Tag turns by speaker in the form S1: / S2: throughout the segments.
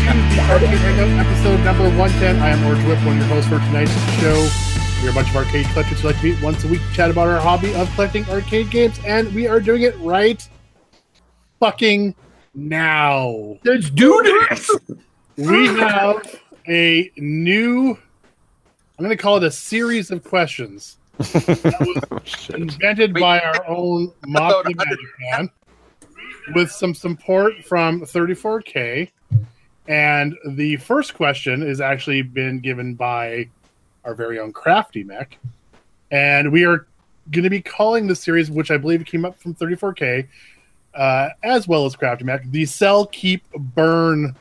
S1: Arcade Echo, episode number 110. I am Orange Whip, one of your hosts for tonight's show. We are a bunch of arcade collectors who like to meet once a week to chat about our hobby of collecting arcade games, and we are doing it right fucking now.
S2: Let's do this.
S1: We have a new, I'm going to call it a series of questions invented
S3: Wait.
S1: by our own Mob
S3: Episode 100.
S1: Magic Man with some support from 34K. And the first question is actually been given by our very own Crafty Mech. And we are going to be calling the series, which I believe came up from 34K, uh, as well as Crafty Mech, the sell, keep, burn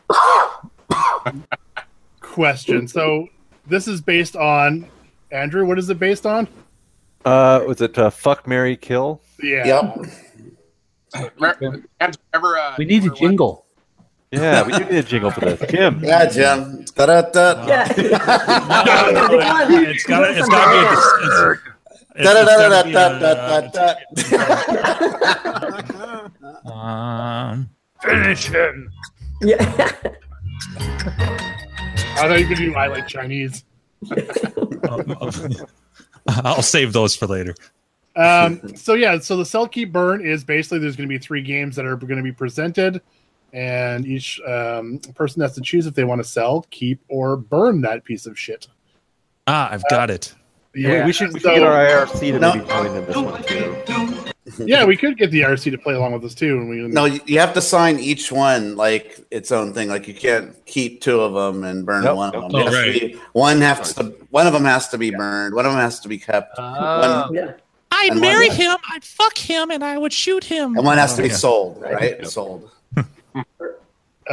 S1: question. So this is based on Andrew. What is it based on?
S4: Uh, was it uh, fuck Mary Kill?
S1: Yeah.
S5: Yep.
S3: Remember, remember, uh,
S2: We need a
S3: remember
S2: jingle.
S4: Yeah, we do need a jingle for this. Jim,
S5: Yeah, Jim. Da-da-da.
S6: Yeah.
S7: it's got to it's got to be. a- It's, it's, it's, it's gotta be a-
S5: Da-da-da-da-da-da-da.
S7: Um,
S6: yeah.
S1: I thought you could do I like Chinese.
S7: I'll save those for later.
S1: Um, so yeah, so the sell keep burn is basically there's going to be three games that are going to be presented, and each um, person has to choose if they want to sell, keep, or burn that piece of shit.
S7: Ah, I've got it.
S4: we- we should, we should get our IRC to maybe join in this one too.
S1: yeah, we could get the RC to play along with us too, and we
S5: No, you you have to sign each one like its own thing. Like you can't keep two of them and burn
S4: Nope,
S5: one
S4: nope,
S5: of them.
S7: nope.
S5: It has to be- one has to. One of them has to be burned. One of them has to be kept.
S2: Uh,
S6: Yeah.
S7: I'd
S5: And one marry left.
S7: him. I'd fuck him, and I would shoot him.
S5: And one has to be
S7: Yeah.
S5: sold. Right? Sold.
S1: uh,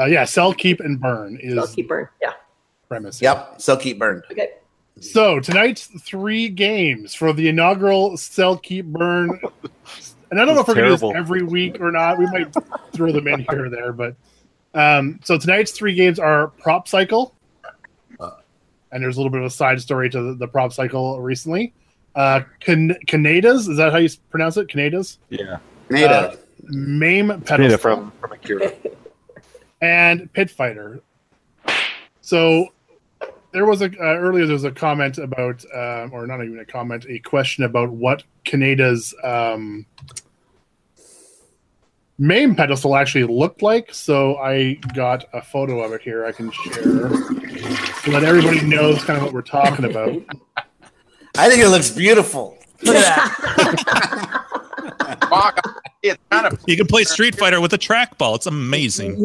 S1: yeah, sell, keep, and burn is
S6: I'll keep burn. Yeah.
S1: the premise.
S5: Yep. So keep burned.
S6: Okay.
S1: So tonight's three games for the inaugural sell, keep, burn, and I don't know if we're going to do
S4: Terrible.
S1: this every week or not. We might throw them in here or there, but um, so tonight's three games are Prop Cycle, Uh, and there's a little bit of a side story to the, the Prop Cycle recently. Uh, Can- Canedas, is that how you s- pronounce it? Canedas,
S4: Yeah,
S5: Nada.
S1: Mame
S4: Data
S1: Pedestal,
S4: from from Akira.
S1: and Pit Fighter. So there was a uh, earlier there was a comment about um, or not even a comment a question about what Kaneda's um, main pedestal actually looked like. So I got a photo of it here. I can share so that everybody knows kind of what we're talking about.
S5: I think it looks beautiful. Look at that.
S3: Walk. It's kind of
S7: You can play Street Fighter with a trackball. It's amazing.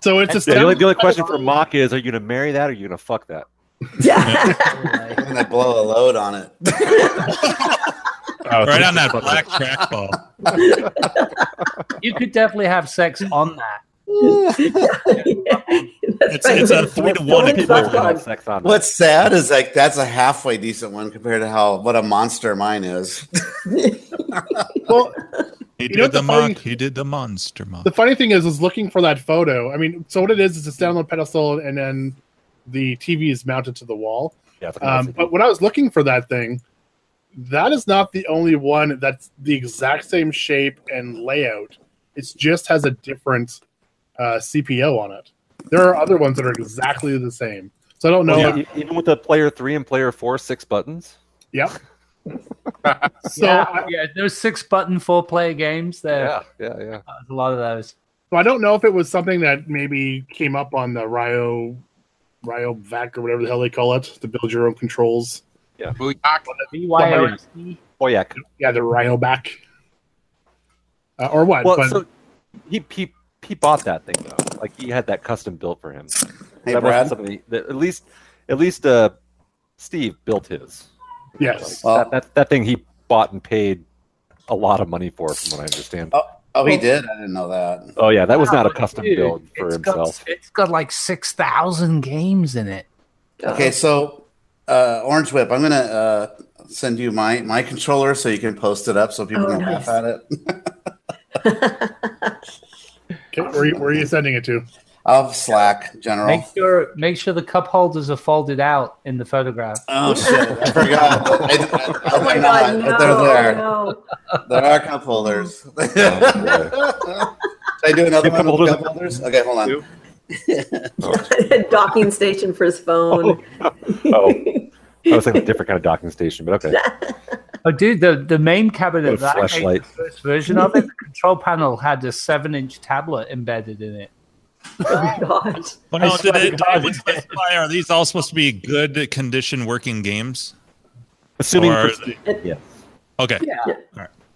S1: So it's a
S4: Yeah,
S1: step.
S4: the, only, the only question for Mock is: Are you gonna marry that, or are you gonna fuck that?
S6: Yeah.
S5: I'm gonna blow a load on it.
S4: uh,
S7: Right on that black trackball.
S2: you could definitely have sex on that.
S7: It's- it's a three to one
S4: People are gonna have sex on that.
S5: What's sad is like that's a halfway decent one compared to how what a monster mine is.
S1: Well,
S7: He
S1: know
S7: did the
S1: the funny-
S7: monk. He did the monster monk.
S1: the funny thing is, is looking for that photo. I mean, so what it is is a standalone pedestal, and then the TV is mounted to the wall.
S4: Yeah, it's a
S1: Um,
S4: classic.
S1: but when I was looking for that thing, that is not the only one that's the exact same shape and layout. It just has a different uh, CPO on it. There are other ones that are exactly the same. So I don't know.
S4: Well, yeah, e- even with the player three and player four, six buttons.
S1: Yep. so,
S2: yeah,
S1: I,
S2: yeah, those six button four player games. There,
S4: Yeah, yeah, yeah.
S2: there's a lot of those.
S1: so I don't know if it was something that maybe came up on the Ryo, Ryo Vac or whatever the hell they call it to build your own controls.
S3: booyah.
S2: BYOC.
S4: Boyak.
S1: Yeah, the Ryo back. Uh, or what?
S4: Well,
S1: but
S4: so he, he he bought that thing though. Like he had that custom built for him.
S5: Hey
S4: that
S5: Brad.
S4: wasn't something he- that- at least at least uh, Steve built his.
S1: yes.
S5: Well-
S4: that, that that thing he bought and paid a lot of money for, from what I understand.
S5: Oh. Oh, he did. I didn't know that.
S4: Oh yeah, that was not a
S2: Dude,
S4: custom build for
S2: it's got-
S4: himself.
S2: it's got like six thousand games in it.
S5: Okay, so uh, Orange Whip, I'm gonna uh, send you my my controller so you can post it up so people
S6: Oh,
S5: can
S6: nice.
S5: laugh at it.
S1: Okay, where, are you, where are you sending it to?
S5: Of Slack
S4: Oh.
S5: General.
S2: Make sure make sure the cup holders are folded out in the photograph.
S5: oh shit! I forgot. I, I, I
S6: Oh my
S5: did
S6: god,
S5: not,
S6: no,
S5: but they're there.
S6: no.
S5: There are cup holders. Should I do another
S4: Two cup
S5: one with
S4: holders.
S5: cup holders? Okay, hold on.
S4: Two.
S6: Docking station for his phone.
S4: Oh, I was thinking a different kind of docking station, but okay.
S2: Oh, dude, the, the main cabinet
S4: Little
S2: of that I hate
S4: flashlight.
S2: the first version of it, the control panel had a seven-inch tablet embedded in it.
S6: oh, God.
S7: Well,
S2: I
S7: no,
S2: swear
S7: did they,
S2: to
S7: did
S2: God,
S7: they specify, are these all supposed to be good condition working games?
S4: Assuming
S7: Or-
S4: for- yeah.
S7: Okay.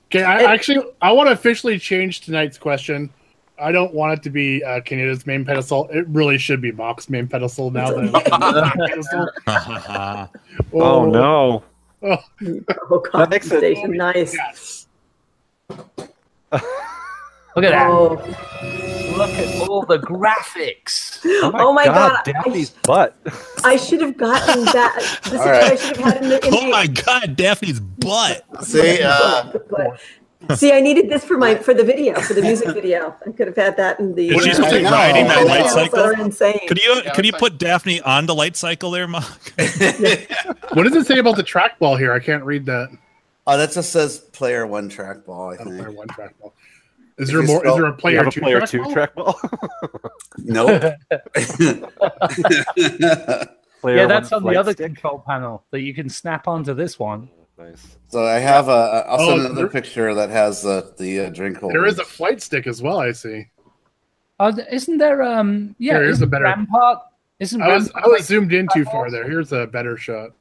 S1: Okay, I actually I want to officially change tonight's question. I don't want it to be uh, Canada's main pedestal. It really should be Mock's main pedestal now. That it's main pedestal.
S4: Oh no.
S6: Oh,
S4: That
S6: God.
S4: makes it-
S6: Station. Nice.
S1: Yes.
S2: Look at that.
S6: Oh,
S2: Look at all the graphics.
S4: Oh
S6: Oh my God, I-
S4: Daffy's butt.
S6: I should have gotten that. This is
S5: All
S6: what I
S5: right.
S6: should have had in the. In
S7: oh
S6: the-
S7: my god, Daphne's butt.
S5: See, uh,
S6: But- see, I needed this for my for the video for the music video. I could have had that in the.
S7: Is she supposed to be
S5: I know.
S7: riding that
S5: I
S7: light
S5: know.
S7: cycle?
S6: Are insane.
S7: Could you
S3: Yeah,
S7: could you
S3: it's
S7: put Daphne on the light cycle there, Mock?
S1: What does it say about the trackball here? I can't read that.
S5: oh, that just says player one trackball. I
S1: I don't play
S5: think.
S1: one trackball. Is
S5: If
S1: there
S5: you
S1: more? Is
S5: spell-
S1: there a
S4: You
S1: player
S4: have a
S1: two
S4: player
S1: trackball?
S4: two trackball.
S5: Nope.
S4: player
S2: Yeah, that's
S4: one
S2: on the
S4: flight
S2: other
S4: stick.
S2: control panel that you can snap onto this one.
S4: Nice.
S5: so I have a. I'll
S1: Oh,
S5: send another
S1: there-
S5: picture that has the the uh, drink holder.
S1: There is a flight stick as well. I see.
S2: Oh, th- isn't there? Um, yeah,
S1: Here, here's
S2: isn't
S1: a better-
S2: Rampart. Isn't
S1: I was
S2: Rampart
S1: I was zoomed in too far there. Here's a better shot.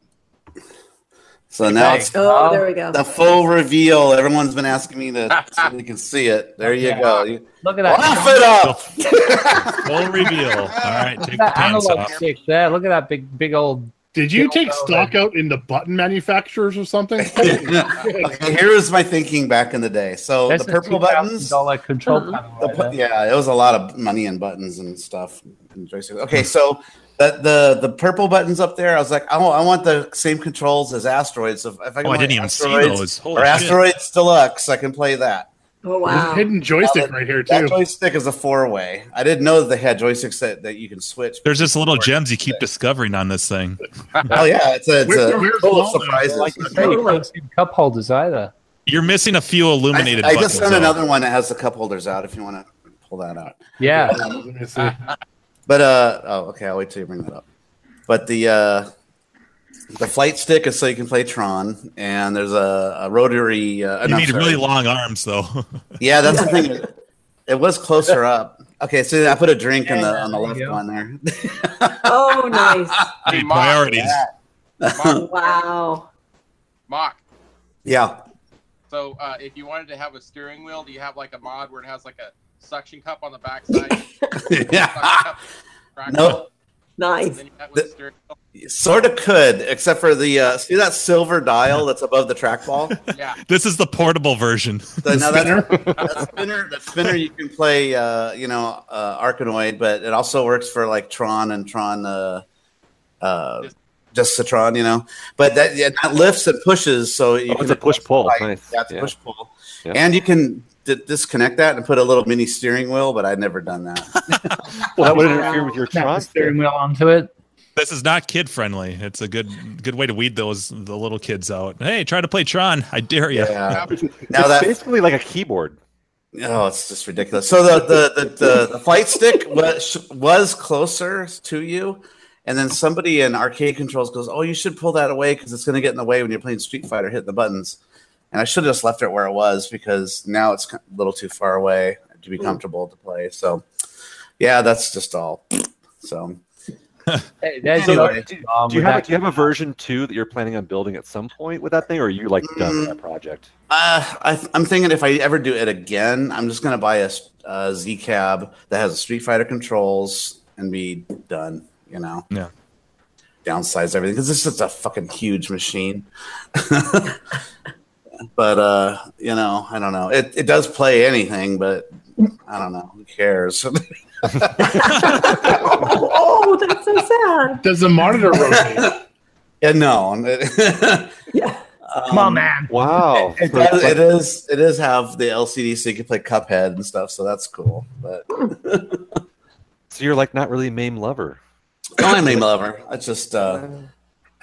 S5: So now it's
S6: Oh, there we go.
S5: the full reveal. Everyone's been asking me to so they can see it. There you go. You-
S2: look at that?
S5: Laugh it up.
S7: Full reveal. All right,
S2: Look
S7: take the
S2: at that
S7: pants
S2: analog
S7: off.
S2: stick there. Look at that big, big old.
S1: Did you
S2: Don't
S1: take
S2: know
S1: stock out in the button manufacturers or something?
S5: okay, here was my thinking back in the day. So
S2: There's
S5: the
S2: a
S5: purple buttons.
S2: Dollar control
S6: Mhm.
S2: panel.
S5: The
S2: right
S5: pu-
S2: there.
S5: yeah, it was a lot of money and buttons and stuff. and joysticks. Okay, so the, the the purple buttons up there, I was like, oh, I want the same controls as Asteroids. So if, if I, can
S7: Oh, I
S5: want
S7: didn't even see
S5: Asteroids
S7: those. Holy
S5: Or
S7: shit.
S5: Asteroids Deluxe, I can play that.
S6: Oh
S1: There's a
S6: wow.
S1: hidden joystick right here
S5: That
S1: too.
S5: joystick is a four way. I didn't know that they had joysticks that, that you can switch.
S7: There's just little gems you keep discovering on this thing.
S5: Oh yeah, it's a, it's
S1: Where-
S5: a
S1: where's
S5: full of
S1: Waldo?
S5: surprises.
S4: Like
S2: Hey, you can't see the cup holders either.
S7: You're missing a few
S5: I,
S7: illuminated
S5: I
S7: buttons.
S5: just sent
S7: though.
S5: another one that has the cup holders out. If you want to pull that out.
S2: Yeah.
S1: Let me see.
S5: But uh oh, okay, I'll wait till you bring that up. But the uh the flight stick is so you can play Tron, and there's a, a rotary. Uh,
S7: You
S5: no,
S7: need
S5: sorry.
S7: really long arms though.
S5: Yeah, that's the thing. It was closer up. Okay, so I put a drink in the on the
S2: Yeah,
S5: left
S2: yeah.
S5: one there.
S6: Oh nice.
S3: Hey,
S7: Big
S3: Mock,
S7: priorities.
S3: Mock,
S6: Wow.
S3: Mock.
S5: yeah,
S3: So uh, if you wanted to have a steering wheel, do you have like a mod where it has like a suction cup on the backside? Suction
S5: yeah.
S3: cup, crack
S5: No,
S6: Nice.
S3: Then you have with a steering wheel.
S5: sort of could, except for the uh, see that silver dial that's above the trackball.
S3: Yeah.
S7: This is the portable version.
S5: The, now that, that spinner, that spinner, you can play, uh, you know, uh, Arkanoid, but it also works for like Tron and Tron, uh, uh, just Citron, you know. But that yeah, that lifts and pushes, so you
S4: Oh,
S5: can
S4: it's a push pull.
S5: like,
S4: Nice.
S5: yeah, it's
S4: Yeah.
S5: push pull,
S4: Yeah.
S5: and you can d- disconnect that and put a little mini steering wheel. But I've never done that.
S4: Well, that would interfere with your
S2: Snap the
S4: Tron
S2: steering
S4: stick.
S2: wheel onto it.
S7: This is not kid friendly. It's a good good way to weed those the little kids out. Hey, try to play Tron. I dare you.
S5: Yeah. Now
S4: It's
S5: that
S4: basically like a keyboard.
S5: Oh, it's just ridiculous. So the the the, the, the flight stick was was closer to you, and then somebody in arcade controls goes, "Oh, you should pull that away because it's going to get in the way when you're playing Street Fighter, hitting the buttons." And I should have just left it where it was because now it's a little too far away to be comfortable to play. So, yeah, that's just all. So,
S2: Hey, there's
S4: So,
S2: your
S5: Anyway,
S4: do,
S2: arm
S4: do you
S2: with
S4: have
S2: that.
S4: do you have a version two that you're planning on building at some point with that thing, or are you like done
S5: Mm.
S4: with that project?
S5: uh, I, I'm thinking if I ever do it again, I'm just going to buy a, s- a Z cab that has a Street Fighter controls and be done. You know.
S7: Yeah.
S5: downsize everything because this is a fucking huge machine. but uh, you know, I don't know. It it does play anything, but I don't know. Who cares?
S6: Oh, oh, that's so sad.
S1: Does the monitor rotate?
S5: yeah, no. It,
S6: Yeah.
S2: Come on, man.
S4: Wow.
S5: It, does, it is. It is have the LCD, so you can play Cuphead and stuff. So that's cool. But
S4: So you're like not really a MAME lover.
S5: no, I'm a lover. I just. Uh,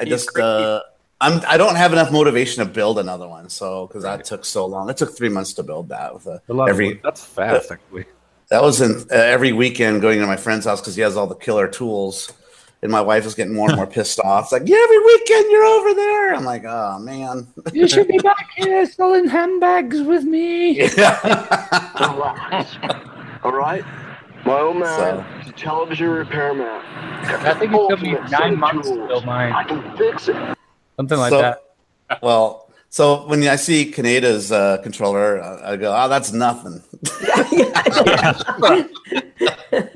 S5: I
S3: He's
S5: just.
S3: crazy.
S5: Uh, I'm. I don't have enough motivation to build another one. So because that took so long, it took three months to build that with a,
S2: The love
S5: every
S4: That's fast, actually.
S5: That was in, uh, every weekend going to my friend's house because he has all the killer tools. And my wife was getting more and more pissed off. It's like, yeah, every weekend you're over there. I'm like, oh man.
S2: You should be back here selling handbags with me.
S5: Yeah.
S8: All right. All right. My old man,
S5: So-
S8: is a television repairman.
S2: I think it took me nine months to build
S8: I
S2: mine.
S8: can fix it.
S2: Something like
S5: So-
S2: that.
S5: well, so when I see Kaneda's uh, controller, I I go, oh, that's nothing.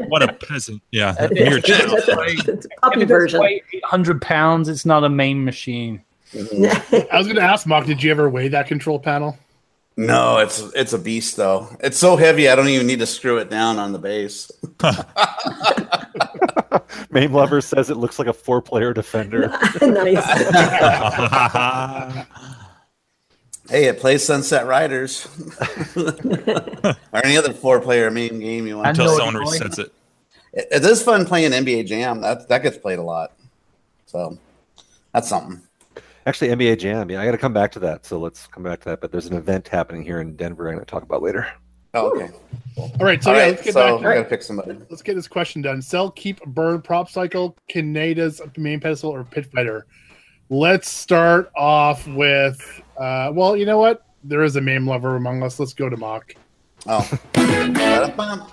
S7: What a peasant. Yeah. that
S6: Yeah.
S7: weird shit.
S6: That's a- that's a puppy version.
S2: Eight hundred pounds. It's not a main machine.
S1: I was going to ask Mock, did you ever weigh that control panel?
S5: No, it's it's a beast though. It's so heavy, I don't even need to screw it down on the base.
S4: Mame Lover says it looks like a four player defender.
S6: nice.
S5: Hey, it plays Sunset Riders or any other four-player main game you want.
S2: And-
S7: Until
S2: No,
S7: someone
S2: it's
S7: resets it.
S5: It, it is fun playing NBA Jam. That that gets played a lot, so that's something.
S4: Actually, NBA Jam. Yeah, I got to come back to that. So let's come back to that. But there's an event happening here in Denver. I'm going to talk about later.
S5: Oh, okay,
S1: All right, so
S5: all
S1: yeah,
S5: right.
S1: let's get
S5: So
S1: back
S5: we
S1: to
S5: gotta pick somebody.
S1: Let's get this question done. Sell, keep, burn, prop cycle, Kaneda's main pedestal, or pit fighter. Let's start off with. Uh, well, you know what? There is a meme lover among us. Let's go to mock.
S5: Oh. Ba-da-bum.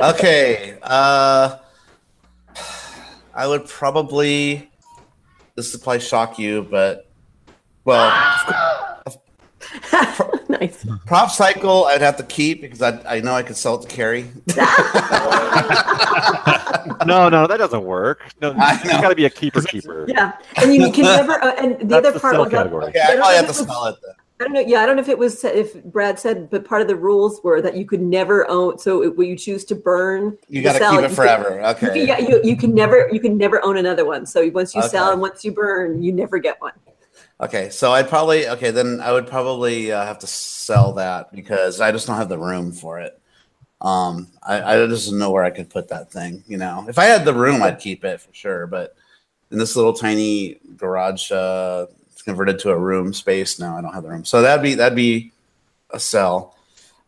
S5: okay. Uh, I would probably. This will probably shock you, but well,
S6: nice.
S5: prop cycle I'd have to keep because I, I know I could sell it to Carrie.
S4: No, no, that doesn't work. No,
S5: I
S4: it's
S5: know.
S4: got to be a keeper keeper.
S6: Yeah. And you can never, uh, and the
S4: That's
S6: other
S4: the
S6: part
S4: sell
S6: was, uh,
S4: category.
S5: Yeah, I
S6: don't know
S5: probably have
S6: if
S5: to
S6: it was-
S5: sell it then.
S6: I don't know. Yeah, I don't know if it was if Brad said, but part of the rules were that you could never own. So it, when you choose to burn,
S5: You
S6: to
S5: got to
S6: sell,
S5: keep
S6: you
S5: it
S6: can-
S5: forever.
S6: You
S5: Okay.
S6: can, yeah, you, you can never you can never own another one. So once you sell
S5: Okay.
S6: and once you burn, you never get one.
S5: Okay. So I'd probably okay then I would probably uh, have to sell that because I just don't have the room for it. Um, I, I just don't know where I could put that thing. You know, if I had the room, I'd keep it for sure. But in this little tiny garage, uh, it's converted to a room space now. I don't have the room, so that'd be that'd be a sell.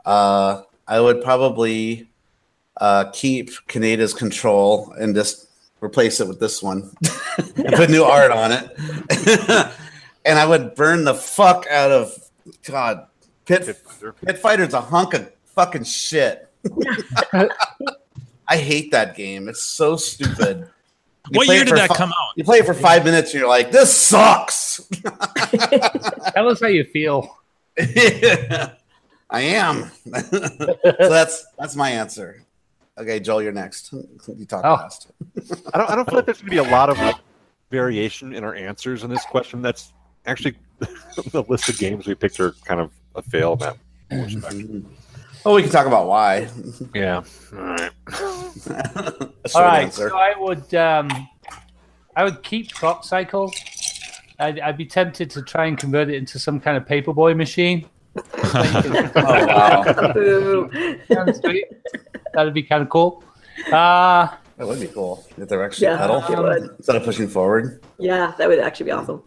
S5: Uh, I would probably uh, keep Kaneda's control and just replace it with this one and put new art on it. and I would burn the fuck out of God Pit Pit Fighter's a hunk of fucking shit. I hate that game. It's so stupid. You
S7: What
S5: play
S7: year
S5: it
S7: did
S5: for
S7: that
S5: fi-
S7: come out?
S5: You play it for five minutes and you're like, this sucks.
S2: Tell us how you feel.
S5: I am. so that's that's my answer. Okay, Joel, you're next. You talk
S2: Oh.
S5: last.
S4: I don't. I don't feel like there's going to be a lot of like, variation in our answers in this question. That's actually the list of games we picked are kind of a fail. Matt.
S5: Oh, we can talk about why.
S4: Yeah. All right.
S5: That's
S2: All right, so
S5: Oh,
S2: I would um, I would keep Prop Cycle. I'd, I'd be tempted to try and convert it into some kind of paperboy machine.
S5: Oh, wow.
S6: Boo.
S2: Down the street. That'd be kind of cool. Uh,
S5: That would be cool. If they're actually
S6: Yeah,
S5: pedal
S6: it would.
S5: instead of pushing forward.
S6: yeah, that would actually be awesome.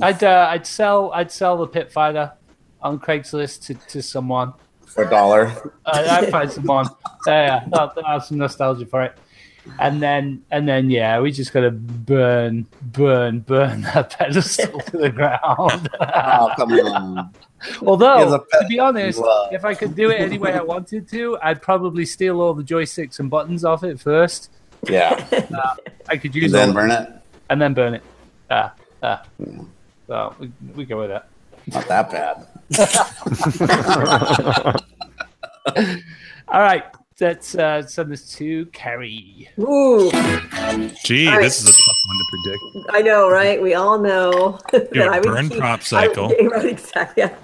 S2: I'd uh, I'd sell I'd sell the pit fighter on Craigslist to, to someone. Uh,
S5: For a dollar.
S2: I, I find some on. Yeah, I'll, I'll have some nostalgia for it. And then, and then, yeah, we just gotta burn, burn, burn that pedestal to the ground.
S5: Oh, come on. Yeah,
S2: Although,
S5: the pe-
S2: to be honest,
S5: Wow.
S2: if I could do it any way I wanted to, I'd probably steal all the joysticks and buttons off it first.
S5: Yeah.
S2: I
S5: And
S2: could use
S5: then
S2: them
S5: burn it.
S2: and then burn it. Ah, ah. So we, we go with that.
S5: Not that bad.
S2: All right, let's uh, send this to Carrie.
S6: Ooh,
S7: Gee,
S6: All right.
S7: this is a tough one to predict.
S6: I know, right? We all know that
S7: Dude, burn prop cycle.
S6: I, right, exactly. I,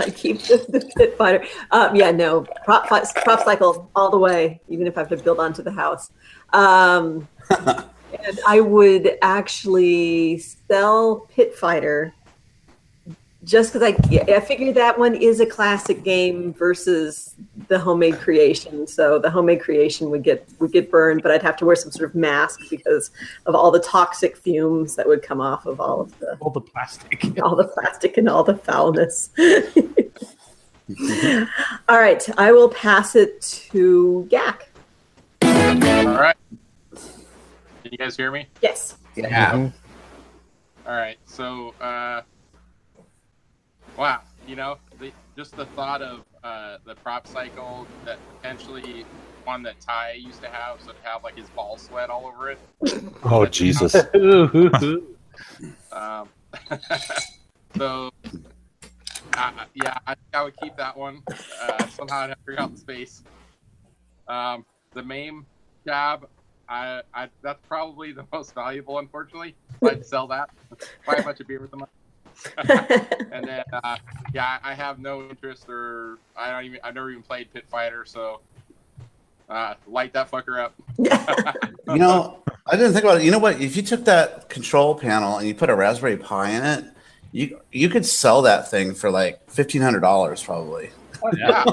S6: I keep the, the pit fighter. Um, yeah, no, prop, fi- prop cycle all the way, even if I have to build onto the house. Um, and I would actually sell pit fighter just because I, I figure that one is a classic game versus the homemade creation. So the homemade creation would get would get burned, but I'd have to wear some sort of mask because of all the toxic fumes that would come off of all of the
S2: All the plastic.
S6: all the plastic and all the foulness. All right, I will pass it to Gak.
S3: All right. Can you guys hear me?
S6: Yes.
S5: Yeah.
S3: All right. So, uh, wow. You know, the, just the thought of uh, the prop cycle that potentially one that Ty used to have, so to have like his ball sweat all over it.
S4: Oh Jesus!
S3: Um, so, uh, yeah, I think I would keep that one. Uh, somehow I'd have to figure out the space. Um, the MAME job, I, I, that's probably the most valuable, unfortunately. I'd sell that. Buy a bunch of beer with the money. and then, uh, yeah, I have no interest or I don't even, I've never even played Pit Fighter, so uh, light that fucker up.
S5: You know, I didn't think about it. You know what? If you took that control panel and you put a Raspberry Pi in it, you you could sell that thing for like fifteen hundred dollars probably,
S3: yeah.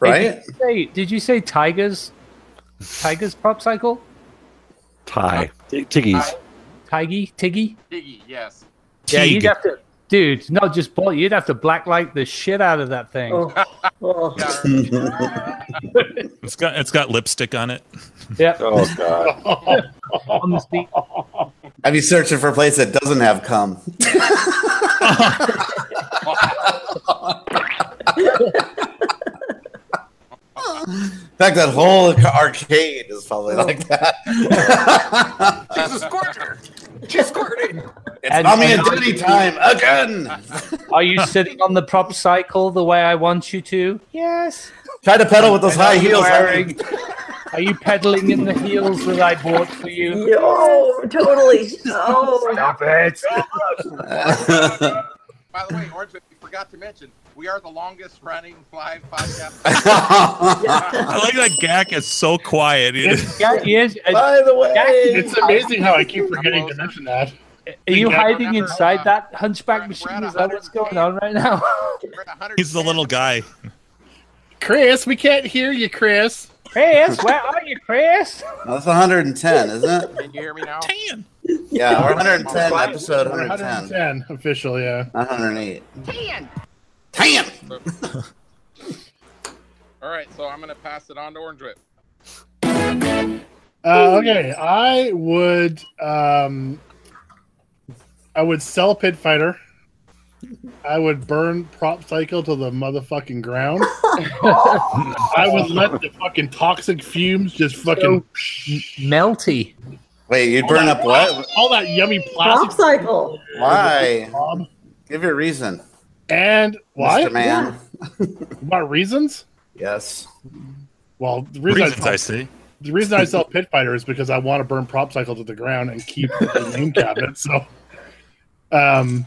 S5: right?
S2: Did you say, did you say Tigers? Tigers prop cycle?
S4: Tie. Tiggies.
S2: Tiggy? Tiggy?
S3: Diggy, yes.
S2: Yeah, you'd
S7: Teague.
S2: have to, dude. Not just ball. You'd have to blacklight the shit out of that thing.
S6: Oh, oh.
S3: Yeah,
S7: It's got it's got lipstick on it.
S2: Yep.
S4: Oh God!
S2: On the seat.
S5: I'd be searching for a place that doesn't have cum. In fact, that whole ca- arcade is probably like that.
S8: She's
S3: Uh,
S8: a squirter. She's squirting.
S5: It's
S2: And-
S5: mommy
S2: and
S5: and daddy time again.
S2: Are you sitting on the prop cycle the way I want you to? Yes.
S5: Try to pedal with those
S2: And are
S5: high
S2: you
S5: heels.
S2: wearing- Are you pedaling in the heels that I bought for you?
S6: Yo, totally. Oh,
S2: Stop it.
S3: By the way, Orange, we forgot to mention, we are the longest running live podcast.
S7: I like that Gak is so quiet.
S2: Yeah, he is. uh, Are
S5: By the way,
S1: It's amazing how I keep forgetting to mention that.
S2: you
S1: Gak-
S2: hiding inside that
S3: We're-
S2: hunchback
S3: we're
S2: machine?
S3: at
S2: Is that what's going on right now?
S3: We're at 100
S7: He's the little guy.
S1: Chris, we can't hear you, Chris.
S2: Chris, where are you, Chris?
S5: that's 110, isn't it?
S3: Can you hear me now?
S7: Tan.
S5: Yeah, we're 110
S3: Right.
S5: episode 110,
S1: 110 official, yeah.
S5: not 108.
S8: Tan.
S5: Damn.
S3: All right, so I'm going to pass it on to Orange Whip.
S1: Uh, okay, I would um, I would sell Pit Fighter. I would burn Prop Cycle to the motherfucking ground. I would let the fucking toxic fumes just fucking
S2: Melty.
S5: Wait, you'd burn up what?
S1: all that yummy
S6: prop
S1: plastic.
S6: cycle.
S5: Why?
S1: Bob.
S5: Give your reason,
S1: And
S5: Mr.
S1: why?
S5: Man.
S1: My reasons?
S5: Yes.
S1: Well, the reason,
S7: Reasons
S1: I,
S7: I see.
S1: the reason I sell Pit Fighter is because I want to burn Prop Cycle to the ground and keep the name cabinet. So, um,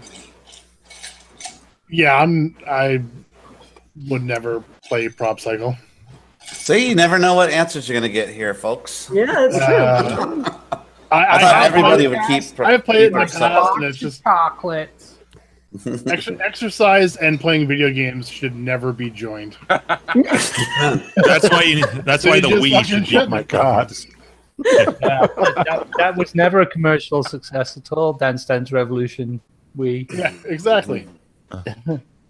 S1: yeah, I'm I would never play Prop Cycle.
S5: See, you never know what answers you're gonna get here, folks.
S6: Yeah, that's true.
S1: Uh, I,
S5: I
S1: I,
S5: thought
S1: have
S5: everybody
S1: played-
S5: would keep.
S1: I've played it in
S5: keep
S1: the
S5: ourselves.
S1: past, and it's just
S2: Chocolate.
S1: ex- exercise and playing video games should never be joined.
S7: That's why you, that's why the
S1: They just
S7: Wii
S1: fucking
S7: should be.
S1: shouldn't.
S4: My God!
S2: Yeah, that, that was never a commercial success at all. Dance Dance Revolution. We
S1: Yeah, exactly.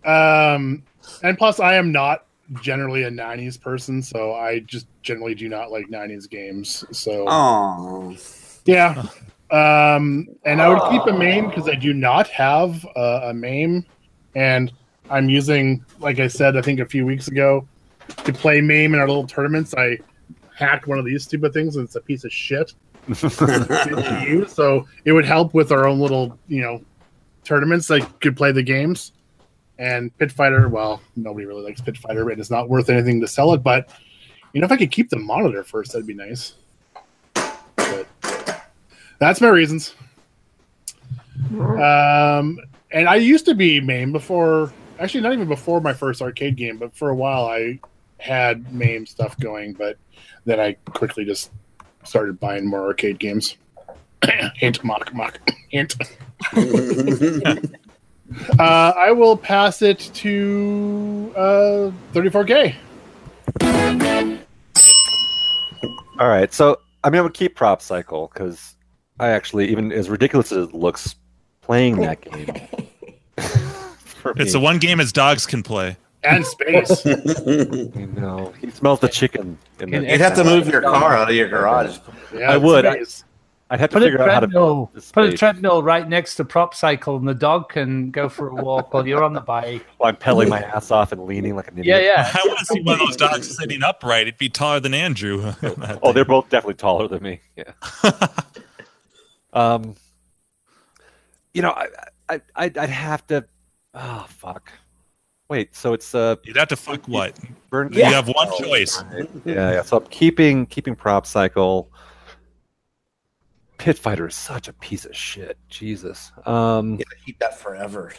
S1: um, and plus, I am not generally a '90s person, so I just generally do not like '90s games. So
S5: Oh,
S1: yeah, um, and I would keep a MAME because I do not have uh, a MAME, and I'm using, like I said, I think a few weeks ago, to play MAME in our little tournaments. I hacked one of these stupid things, and it's a piece of shit. to you, so it would help with our own little, you know, tournaments that could play the games. And Pit Fighter, well, nobody really likes Pit Fighter, and it's not worth anything to sell it. But you know, if I could keep the monitor first, that'd be nice. But that's my reasons. Um, and I used to be MAME before, actually, not even before my first arcade game, but for a while I had MAME stuff going, but then I quickly just started buying more arcade games. Hint, mock, mock, hint. uh, I will pass it to uh, 34K.
S4: All right, so I mean, I would keep prop cycle because I actually, even as ridiculous as it looks, playing that game for
S7: It's
S4: me.
S7: the one game his dogs can play.
S1: and space.
S4: I know. He smells the chicken. In the,
S5: You'd have to move your car out of your garage.
S1: Yeah,
S4: I would.
S1: space.
S4: I'd have to
S2: Put a
S4: figure out how to.
S2: treadmill.
S4: build this
S2: Put a
S4: space.
S2: treadmill right next to prop cycle, and the dog can go for a walk while you're on the bike.
S4: Well, I'm pedaling my ass off and leaning like an
S2: Yeah,
S4: idiot.
S2: yeah.
S7: I want to see one of those dogs sitting upright. It'd be taller than Andrew.
S4: Oh, they're both definitely taller than me. Yeah. um, you know, I, I, I'd, I'd have to. Oh fuck! Wait, so it's uh,
S7: You'd have to fuck what?
S4: burn.
S5: Yeah.
S7: You have one choice.
S4: yeah, yeah. So I'm keeping keeping prop cycle. Pit fighter is such a piece of shit. Jesus. Um,
S5: Yeah, keep that forever.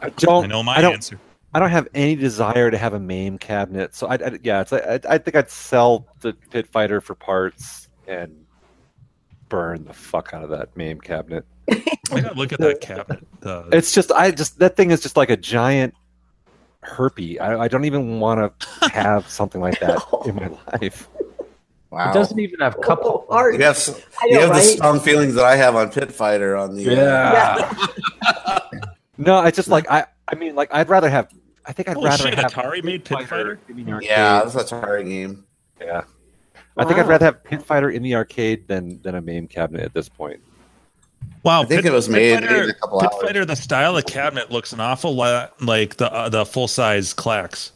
S4: I don't.
S7: I know my
S4: I don't,
S7: answer.
S4: I don't have any desire to have a MAME cabinet, so I, I yeah, it's like, I, I think I'd sell the Pit Fighter for parts and burn the fuck out of that MAME cabinet.
S7: I gotta look at that cabinet. Uh,
S4: It's just I just that thing is just like a giant herpy. I, I don't even want to have something like that in my life.
S5: Wow.
S2: It doesn't even have couple.
S6: Oh, Art,
S5: you have, s-
S6: I
S5: you
S6: know,
S5: have the
S6: right?
S5: strong feelings that I have on Pit Fighter on the. Uh,
S6: Yeah.
S4: No, it's just like I I mean like I'd rather have I think I'd
S7: Holy
S4: rather
S7: shit,
S4: have
S7: Atari made Pit Fighter?
S4: in the arcade.
S5: yeah, that's a Atari game.
S4: yeah. I think I'd
S6: Wow.
S4: rather have Pit Fighter in the arcade than than a MAME cabinet at this point.
S7: wow,
S5: I think it was made, made in a
S7: Fighter,
S5: couple
S7: Oh, Pit
S5: hours.
S7: Fighter, the style of cabinet looks an awful lot like the uh, the full size Clax,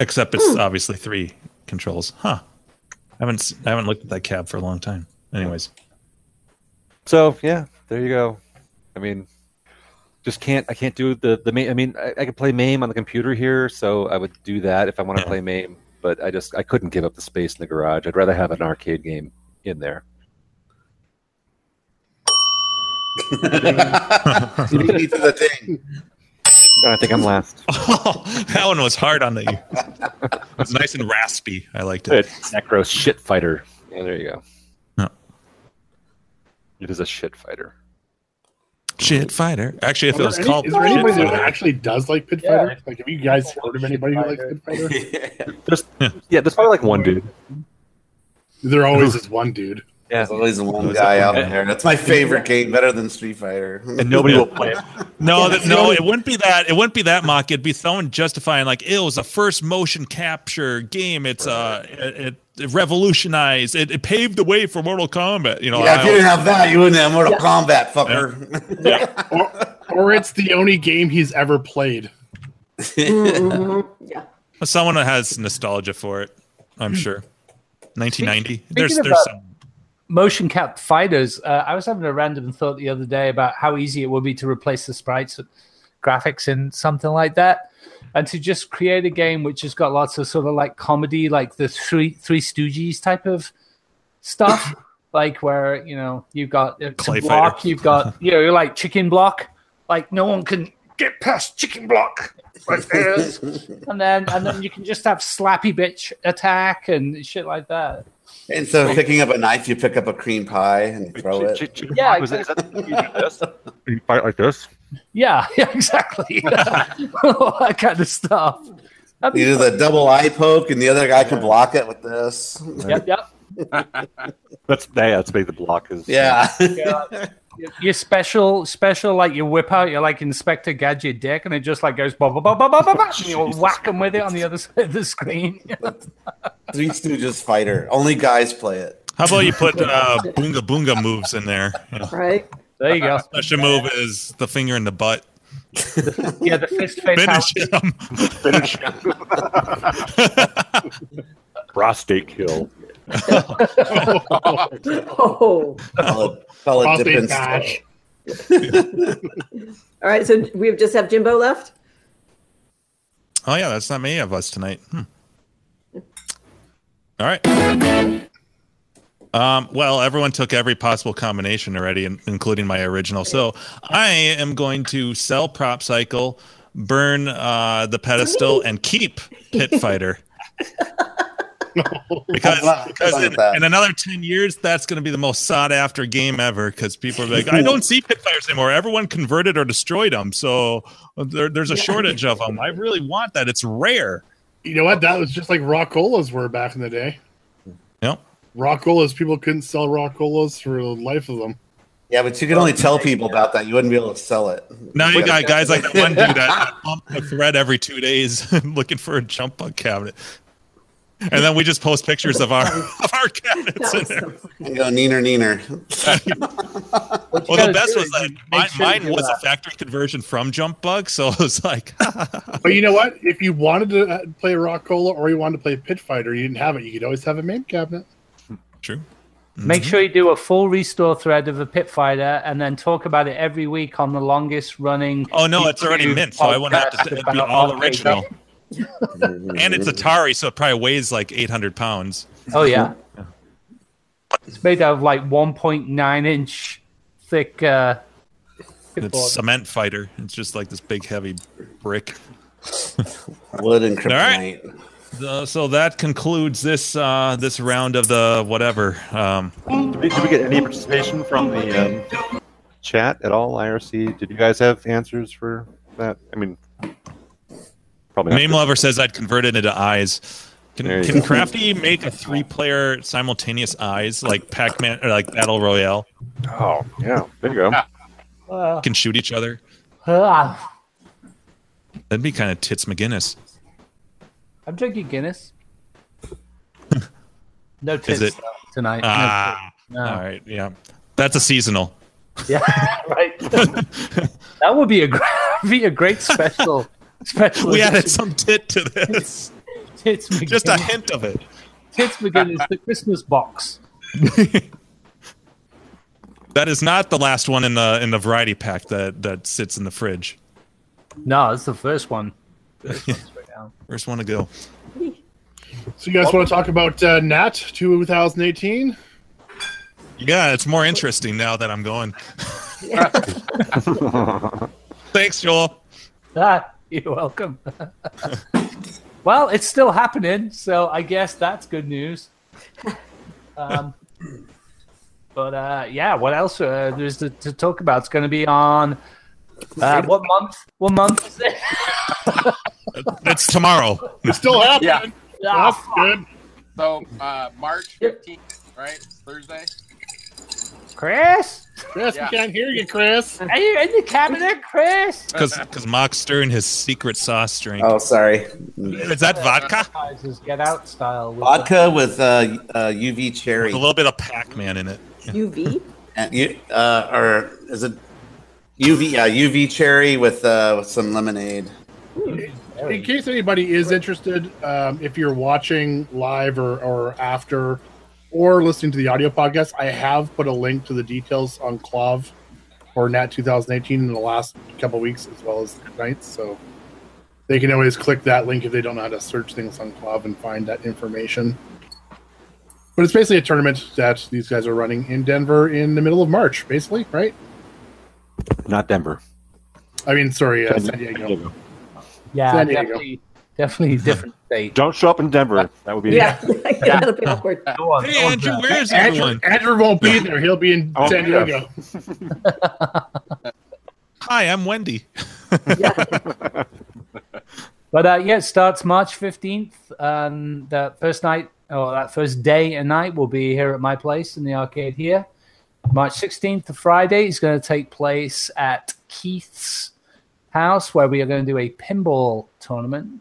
S7: except it's obviously three controls. Huh? I haven't s- I haven't looked at that cab for a long time. Anyways,
S4: So yeah, there you go. I mean, just can't I can't do the the main. I mean, I, I could play Mame on the computer here, so I would do that if I want to
S7: Yeah.
S4: play Mame. But I just I couldn't give up the space in the garage. I'd rather have an arcade game in there.
S5: you beat me to the thing.
S4: And I think I'm last.
S7: that one was hard on the. It was nice and raspy. I liked it.
S4: It's Necro shit fighter. Yeah, there you go.
S7: Yeah.
S4: It is a shit fighter.
S7: Shit fighter. Actually, if it
S1: Are
S7: was
S1: there any-
S7: called
S1: is there
S7: Shit
S1: anybody that
S7: Fighter-
S1: actually does like Pit
S2: Yeah.
S1: Fighter? Like, have you guys heard of anybody who likes Pit Fighter?
S4: There's yeah, there's probably like one dude.
S1: There always is one dude.
S5: There's always one guy out there. That's my favorite game, better than Street Fighter.
S4: And nobody will play it.
S7: No, that, no, it wouldn't be that. It wouldn't be that mock. It'd be someone justifying like it was the first motion capture game. It's uh, it, it revolutionized. It, it paved the way for Mortal Kombat. You know,
S5: yeah, if you
S7: oh, I,
S5: didn't have that, you wouldn't have Mortal Kombat, fucker.
S1: Or, or it's the only game he's ever played.
S6: Mhm. yeah.
S7: someone that has nostalgia for it. I'm sure. 1990. There's
S2: speaking
S7: there's
S2: about-
S7: some.
S2: motion cap fighters. Uh, I was having a random thought the other day about how easy it would be to replace the sprites, graphics, and something like that, and to just create a game which has got lots of sort of like comedy, like the three Three Stooges type of stuff, like where you know you've got uh,
S7: Clay
S2: to block,
S7: fighter.
S2: you've got you know you're like chicken block, like no one can get past chicken block. Like this. and then and then you can just have slappy bitch attack and shit like that.
S5: Instead of picking up a knife, you pick up a cream pie and throw
S4: Chick-
S5: it.
S4: chick- chick-
S2: Yeah,
S4: was that- is that- you do this? You fight like this?
S2: Yeah, yeah, exactly. All that kind of stuff. That'd be
S5: You do
S2: fun.
S5: the double eye poke, and the other guy can block it with this.
S2: Yep, yep.
S4: That's yeah, that's make the block is
S5: Yeah.
S2: Your- Your special, special, like you whip out, you're like Inspector Gadget dick, and it just like goes ba ba ba ba ba ba, ba, and you're
S4: Jesus
S2: whacking with it on the other side of the screen.
S5: Three Stooges fighter. Only guys play it.
S7: How about you put uh, boonga boonga moves in there? Yeah.
S6: Right.
S2: There you go.
S7: Special move is the finger in the butt.
S2: Yeah, the fist face.
S7: Finish him.
S4: uh, prostate kill.
S6: Oh.
S5: Call it, call it dip
S1: Prostate
S5: and
S1: bash.
S6: All right. So we just have Jimbo left.
S7: Oh yeah, that's not many of us tonight. Hmm. All right. Um, well, everyone took every possible combination already, in, including my original. So I am going to sell Prop Cycle, burn uh, the pedestal, and keep Pit Fighter. because because in, in another 10 years, that's going to be the most sought after game ever because people are like, I don't see Pit Fighters anymore. Everyone converted or destroyed them. So there, there's a shortage of them. I really want that. It's rare.
S1: You know what? That was just like Rockolas were back in the day.
S7: Yep.
S1: Rockolas, people couldn't sell Rockolas for the life of them.
S5: Yeah, but you can only tell people about that. You wouldn't be able to sell it.
S7: Now you got guys like that one dude that pumps a thread every two days looking for a jump bug cabinet. And then we just post pictures of our of our cabinets in there.
S5: And go neener neener.
S2: What you
S7: Well,
S2: gotta
S7: the best
S2: do
S7: was
S2: is
S7: that
S2: make
S7: mine,
S2: sure
S7: mine
S2: you,
S7: was
S2: uh,
S7: a factory conversion from jump bug, so it was like
S1: But you know what? If you wanted to uh, play Rockola or you wanted to play Pit Fighter, you didn't have it. You could always have a main cabinet.
S7: true.
S2: Make sure you do a full restore thread of a pit fighter and then talk about it every week on the longest running.
S7: Oh no, it's already
S2: YouTube
S7: mint, so I wouldn't have to.
S2: podcast
S7: It'd be
S2: about
S7: all
S2: arcade
S7: original,
S2: games.
S7: and it's Atari, so it probably weighs like 800 pounds.
S2: Oh yeah, it's made out of like 1.9 inch thick. Uh,
S7: It's cement fighter. It's just like this big heavy brick.
S5: Wood and kryptonite.
S7: right. Uh, so that concludes this uh, this round of the whatever. Um,
S4: Did we, did we get any participation from the um, chat at all? IRC, did you guys have answers for that? I mean, probably not.
S7: Meme lover says I'd convert it into eyes.
S4: There
S7: Can,
S4: you
S7: can
S4: go.
S7: Crafty make a three player simultaneous eyes like Pac Man or like Battle Royale?
S4: Oh, yeah. There you go.
S2: uh,
S7: Can shoot each other.
S2: uh,
S7: That'd be kind of tits McGinnis.
S2: I'm drinking Guinness. No tips
S7: it-
S2: though, tonight. No
S7: Ah,
S2: tips, no.
S7: all right, yeah, that's a seasonal.
S2: Yeah, right. that would be a great, be a great special. Special.
S7: We added
S2: edition.
S7: some tit to this,
S2: Tits
S7: just a
S2: McGinnis-
S7: hint of it.
S2: Tits McGinnis, the Christmas box.
S7: That is not the last one in the in the variety pack that that sits in the fridge.
S2: No, it's the first one. First one's right now.
S7: First one to go.
S1: So you guys want to talk about uh, Nat 2018?
S7: Yeah, it's more interesting now that I'm going. Thanks, Joel.
S2: Ah, you're welcome. well, it's still happening, so I guess that's good news. Um, but uh, yeah, what else uh, there's to, to talk about? It's going to be on uh, what month? What month is it?
S7: It's tomorrow.
S1: It's still happening.
S3: Yeah.
S2: Ah,
S1: That's
S2: fuck.
S1: good.
S3: So uh, March
S2: Yep.
S3: fifteenth, right? It's Thursday.
S2: Chris,
S1: Chris,
S3: Yeah.
S1: we can't hear you, Chris.
S2: are you in the cabinet, Chris?
S7: Because Mock's stirring his secret sauce drink.
S5: Oh, sorry.
S7: Is that vodka?
S2: Guys, Get out style. with
S5: Vodka with uh, uh, UV cherry.
S7: With a little bit of Pac Man in it.
S6: UV.
S5: Uh, you- uh, or is it UV? Yeah, UV cherry with uh, with some lemonade.
S2: the berry.
S1: In case anybody is interested, um, if you're watching live or, or after or listening to the audio podcast, I have put a link to the details on Clav or Nat 2018 in the last couple weeks as well as tonight. So they can always click that link if they don't know how to search things on Clav and find that information. But it's basically a tournament that these guys are running in Denver in the middle of March, basically, right?
S4: Not Denver.
S1: I mean, sorry, uh, San
S4: San
S1: Diego.
S2: Yeah,
S1: San Diego.
S2: definitely, definitely different state.
S4: Don't show up in Denver. That would be.
S6: Yeah, that'll be awkward.
S2: Go on,
S7: Oh, Hey,
S2: go on,
S7: Andrew,
S2: Jack.
S7: where is
S1: Andrew,
S7: everyone?
S1: Andrew won't be there. He'll be in
S4: I won't
S1: San
S4: be there.
S1: Diego.
S7: Hi, I'm Wendy.
S6: Yeah.
S2: But uh, yeah, it starts March 15th. Um, that first night, or that first day and night, will be here at my place in the arcade here. March 16th, the Friday, is going to take place at Keith's house, where we are going to do a pinball tournament.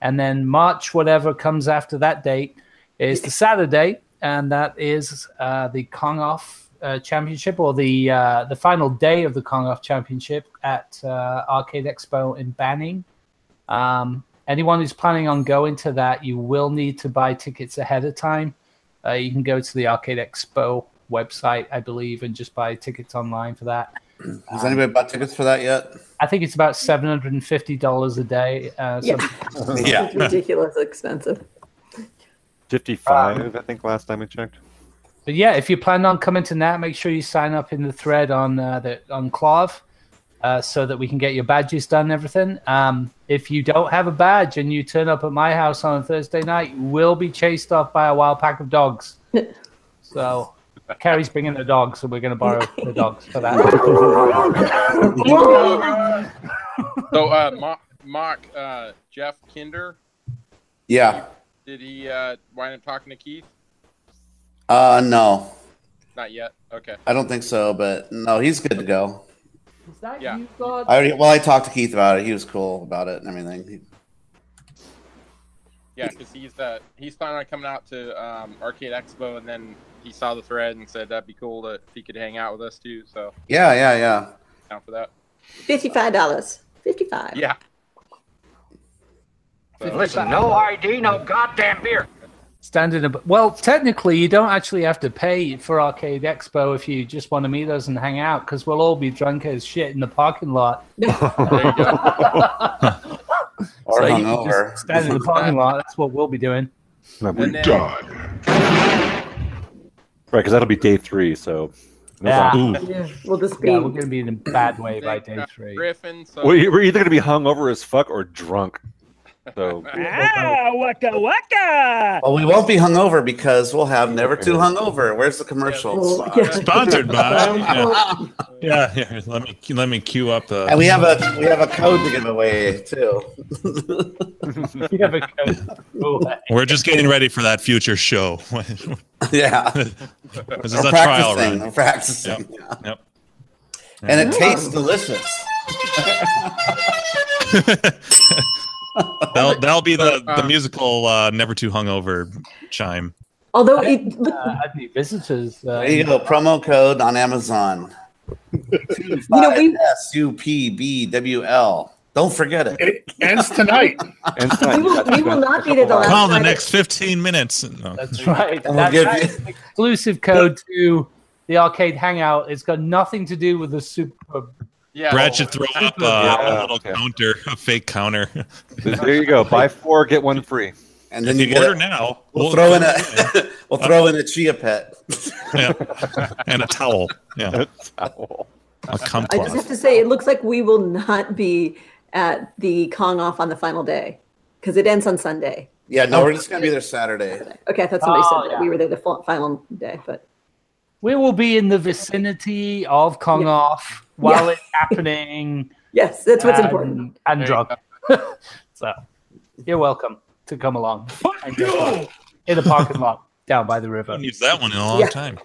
S2: And then March, whatever comes after that date, is the Saturday, and that is uh, the Kong Off uh, Championship, or the uh, the final day of the Kong Off Championship at uh, Arcade Expo in Banning. Um, anyone who's planning on going to that, you will need to buy tickets ahead of time. Uh, you can go to the Arcade Expo website, I believe, and just buy tickets online for that.
S5: Has anybody bought tickets for that yet?
S2: I think it's about seven hundred and fifty dollars a day. Uh,
S6: Yeah.
S2: so-
S6: It's ridiculous expensive. Um,
S4: 55, I think, last time we checked.
S2: But yeah, if you plan on coming to that, make sure you sign up in the thread on uh, the on Clav, uh, so that we can get your badges done and everything. Um, if you don't have a badge and you turn up at my house on a Thursday night, you will be chased off by a wild pack of dogs. so Carrie's bringing the dogs, so we're going to borrow the dogs for that.
S3: So uh, Mock, Mock uh, Jeff Kinder,
S5: Yeah.
S3: did he uh, wind up talking to Keith?
S5: Uh, no.
S3: Not yet. Okay.
S5: I don't think so, but no, he's good to go.
S2: Is that
S3: Yeah.
S2: you, God?
S5: I already, well, I talked to Keith about it. He was cool about it and everything. He-
S3: Yeah, because he's uh, he's planning on coming out to um, Arcade Expo, and then he saw the thread and said that'd be cool to, if he could hang out with us too. So
S5: yeah, yeah, yeah.
S3: down for that.
S6: Fifty-five dollars. Fifty-five.
S3: Yeah. So-
S8: Listen, no ID, no goddamn beer.
S2: Standing ab- well, technically, you don't actually have to pay for Arcade Expo if you just want to meet us and hang out because we'll all be drunk as shit in the parking lot.
S3: there you go.
S5: Or
S2: so you can
S5: hungover.
S2: just stand in the parking lot. That's what we'll be doing.
S4: Right,
S3: And then, uh,
S4: because that'll be day three. So, no
S2: Yeah.
S4: problem.
S7: Ooh.
S6: Yeah, We'll just be.
S2: Yeah, we're going to be in a bad way by
S3: then,
S2: day
S3: uh,
S2: three.
S3: Griffin. So
S4: Well, you- we're either going to be hungover as fuck or drunk. So,
S9: Ah, waka waka.
S5: Well, we won't be hungover because we'll have Never Too Hungover. Where's the commercial?
S6: Well, yeah.
S7: Sponsored by. Yeah, yeah here, let me let me queue up the.
S5: And we have a we have a code to give away too.
S2: You have a code. Cool.
S7: We're just getting ready for that future show. this
S5: yeah,
S7: is
S5: we're
S7: a trial
S5: practicing.
S7: run.
S5: We're practicing. yeah.
S7: Yep.
S5: And it tastes delicious.
S7: That'll, that'll be the, the
S3: Um,
S7: musical uh, Never Too Hungover chime.
S6: Although it,
S2: Uh, I'd be visitors. Uh,
S5: There you go. Promo code on Amazon. you
S6: know, we-
S5: S U P B W L. Don't forget it.
S1: It ends tonight.
S4: and
S6: we will, we will not be to the last.
S7: Call the
S6: Friday.
S7: next 15 minutes. No.
S2: That's right.
S5: And we'll
S2: That's
S5: give
S2: right.
S5: you-
S2: It's an exclusive code to the arcade hangout. It's got nothing to do with the super.
S3: yeah,
S7: Brad should throw up uh,
S4: Yeah,
S7: a little
S4: okay.
S7: counter, a fake counter.
S4: There you go. Buy four, get one free.
S5: And
S7: If
S5: then you
S7: you
S5: get
S7: order
S5: it.
S7: now,
S5: We'll, throw in a we'll throw in a chia pet.
S7: yeah. and a towel. Yeah, a
S6: I just
S7: kumquat.
S6: have to say, it looks like we will not be at the Kong off on the final day because it ends on Sunday.
S5: Yeah, no, we're just gonna be there Saturday.
S6: Okay, I thought somebody
S2: Oh,
S6: said that
S2: yeah.
S6: we were there the fu- final day, but
S2: We will be in the vicinity of Kong
S6: Yeah.
S2: Off while
S6: Yeah.
S2: it's happening.
S6: yes, that's what's
S2: and-
S6: important.
S2: And
S3: There you
S2: drug. so you're welcome to come along. And get drunk In the parking lot down by the river.
S7: Needs that one in a long
S6: Yeah.
S7: time.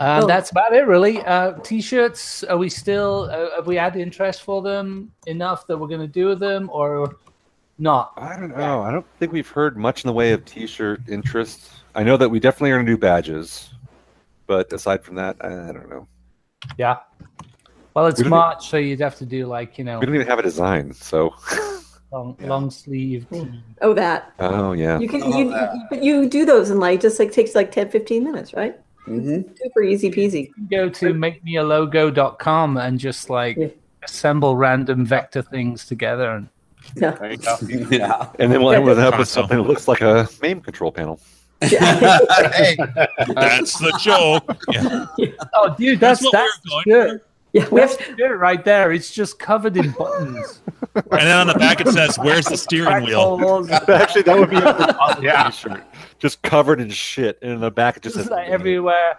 S2: Um,
S6: Oh.
S2: That's about it, really. Uh, T-shirts. Are we still? Uh, have we had interest for them enough that we're going to do with them, or not?
S4: I don't know. I don't think we've heard much in the way of T-shirt interest. I know that we definitely are going to do badges, but aside from that, I I don't know.
S2: Yeah. Well, it's
S4: We don't-
S2: March, so you'd have to do like you know
S4: We don't even have a design, so.
S2: long, long sleeve. tee.
S6: Oh, that
S4: Oh yeah.
S6: you can
S5: Oh,
S6: you,
S5: that.
S6: you but you do those in like just like takes like 10, 15 minutes, right?
S5: hmm
S4: Mm-hmm.
S6: Super easy peasy.
S2: Go to makemealogo.com and just like
S6: Yeah.
S2: assemble random vector things together. And
S6: No.
S3: There you go.
S5: Yeah.
S4: And then we'll end with up with
S7: Console.
S4: something that looks like a MAME control panel.
S6: Yeah.
S5: Hey,
S7: That's the joke. Yeah.
S2: oh, dude, that's
S7: That's
S2: that's,
S7: what we were
S2: the
S7: going
S2: shirt.
S6: yeah, we
S2: That's
S6: have
S2: the shirt right there. It's just covered in buttons.
S7: And then on the back it says, "Where's the steering wheel?"
S2: All over.
S4: Actually, that would be a
S3: Yeah.
S4: T-shirt, just covered in shit, and in the back it just says
S2: Just like everywhere.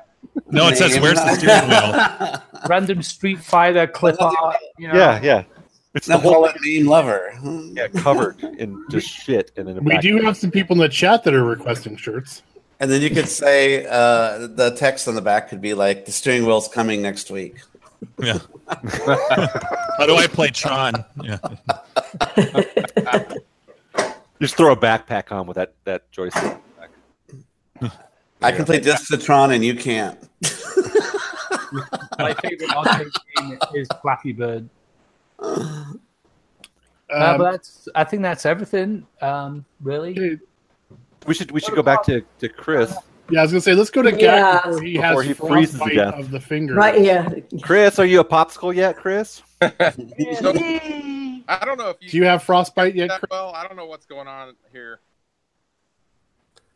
S7: No, it says, "Where's the steering wheel?"
S2: random Street Fighter clip art. You know?
S4: Yeah, yeah. It's the
S5: Now
S4: whole
S5: call it name lover. Hmm.
S4: yeah covered in just shit, and then the
S1: We
S4: back-
S1: do have some people in the chat that are requesting shirts.
S5: And then you could say uh, the text on the back could be like, "The steering wheel's coming next week."
S7: Yeah. How do I play Tron? Yeah.
S4: just throw a backpack on with that that joystick.
S5: I can play Disc to Tron and you can't.
S2: My favorite arcade game is Flappy Bird.
S1: Um,
S2: uh, but that's, I think that's everything, um, really.
S4: We should we should go back to to Chris.
S1: yeah, I was gonna say let's go to Gak
S6: Yeah.
S1: before he
S4: Before
S1: has
S4: he freezes to
S1: frostbite
S4: death.
S1: of the finger.
S6: right. Yeah,
S4: Chris, are you a popsicle yet, Chris?
S3: So, I don't know if
S1: Do you have frostbite yet?
S3: that
S1: Chris?
S3: well. I don't know what's going on here.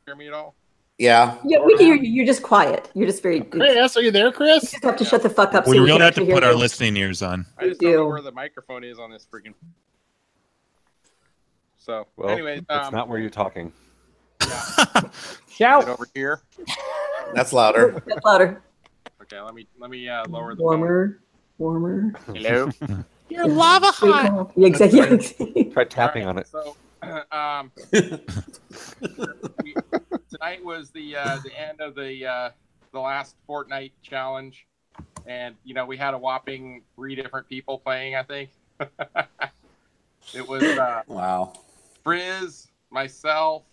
S3: Hear me at all?
S5: Yeah.
S6: yeah. We can, you're, you're just quiet. You're just very. You
S1: Chris, are you there, Chris?
S6: just have to shut the fuck up.
S7: We
S6: we
S7: really
S6: can
S7: have to
S6: actually hear
S7: put our
S6: you.
S7: listening ears on.
S3: I
S6: We
S3: just don't know
S6: do.
S3: where the microphone is on this freaking. So,
S4: Well,
S3: anyways,
S4: it's
S3: um,
S4: not where you're talking.
S3: get
S2: Shout.
S3: over here.
S5: That's louder.
S6: That's louder.
S3: Okay, let me let me uh, lower the
S6: Warmer. Warmer.
S3: phone. Hello.
S6: You're lava hot. Yeah, exactly. yeah, exactly.
S3: um,
S4: Try tapping on it.
S3: So, um, we, tonight was the uh, the end of the uh, the last Fortnite challenge, and you know we had a whopping three different people playing. I think it was uh,
S5: Wow.
S3: Frizz, myself,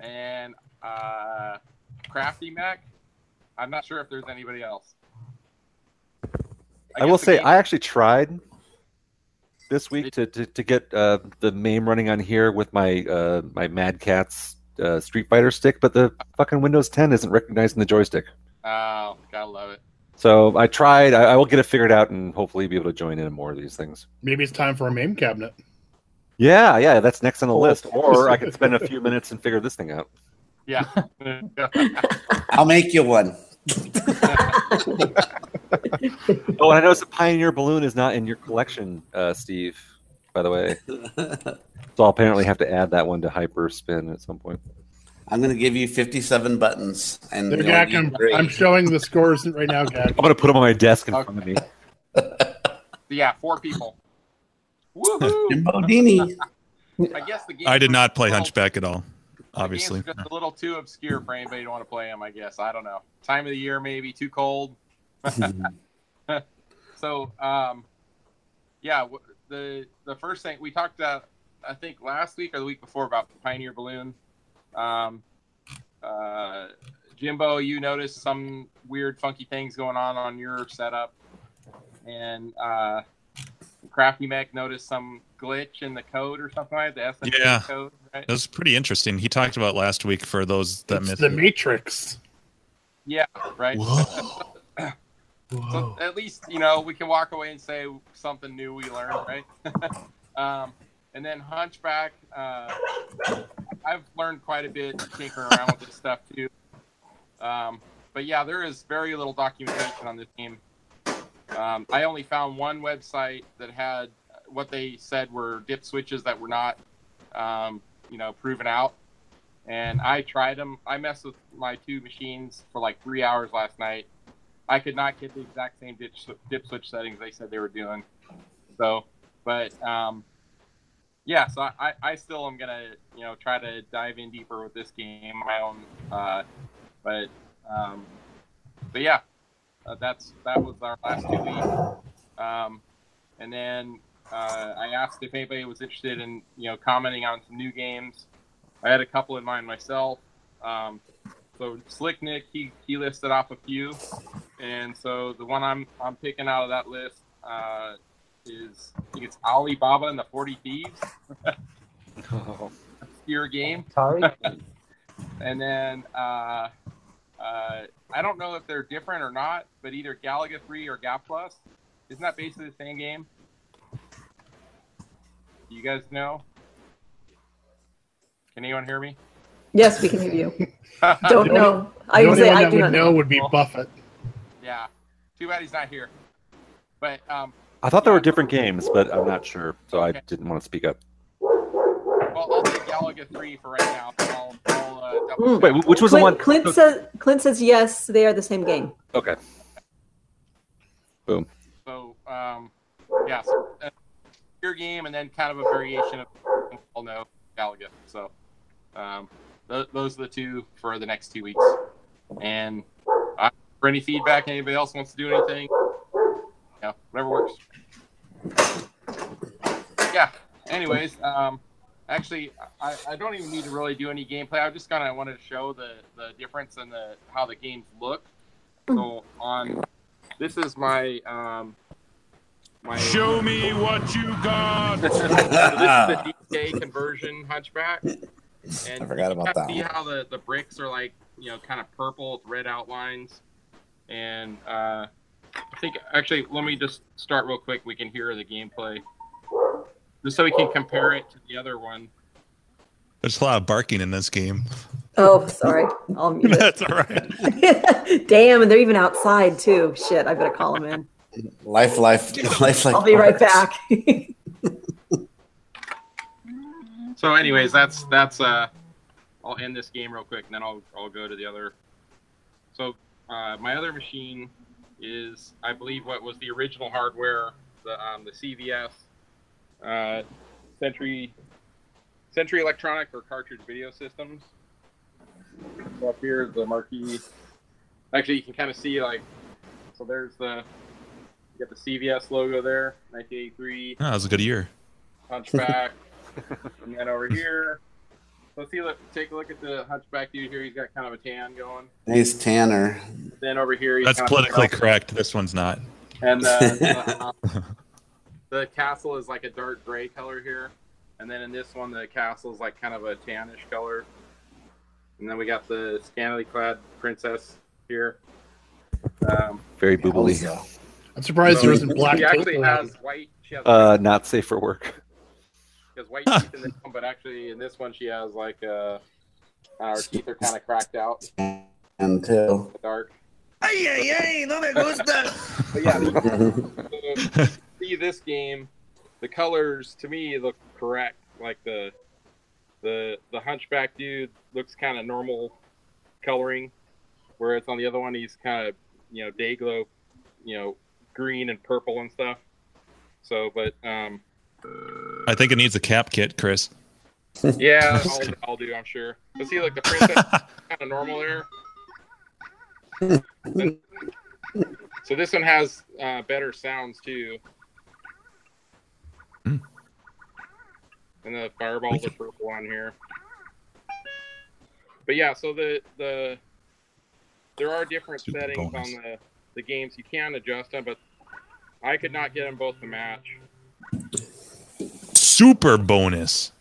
S3: and uh, Crafty Mac. I'm not sure if there's anybody else.
S4: I, will say, I actually tried this week to, to, to get uh, the MAME running on here with my uh, my Mad Catz uh, Street Fighter stick, but the fucking Windows 10 isn't recognizing the joystick.
S3: Oh, gotta love it.
S4: So I tried. I, I will get it figured out and hopefully be able to join in more of these things.
S1: Maybe it's time for a MAME cabinet.
S4: Yeah, yeah, that's next on the list. Or I could spend a few minutes and figure this thing out.
S3: Yeah.
S5: I'll make you one.
S4: Oh, and I noticed the Pioneer balloon is not in your collection, uh, Steve. By the way, so I'll apparently have to add that one to hyper spin at some point.
S5: I'm going to give you 57 buttons. And
S1: There,
S5: you'll
S1: Gak,
S5: be
S1: I'm,
S5: great.
S1: I'm showing the scores right now, Gak.
S4: I'm gonna put them on my desk in front of me.
S3: Yeah, four people. Woohoo!
S5: Bodini.
S3: I guess the game.
S7: I did not play Hunchback at all, obviously.
S3: Game's just a little too obscure for anybody to want to play them. I guess I don't know. Time of the year, maybe too cold. so, um, yeah, w- the the first thing we talked about, I think last week or the week before about Pioneer Balloon. Um, uh, Jimbo, you noticed some weird, funky things going on on your setup, and uh, Crafty Mech noticed some glitch in the code or something like that. The SNK
S7: Yeah.
S3: code, right?
S7: That was pretty interesting. He talked about last week for those that
S1: It's
S7: missed
S1: the
S7: it.
S1: Matrix.
S3: Yeah, right.
S7: Whoa.
S3: So
S7: Whoa.
S3: at least you know we can walk away and say something new we learned, right? um, and then Hunchback, uh, I've learned quite a bit tinkering around with this stuff too. Um, but yeah, there is very little documentation on this game. Um, I only found one website that had what they said were dip switches that were not, um, you know, proven out. And I tried them. I messed with my two machines for like three hours last night. I could not get the exact same dip, dip switch settings they said they were doing. So, but um, yeah, so I- I, I still am gonna you know try to dive in deeper with this game on my own. Uh, but um, but yeah, uh, that's that was our last two weeks. Um, and then uh, I asked if anybody was interested in you know commenting on some new games. I had a couple in mind myself. Um, so Slick Nick, he, he listed off a few, and so the one I'm I'm picking out of that list uh, is I think it's Alibaba and the Forty Thieves, obscure game.
S2: Sorry.
S3: And then uh, uh, I don't know if they're different or not, but either Galaga 3 or Gal Plus. Isn't that basically the same game? Do you guys know? Can anyone hear me?
S6: Yes, we can hear you. Don't know. I
S1: the
S6: would
S1: only
S6: say
S1: one
S6: I
S1: that
S6: do
S1: would
S6: not
S1: know
S6: know.
S1: would be Buffett.
S3: yeah. Too bad he's not here. But um,
S4: I thought there were different games, but I'm not sure, so I
S3: Okay.
S4: didn't want to speak up.
S3: well, I'll take Galaga 3 for right now. I'll, I'll uh, double
S6: Mm.
S3: check.
S4: Wait, wh- which was the one?
S6: Clint, Clint says Clint says yes. They are the same game.
S4: Okay. Boom.
S3: So, um, yeah, so, uh, your game and then kind of a variation of all know Galaga. So, um, th- those are the two for the next two weeks. And uh, for any feedback, anybody else wants to do anything, yeah, whatever works. Yeah. Anyways, um, actually, I, I don't even need to really do any gameplay. I just kind of wanted to show the the difference in the how the games look. So on, this is my um, my
S7: Show me what you got.
S3: so this is the DK conversion hunchback. And
S5: I forgot about
S3: you
S5: that
S3: See
S5: one.
S3: how the, the bricks are like, you know, kind of purple with red outlines. And uh, I think actually, let me just start real quick. We can hear the gameplay just so we can compare it to the other one.
S7: There's a lot of barking in this game.
S6: Oh, sorry. I'll mute
S7: That's all right.
S6: it. Damn, and they're even outside too. Shit, I better call them in.
S5: Life, life, life, life.
S6: I'll be right back.
S3: So, anyways, that's that's uh, I'll end this game real quick, and then I'll I'll go to the other. So, uh, my other machine is, I believe, what was the original hardware, the um, the CVS, uh, Century, Century Electronic or cartridge video systems. up here is the marquee. Actually, you can kind of see like, so there's the, you got the CVS logo there, 1983.
S7: Oh, that was a good year.
S3: Hunchback, and then over here. So see, look, take a look at the Hunchback dude here. He's got kind of a tan going.
S5: He's Tanner.
S3: Then over here, he's
S7: That's
S3: kind of-
S7: politically correct. This one's not.
S3: And uh, the, the castle is like a dark gray color here, and then in this one, the castle is like kind of a tannish color. And then we got the scantily clad princess here. Um,
S4: Very boobly.
S1: I'm surprised there isn't black
S3: She
S1: tape
S3: actually
S1: around.
S3: has white. She has,
S4: Uh, not safe for work.
S3: she has white teeth in this one, but actually in this one she has like uh, uh, her teeth are kind of cracked out,
S5: And too.
S3: dark.
S9: Ay, ay, ay, no me gusta.
S3: But yeah, so, see this game, the colors to me look correct. Like the the the hunchback dude looks kind of normal coloring, whereas on the other one he's kind of you know day glow, you know green and purple and stuff. So, but um,
S7: I think it needs a cap kit, Chris.
S3: yeah, I'll, I'll do. I'm sure. But see, like the princess kind of normal there. so this one has uh, better sounds too.
S7: Hmm.
S3: And the fireballs are purple on here. But yeah, so the the there are different
S7: Super
S3: settings
S7: bonus.
S3: on the the games. You can adjust them, but I could not get them both to match.
S7: Super bonus.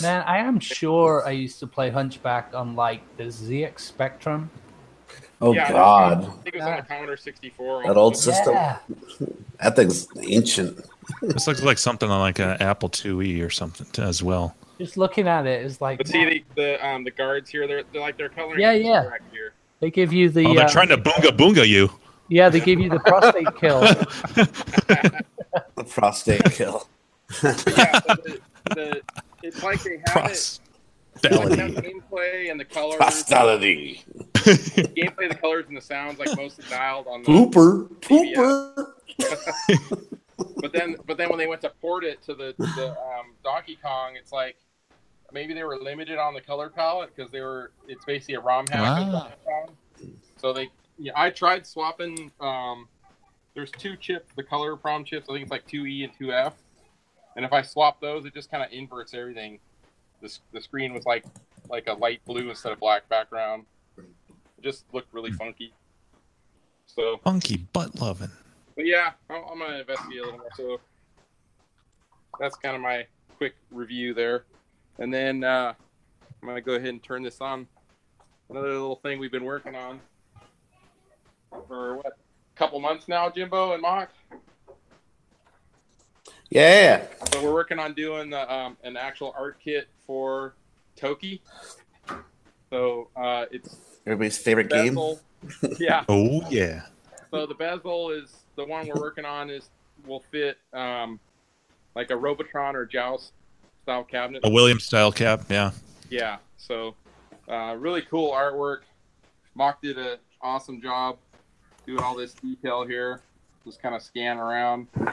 S2: Man, I am sure I used to play Hunchback on like the ZX Spectrum.
S5: Oh
S3: Yeah, I
S5: God,
S3: I think it was on the Commodore 64.
S5: that old
S3: also.
S5: system.
S2: Yeah.
S5: That thing's ancient.
S7: This looks like something on like an Apple IIe or something t- as well.
S2: Just looking at it is like
S3: But see the the, um, the guards here, they're, they're like they're coloring.
S2: Yeah, yeah.
S3: correct Here.
S2: they give you the
S7: oh, they're
S2: uh,
S7: trying to boonga boonga you.
S2: yeah they give you the prostate kill.
S5: The prostate kill.
S3: But yeah, so the, the, it's like they have
S7: Cross.
S3: it. Like that gameplay and the colors,
S5: Prostality.
S3: gameplay, the colors and the sounds, like mostly dialed on the.
S5: Pooper.
S3: CBS.
S5: Pooper.
S3: But then, but then when they went to port it to the, the um, Donkey Kong, it's like maybe they were limited on the color palette because they were. It's basically a ROM hack. of
S7: Ah.
S3: Donkey Kong. So they, yeah, I tried swapping. Um, there's two chips, the color prom chips. I think it's like two E and two F. And if I swap those, it just kind of inverts everything. The s- the screen was like like a light blue instead of black background. It just looked really funky. So
S7: Funky butt loving.
S3: but yeah, I'm, I'm gonna investigate a little more. So that's kind of my quick review there, and then uh, I'm gonna go ahead and turn this on. Another little thing we've been working on for what a couple months now, Jimbo and Mock.
S5: Yeah.
S3: So we're working on doing the, um, an actual art kit for Toki. So uh, it's
S5: Everybody's favorite game.
S3: bezel. Yeah,
S7: Oh yeah.
S3: So the bezel is the one we're working on is will fit um, like a Robotron or Joust style cabinet.
S7: A Williams style cap. Yeah.
S3: Yeah. So uh, really cool artwork. Mock did an awesome job doing all this detail here. Just kind of scan around. Kind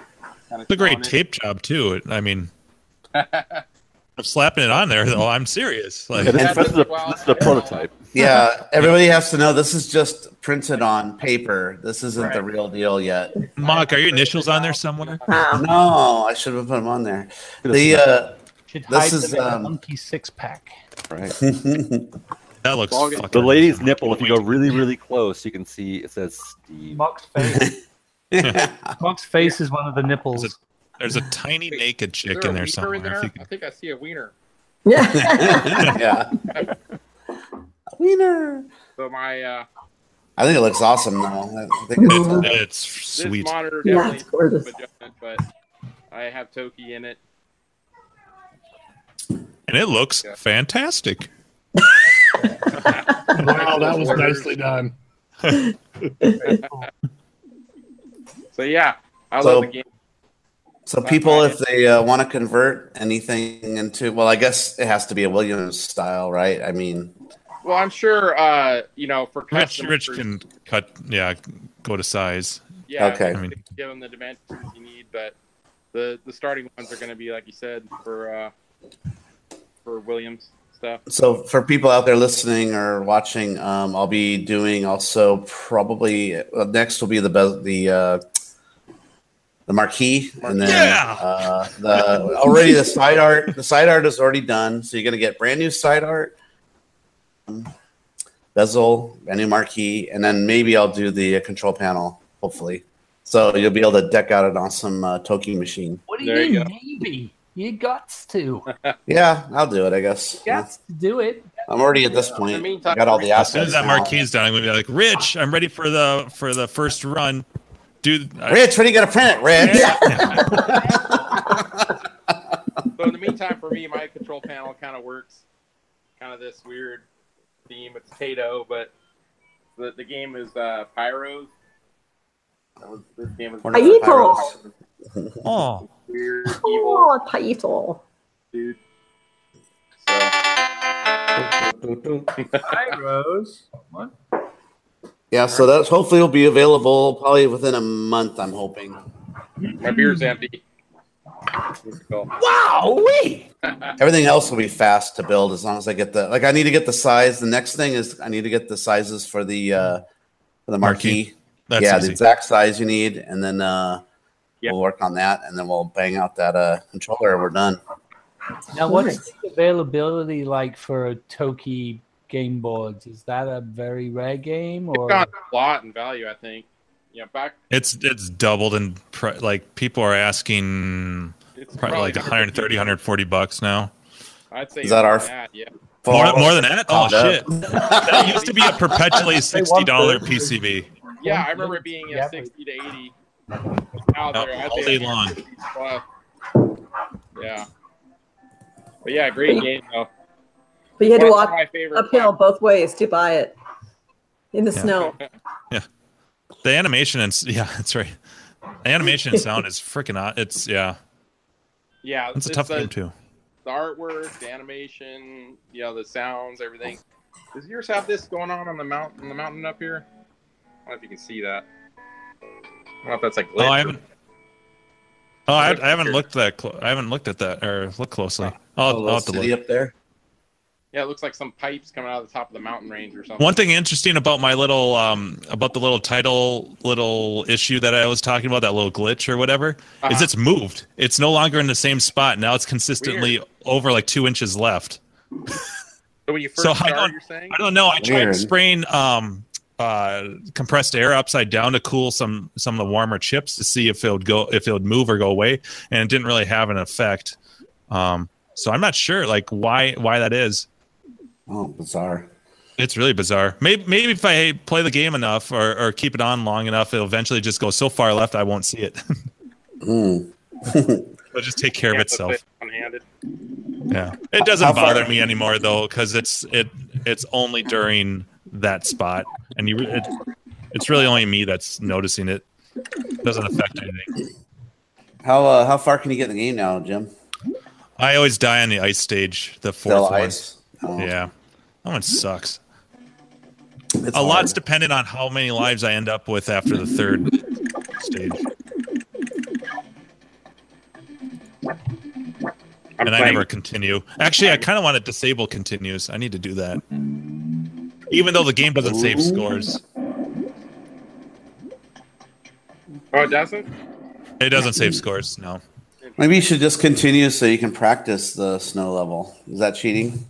S3: of
S7: It's a great tape job too. It- I mean, I'm slapping it on there though. I'm serious.
S4: Yeah,
S7: Like,
S4: this, this is a, this is a prototype.
S5: Yeah. Everybody has to know this is just printed on paper. This isn't the real deal yet.
S7: Mock, are your initials on there somewhere?
S6: Wow.
S5: No, I should have put them on there. The uh,
S2: Should
S5: This
S2: hide
S5: is,
S2: them in a
S5: um,
S2: monkey six pack.
S4: Right.
S7: That looks.
S3: Log it.
S7: fucking-
S4: The lady's nipple. If you go really, really close, you can see it says Steve.
S2: Mock's face. Mock's face is one of the nipples.
S7: Is There's a tiny naked
S3: Is
S7: chick
S3: there a
S7: in there
S3: wiener
S7: somewhere.
S3: in there?
S7: If you
S3: I
S7: could-
S3: think I see a wiener.
S6: Yeah.
S5: yeah. Wiener.
S3: So my uh,
S5: I think it looks awesome though. I think it's,
S7: It's
S3: this
S7: sweet.
S3: monitor
S6: yeah,
S3: definitely
S6: it's gorgeous.
S3: needs some adjustment, but I have Toki in it.
S7: And it looks
S3: Yeah.
S7: fantastic.
S1: Wow, that was nicely done.
S3: So yeah, I
S5: So-
S3: love the game.
S5: so people, if they uh, want to convert anything into, well, I guess it has to be a Williams style, right? I mean,
S3: Well, I'm sure uh, you know for
S7: Rich,
S3: customers,
S7: Rich can cut. Yeah, go to size.
S3: yeah,
S5: Okay.
S3: you
S7: I mean-
S3: give them the dimensions you need, but the the starting ones are going to be like you said for uh, for Williams. stuff.
S5: So for people out there listening or watching, um, I'll be doing also probably uh, next will be the best the uh, the marquee and then
S9: Yeah.
S5: uh, the already the side art the side art is already done. So you're gonna get brand new side art, um, bezel, brand new marquee, and then maybe I'll do the uh, control panel. Hopefully, so you'll be able to deck out an awesome uh, Toki machine.
S2: What do
S3: There
S2: you
S3: you
S2: mean, maybe? You got to.
S5: Yeah, I'll do it. I guess.
S2: got to do it.
S5: I'm already at this point.
S3: meantime-
S5: I got all the
S7: As
S5: assets.
S7: soon as that
S5: now.
S7: marquee's done, I'm gonna be like, Rich, I'm ready for the for the first run, dude. I-
S5: Rich, when are you gonna print it, Rich?
S3: So in the meantime, for me, my control panel kind of works, kind of this weird theme. It's Tato, but the, the game is uh, Pyros. That was, this game is
S5: Wonderful
S6: Pyros.
S3: Pyros.
S7: Oh,
S3: Weird, evil
S6: Oh, title.
S3: dude. So,
S2: Hi, Rose. What?
S5: Yeah, so that's hopefully will be available probably within a month. I'm hoping.
S3: my beer's empty.
S9: Wow, wait.
S5: Everything else will be fast to build as long as I get the like. I need to get the size. The next thing is I need to get the sizes for the uh for the marquee.
S7: Marquee. That's
S5: yeah, the
S7: easy.
S5: exact size you need, and then uh
S3: Yeah.
S5: we'll work on that, and then we'll bang out that uh controller. and We're done.
S2: Now, what's the availability like for a Toki game boards? Is that a very rare game?
S3: It's
S2: Or
S3: got a lot in value, I think. You know, back
S7: It's it's doubled in pri like people are asking
S3: it's
S7: probably like 130, 140 bucks now.
S3: I'd say
S5: Is that our-
S3: that, yeah.
S7: More, more than that? Oh
S5: Caught up.
S7: shit! That used to be a perpetually sixty dollar PCB.
S3: Yeah, I remember it being you know,
S2: Yeah.
S3: sixty to eighty. Out
S7: No,
S3: there, I'd
S7: all
S3: say
S7: day long.
S3: 50 plus. Yeah. But yeah, great game though.
S6: But you had to
S3: One of
S6: walk
S3: my favorite
S6: uphill both ways to buy it in the snow.
S7: The animation and s- yeah, that's right. The animation and sound is freaking. It's yeah,
S3: Yeah,
S7: it's a
S3: it's
S7: tough
S3: the,
S7: game too.
S3: The artwork, the animation, you know, the sounds, everything. Does yours have this going on on the mountain? The mountain up here? I don't know if you can see that. I don't know if that's like.
S7: Oh,
S3: lit.
S7: I haven't. Oh, I, I haven't looked that. Clo- I haven't looked at that or looked closely. I'll, I'll
S5: little
S7: have to look.
S5: city up there.
S3: Yeah, it looks like some pipes coming out of the top of the mountain range or something.
S7: One thing interesting about my little um about the little title little issue that I was talking about, that little glitch or whatever, is
S3: Uh-huh.
S7: it's moved. It's no longer in the same spot. Now it's consistently over like two inches left.
S3: So when you first
S7: So I
S3: start,
S7: don't-
S3: you're saying?
S7: I don't know. I tried
S5: Weird.
S7: spraying um uh compressed air upside down to cool some some of the warmer chips to see if it would go if it would move or go away, and it didn't really have an effect. Um so I'm not sure like why why that is.
S5: Oh, bizarre.
S7: It's really bizarre. Maybe maybe if I play the game enough or, or keep it on long enough, it'll eventually just go so far left I won't see it.
S5: Mm.
S7: it'll just take care of
S3: Yeah,
S7: itself.
S3: that's it, one-handed.
S7: Yeah, it doesn't
S5: How far-
S7: bother me anymore though, because it's it it's only during that spot, and you it, it's really only me that's noticing it. it doesn't affect anything.
S5: How uh, how far can you get in the game now, Jim?
S7: I always die on the ice stage, the
S5: Still
S7: fourth one.
S5: ice? Oh,
S7: Yeah, that one sucks.
S5: it's
S7: a lot's
S5: hard.
S7: dependent on how many lives I end up with after the third stage. and I
S3: playing-
S7: never continue. Actually, I kind of want to disable continues. I need to do that. Even though the game doesn't save scores,
S3: Oh, it doesn't?
S7: it doesn't save scores. No.
S5: Maybe you should just continue so you can practice the snow level. Is that cheating?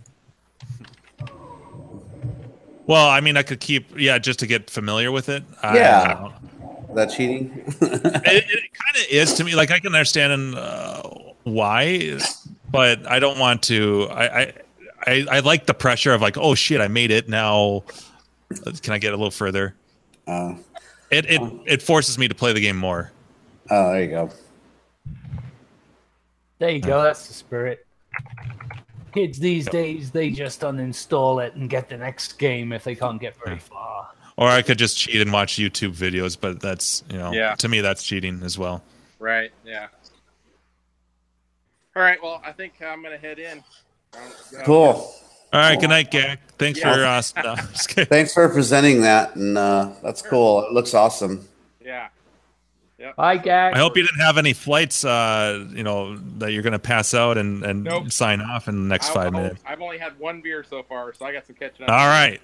S7: Well, I mean, I could keep, yeah, just to get familiar with it. I
S5: Yeah.
S7: don't know.
S5: Is that cheating?
S7: it, it kind of is to me. Like I can understand uh, why, but I don't want to. I, I I I like the pressure of like, oh shit, I made it. Now, can I get a little further?
S5: uh,
S7: It it it forces me to play the game more.
S5: oh, there you go.
S2: There you go. That's the spirit. Kids these days, they just uninstall it and get the next game if they can't get very far.
S7: Or I could just cheat and watch YouTube videos, but that's you know,
S3: Yeah.
S7: to me that's cheating as well.
S3: Right, yeah. All right, well, I think I'm going to head in. Um, yeah.
S5: Cool.
S7: All right, good night, Gak. Thanks
S3: Yeah.
S7: for us. no, I'm just kidding.
S5: Thanks for presenting that, and uh, that's cool. It looks awesome.
S3: Yeah.
S2: Bye, guys.
S7: I hope you didn't have any flights, uh, you know, that you're going to pass out and, and
S3: Nope.
S7: sign off in the next
S3: I-
S7: five
S3: I've-
S7: minutes.
S3: I've only had one beer so far, so I got some catching up.
S7: All right.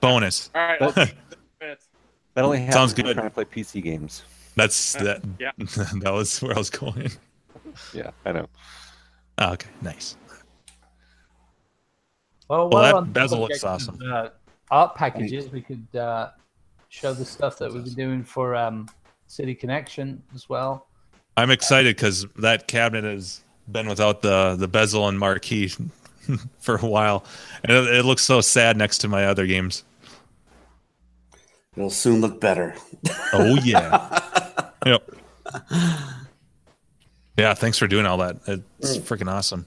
S7: Bonus.
S3: All right. I'll see you in a few minutes.
S4: That only happens
S7: Sounds
S4: when you're
S7: good.
S4: Trying to play PC games.
S7: That's that.
S3: Yeah.
S7: that was where I was going.
S4: Yeah, I know.
S7: Ah, okay, nice. Well,
S2: Well, while
S7: that
S2: on the
S7: bezel looks
S2: subject of,
S7: awesome.
S2: Uh, art packages. We could uh, show the stuff that we've been doing for um, City Connection as well.
S7: I'm excited because that cabinet has been without the the bezel and marquee for a while, and it, it looks so sad next to my other games.
S5: It'll soon look better.
S7: Oh yeah. yep. Yeah, thanks for doing all that. It's freaking awesome.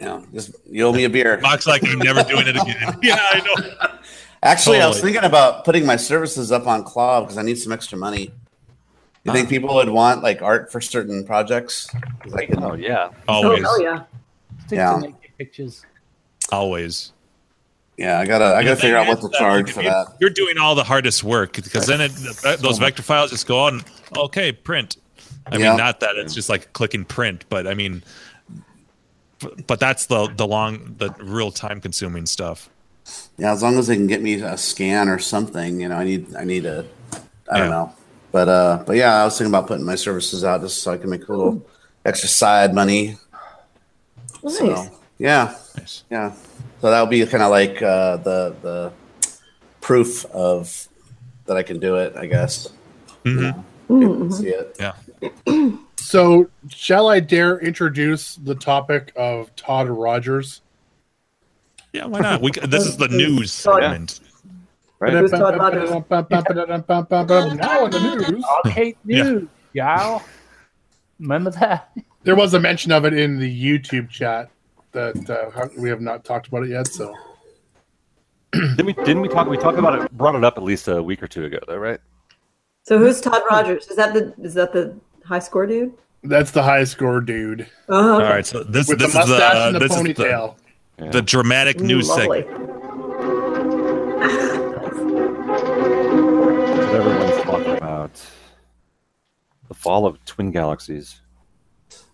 S5: Yeah, just you owe me a beer.
S7: Mock's like, I'm never doing it again. yeah, I know.
S5: Actually, I was
S7: Totally.
S5: thinking about putting my services up on Claw because I need some extra money. You think people would want like art for certain projects? 'Cause I can-
S4: Oh yeah.
S7: Always,
S6: Oh, yeah.
S2: Stick to
S5: Yeah.
S2: naked pictures.
S7: always.
S5: yeah, I gotta, I gotta figure out what to charge for
S7: you're,
S5: that.
S7: You're doing all the hardest work because then it, those vector files just go on. Okay, print. I
S5: Yeah.
S7: mean, not that it's just like clicking print, but I mean, b- but that's the the long, the real time consuming stuff.
S5: Yeah, as long as they can get me a scan or something, you know, I need, I need a, I don't
S7: Yeah.
S5: know, but uh, but yeah, I was thinking about putting my services out just so I can make a little
S2: Hmm.
S5: extra side money.
S6: Nice.
S5: So yeah,
S7: Nice.
S5: yeah, so that would be kind of like uh, the the proof of that I can do it, I guess. People
S7: Mhm.
S6: mm-hmm.
S2: Mm-hmm.
S5: can see it.
S1: So, shall I dare introduce the topic of Todd Rogers?
S7: Yeah, why not? We c- this is the news
S6: Oh, yeah.
S7: segment.
S6: Who's Todd Rogers?
S1: Now in the news.
S2: Arcade
S7: Yeah.
S2: News, y'all. Remember that?
S1: There was a mention of it in the YouTube chat that uh, we have not talked about it yet. So,
S4: Didn't we? Didn't we talk? We talked about it. Brought it up at least a week or two ago, though, right?
S6: So who's Todd
S5: Hmm.
S6: Rogers? Is that the is that the high score dude?
S1: that's the high score dude
S6: Oh,
S7: All right, so this
S1: with
S7: this
S1: the
S7: is the
S1: mustache and the
S7: this is
S1: ponytail.
S7: the, the dramatic news segment.
S4: That's what everyone's talking about. The fall of Twin Galaxies.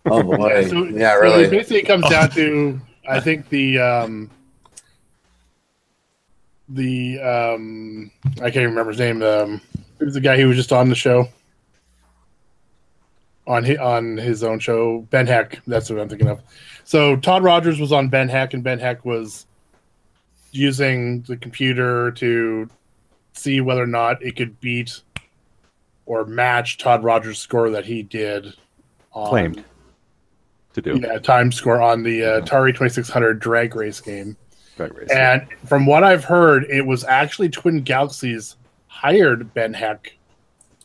S5: Oh boy,
S1: So-
S5: yeah,
S1: so
S5: really.
S1: it basically comes down to I think the um, the um, I can't even remember his name. Um, it was the guy who was just on the show on his, on his own show. Ben Heck. That's what I'm thinking of. So Todd Rogers was on Ben Heck, and Ben Heck was using the computer to see whether or not it could beat or match Todd Rogers' score that he did. On,
S4: Claimed to do.
S1: yeah, time score on the uh, Atari 2600 drag race game.
S4: Drag Race.
S1: And from what I've heard, it was actually Twin Galaxies hired Ben Heck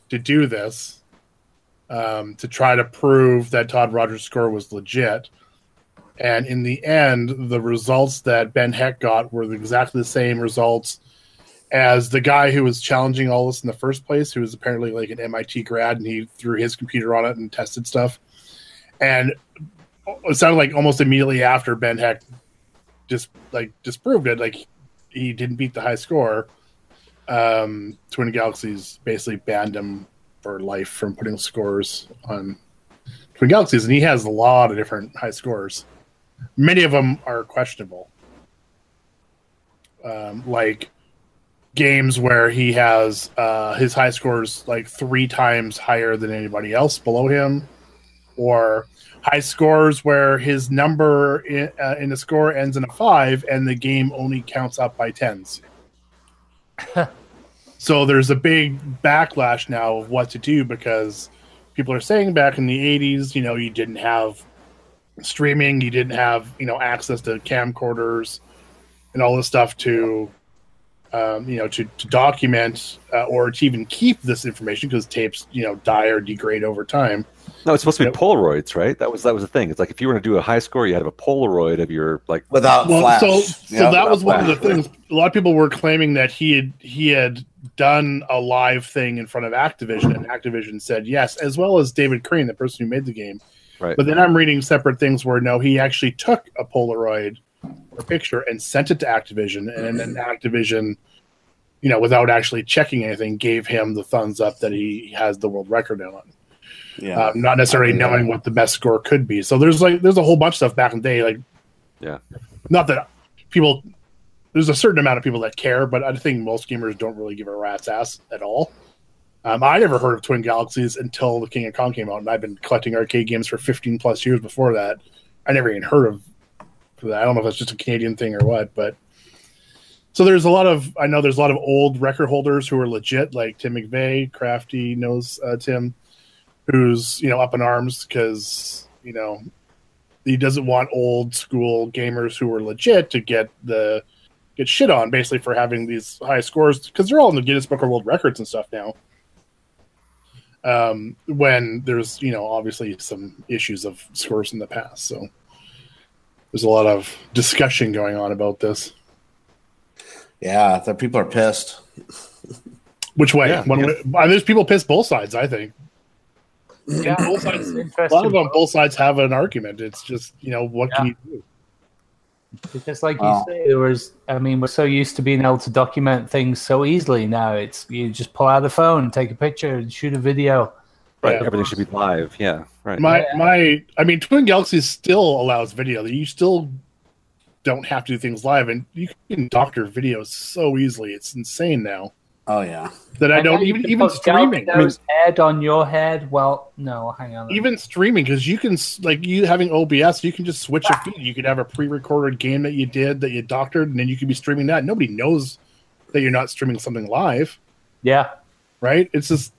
S1: to do this um, to try to prove that Todd Rogers' score was legit. And in the end, the results that Ben Heck got were exactly the same results as the guy who was challenging all this in the first place, who was apparently like an MIT grad, and he threw his computer on it and tested stuff. And it sounded like almost immediately after Ben Heck just like disproved it. Like he didn't beat the high score. Um, Twin Galaxies basically banned him for life from putting scores on Twin Galaxies, and he has a lot of different high scores. Many of them are questionable, um, like games where he has uh, his high scores like three times higher than anybody else below him, or high scores where his number in, uh, in the score ends in a five and the game only counts up by tens. so there's a big backlash now of what to do because people are saying back in the 80s, you know, you didn't have streaming, you didn't have, you know, access to camcorders and all this stuff to. Um, you know, to, to document uh, or to even keep this information because tapes, you know, die or degrade over time.
S4: No, it's supposed to be
S1: Yep.
S4: Polaroids, right? That was that was the thing. It's like if you were to do a high score, you had a Polaroid of your like.
S5: Without
S1: well,
S5: flash,
S1: so so
S5: Yeah,
S1: that was
S5: without
S1: one of the
S5: flash.
S1: things. A lot of people were claiming that he had he had done a live thing in front of Activision, and Activision said yes, as well as David Crane, the person who made the game.
S4: Right.
S1: But then I'm reading separate things where no, he actually took
S5: Mm-hmm.
S1: a Polaroid or picture and sent it to Activision, and then Activision you know, without actually checking anything, gave him the thumbs up that he has the world record now.
S5: Yeah.
S1: Um, not necessarily knowing what the best score could be. So there's like there's a whole bunch of stuff back in the day. Like,
S4: yeah,
S1: not that people there's a certain amount of people that care, but I think most gamers don't really give a rat's ass at all. Um, I never heard of Twin Galaxies until the King of Kong came out, and I've been collecting arcade games for 15 plus years before that. I never even heard of that. I don't know if that's just a Canadian thing or what, but so there's a lot of I know there's a lot of old record holders who are legit, like Tim McVeigh, Crafty knows uh, Tim, who's you know up in arms because you know he doesn't want old school gamers who are legit to get the get shit on basically for having these high scores because they're all in the Guinness Book of World Records and stuff now. Um, when there's you know obviously some issues of scores in the past, so there's a lot of discussion going on about this.
S5: Yeah, the people are pissed.
S1: Which way? One way- uh, There's people piss both sides. I think
S2: Yeah,
S1: both sides. a
S2: interesting.
S1: lot of them both sides have an argument. It's just you know what can you do?
S2: Because, like
S5: Wow.
S2: you say, there was, I mean, we're so used to being able to document things so easily now. It's you just pull out a phone, take a picture, and shoot a video.
S4: Right.
S1: Yeah.
S4: Everything should be live. Yeah. Right.
S1: My my, I mean, Twin Galaxies still allows video. You still don't have to do things live, and you can doctor videos so easily. It's insane now
S5: Oh yeah.
S1: that I
S2: And
S1: don't
S2: now you
S1: even
S2: can
S1: even
S2: put
S1: streaming. I mean,
S2: Galgado's head on your head. Well, no, hang on.
S1: even streaming because you can s- like you having OBS, you can just switch a feed. You could have a pre-recorded game that you did that you doctored, and then you could be streaming that. Nobody knows that you're not streaming something live,
S2: yeah,
S1: right? It's just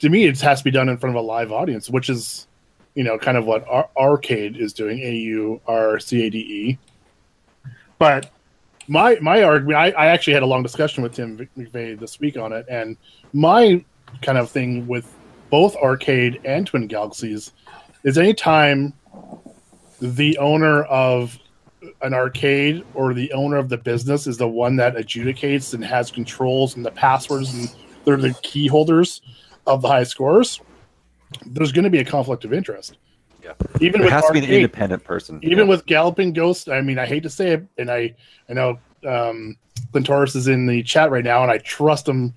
S1: to me, it has to be done in front of a live audience, which is you know kind of what Ar- Arcade is doing, A U R C A D E. But my my argument, I, I actually had a long discussion with Tim McVeigh this week on it, and my kind of thing with both arcade and Twin Galaxies is anytime the owner of an arcade or the owner of the business is the one that adjudicates and has controls and the passwords and they're the key holders of the high scores, there's going to be a conflict of interest.
S4: Yeah.
S1: Even
S4: There
S1: with
S4: has to be an
S1: arcade-
S4: independent person.
S1: even
S4: yeah.
S1: with galloping ghosts i mean i hate to say it and i i know um clintoris is in the chat right now and i trust him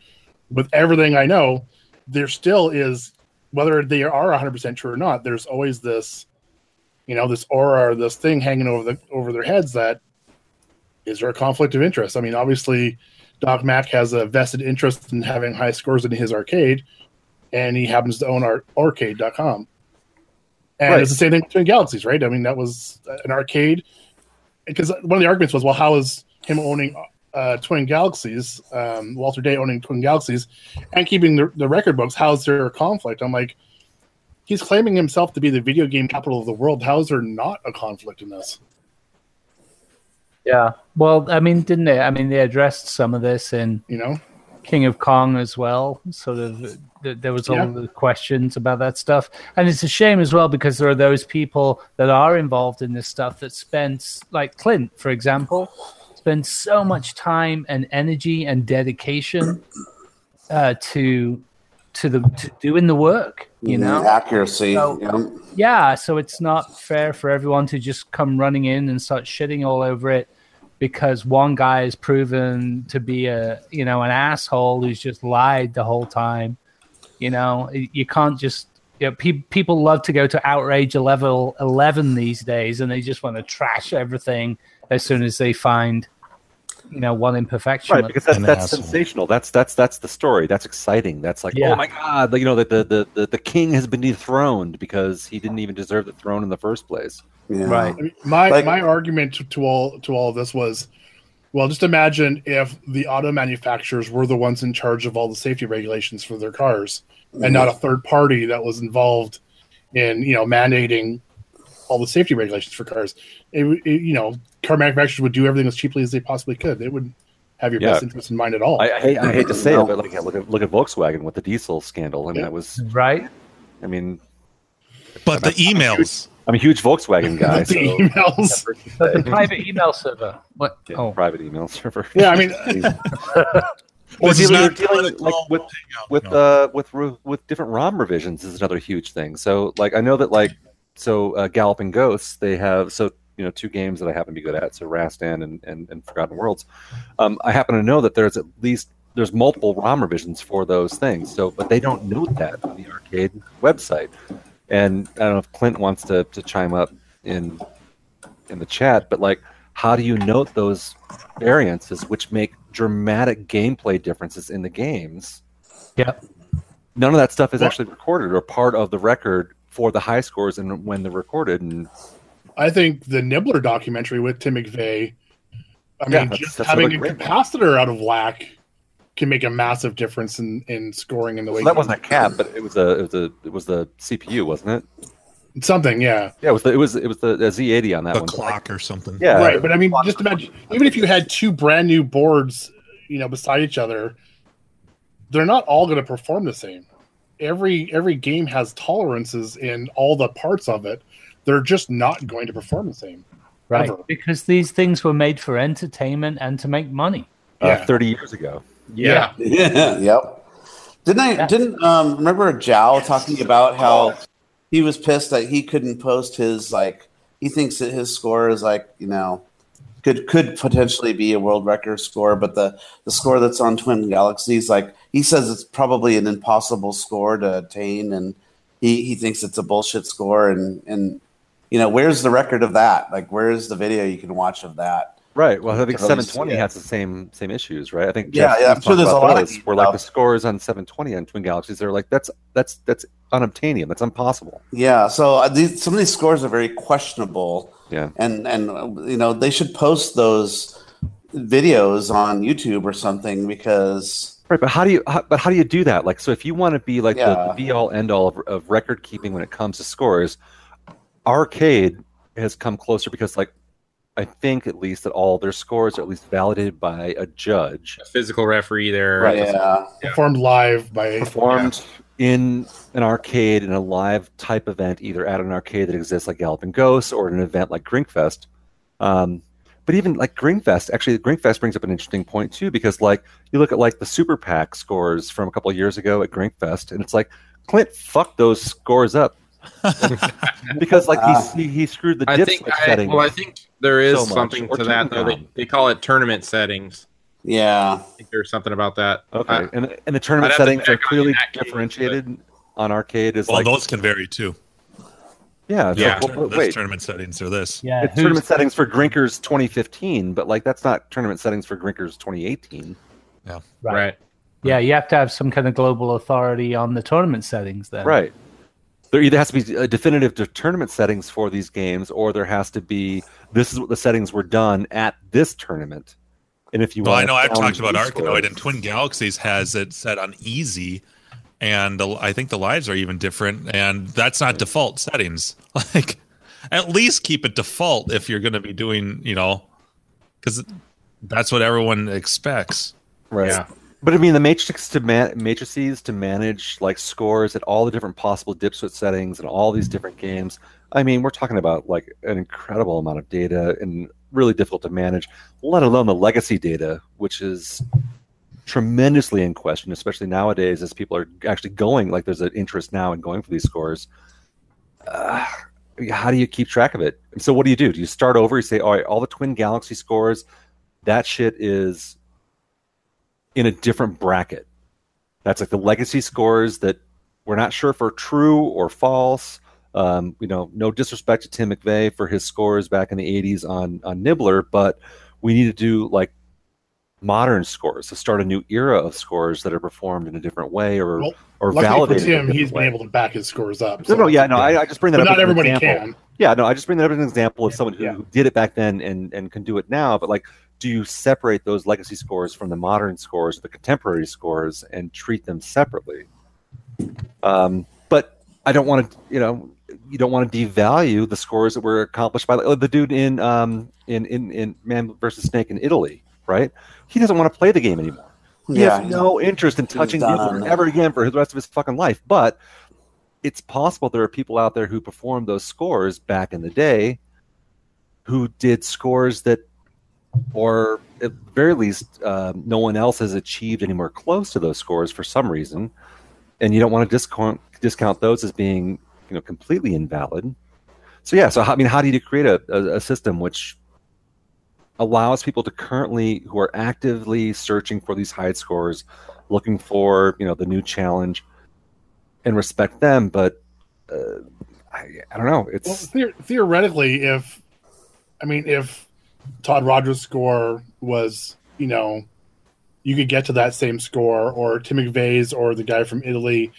S1: with everything i know there still is whether they are 100% true or not there's always this you know this aura or this thing hanging over the over their heads that is there a conflict of interest i mean obviously doc mack has a vested interest in having high scores in his arcade and he happens to own our arcade.com and
S4: Right.
S1: it's the same thing between galaxies, right? I mean, that was uh, an arcade. Because one of the arguments was, well, how is him owning uh, Twin Galaxies, um, Walter Day owning Twin Galaxies, and keeping the, the record books? How's there a conflict? I'm like, he's claiming himself to be the video game capital of the world. How is there not a conflict in this?
S2: yeah. Well, I mean, didn't they? I mean, they addressed some of this in
S1: You know,
S2: King of Kong as well. Sort of, th- there was all
S1: Yeah.
S2: the questions about that stuff, and it's a shame as well because there are those people that are involved in this stuff that spend, like Clint, for example, spend so much time and energy and dedication uh, to to the to doing the work. You know,
S5: Mm-hmm. accuracy.
S2: So-
S5: yeah.
S2: yeah, so it's not fair for everyone to just come running in and start shitting all over it because one guy is proven to be a you know an asshole who's just lied the whole time. You know, Y- you can't just you know, pe- people love to go to outrage level eleven these days, and they just want to trash everything as soon as they find you know one imperfection.
S4: Right, because that's,
S7: An
S4: that's
S7: asshole.
S4: sensational. That's that's that's the story. That's exciting. That's like,
S2: Yeah.
S4: oh my god, like, you know, that the, the the the king has been dethroned because he didn't even deserve the throne in the first place.
S5: Yeah.
S2: Right.
S1: I mean, my
S5: Like-
S1: my argument to, to all to all of this was, well, just imagine if the auto manufacturers were the ones in charge of all the safety regulations for their cars, and not a
S4: Mm-hmm.
S1: third party that was involved in you know mandating all the safety regulations for cars. It, would- it- you know, car manufacturers would do everything as cheaply as they possibly could. They wouldn't have your
S4: Yeah.
S1: best interest in mind at all.
S4: I, I hate I hate to say
S5: No.
S4: it, but like yeah, look at look at Volkswagen with the diesel scandal. I mean,
S1: Yeah.
S4: that was
S2: right?
S4: I mean,
S7: But the emails.
S4: I'm a huge Volkswagen guy,
S1: But the
S4: so
S1: emails.
S2: But the private email server. What?
S4: Yeah,
S2: Oh,
S4: private email server.
S1: Yeah, I mean-
S4: or
S7: This is
S4: dealing,
S7: not
S4: or dealing
S7: political.
S4: like with with
S7: No.
S4: uh with ru- with different ROM revisions is another huge thing. So like I know that like so uh, Galloping Ghosts they have so you know two games that I happen to be good at so Rastan and and, and Forgotten Worlds. Um, I happen to know that there's at least there's multiple ROM revisions for those things. So, but they don't note that on the arcade website. And I don't know if Clint wants to, to chime up in in the chat, but like, how do you note those variances, which make dramatic gameplay differences in the games?
S2: Yep.
S4: None of that stuff is actually recorded or part of the record for the high scores and when they're recorded. And
S1: I think the Nibbler documentary with Tim McVeigh. I mean,
S4: Yeah, that's-
S1: just
S4: that's
S1: having a
S4: what it-
S1: capacitor out of whack can make a massive difference in, in scoring in the way.
S4: well, that wasn't a cab, but it was a it was a it was the CPU, wasn't it?
S1: something, yeah.
S4: Yeah, it was the, it was it was the, the Z80 on that
S7: the
S4: one.
S7: clock or something.
S4: Yeah,
S1: right. But I mean, just imagine even if you had two brand new boards, you know, beside each other, they're not all going to perform the same. Every every game has tolerances in all the parts of it. They're just not going to perform the same.
S2: right?
S1: Ever.
S2: Because these things were made for entertainment and to make money.
S1: Yeah.
S4: uh, 30 years ago.
S1: Yeah.
S5: Yeah. yep. Didn't I didn't um remember Zhao talking about how he was pissed that he couldn't post his like he thinks that his score is like, you know, could could potentially be a world record score, but the the score that's on Twin Galaxies like he says it's probably an impossible score to attain and he, he thinks it's a bullshit score and and you know, where's the record of that? Like where's the video you can watch of that?
S4: Right. Well, I think
S5: At least,
S4: 720
S5: yeah.
S4: has the same same issues, right? I think
S5: Yeah,
S4: Jeff
S5: yeah, I'm
S4: Keith
S5: sure
S4: talked
S5: there's
S4: about
S5: a lot of
S4: those,
S5: these
S4: where like the
S5: stuff.
S4: scores on 720 on Twin Galaxies are like that's that's that's unobtainium. That's impossible.
S5: Yeah, so uh, these, some of these scores are very questionable,
S4: Yeah.
S5: and and uh, you know they should post those videos on YouTube or something because
S4: Right, but how do you how, but how do you do that? Like, so if you want to be like the,
S5: Yeah.
S4: the be all end all of, of record keeping when it comes to scores, arcade has come closer because like I think at least that all their scores are at least validated by a judge
S10: A physical referee there.
S5: right, yeah,
S1: Performed live by
S4: performed in an arcade in a live type event, either at an arcade that exists like Galloping Ghosts or at an event like Grinkfest. Um, but even like Grinkfest, actually, Grinkfest brings up an interesting point too, because like you look at like the Super PAC scores from a couple of years ago at Grinkfest, and it's like Clint fucked those scores up because like
S5: Ah.
S4: he, he screwed the
S10: I
S4: dip
S10: think.
S4: switch
S10: I,
S4: setting.
S10: well, I think there is
S4: so much.
S10: something
S4: Or
S10: to that.
S4: Tottenham.
S10: Though. They, they call it tournament settings.
S5: yeah,
S10: I think there's something about that.
S4: okay,
S10: I-
S4: and and the tournament
S10: uh, I'd have to
S4: settings are
S10: check on
S4: clearly
S10: that case, but-
S4: differentiated on arcade is
S7: Well,
S4: like
S7: those can vary too.
S4: yeah, it's
S10: Yeah.
S4: like, well, but
S7: this
S4: wait,
S7: tournament settings or this.
S2: Yeah,
S4: it's tournament settings for Grinkers 2015, but like that's not tournament settings for Grinkers 2018.
S10: right.
S2: yeah, you have to have some kind of global authority on the tournament settings then.
S4: Right. There either has to be a definitive to tournament settings for these games, or there has to be this is what the settings were done at this tournament. And if you
S7: Well, I
S4: want,
S7: know I've talked about
S4: Arcanoid
S7: Arkanoid and Twin Galaxies has it set on easy, and the, I think the lives are even different, and that's not default settings. Like, at least keep it default if you're going to be doing, you know, because that's what everyone expects.
S4: Right.
S10: Yeah.
S4: But I mean, the matrix to man- matrices to manage like scores at all the different possible dip switch settings and all these different games. I mean, we're talking about like an incredible amount of data and really difficult to manage, let alone the legacy data, which is tremendously in question, especially nowadays as people are actually going. Like, there's an interest now in going for these scores. Uh, I mean, how do you keep track of it? And so, what do you do? Do you start over? You say, all right, all the Twin Galaxy scores, that shit is in a different bracket. That's like the legacy scores that we're not sure if are true or false. Um, you know, no disrespect to Tim McVeigh for his scores back in the 80s on, on Nibbler, but we need to do like modern scores to start a new era of scores that are performed in a different way or,
S1: Well,
S4: or
S1: Luckily for
S4: validated. in a
S1: Tim,
S4: different
S1: he's been
S4: way.
S1: able to back his scores up.
S4: No,
S1: so-
S4: no, yeah, no, I, I just bring that
S1: But
S4: up.
S1: not
S4: as an
S1: everybody
S4: example.
S1: can.
S4: Yeah, no, I just bring that up as an example of someone who,
S1: Yeah.
S4: who did it back then and and can do it now. But like, do you separate those legacy scores from the modern scores, the contemporary scores, and treat them separately? Um, but I don't want to, you know, you don't want to devalue the scores that were accomplished by like, the dude in um in in in Man versus Snake in Italy, right? He doesn't want to play the game anymore. He
S5: yeah,
S4: has no interest in touching
S5: done.
S4: Nuclear ever again for the rest of his fucking life. But it's possible there are people out there who performed those scores back in the day who did scores that, or at the very least, um, no one else has achieved anywhere close to those scores for some reason. And you don't want to discount discount those as being you know completely invalid. So yeah, so how, I mean, how do you create a, a, a system which allows people to currently who are actively searching for these high scores, looking for you know the new challenge, and respect them. But uh, I, I don't know. It's
S1: Well, theor theoretically, if I mean, if Todd Rogers' score was, you know, you could get to that same score, or Tim McVeigh's, or the guy from Italy,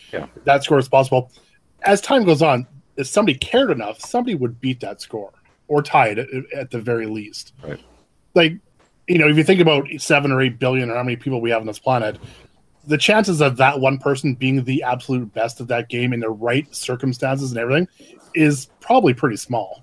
S1: that score is possible. As time goes on, if somebody cared enough, somebody would beat that score or tie it at, at the very least.
S4: Right.
S1: Like, you know, if you think about seven or eight billion or how many people we have on this planet, the chances of that one person being the absolute best at that game in the right circumstances and everything is probably pretty small.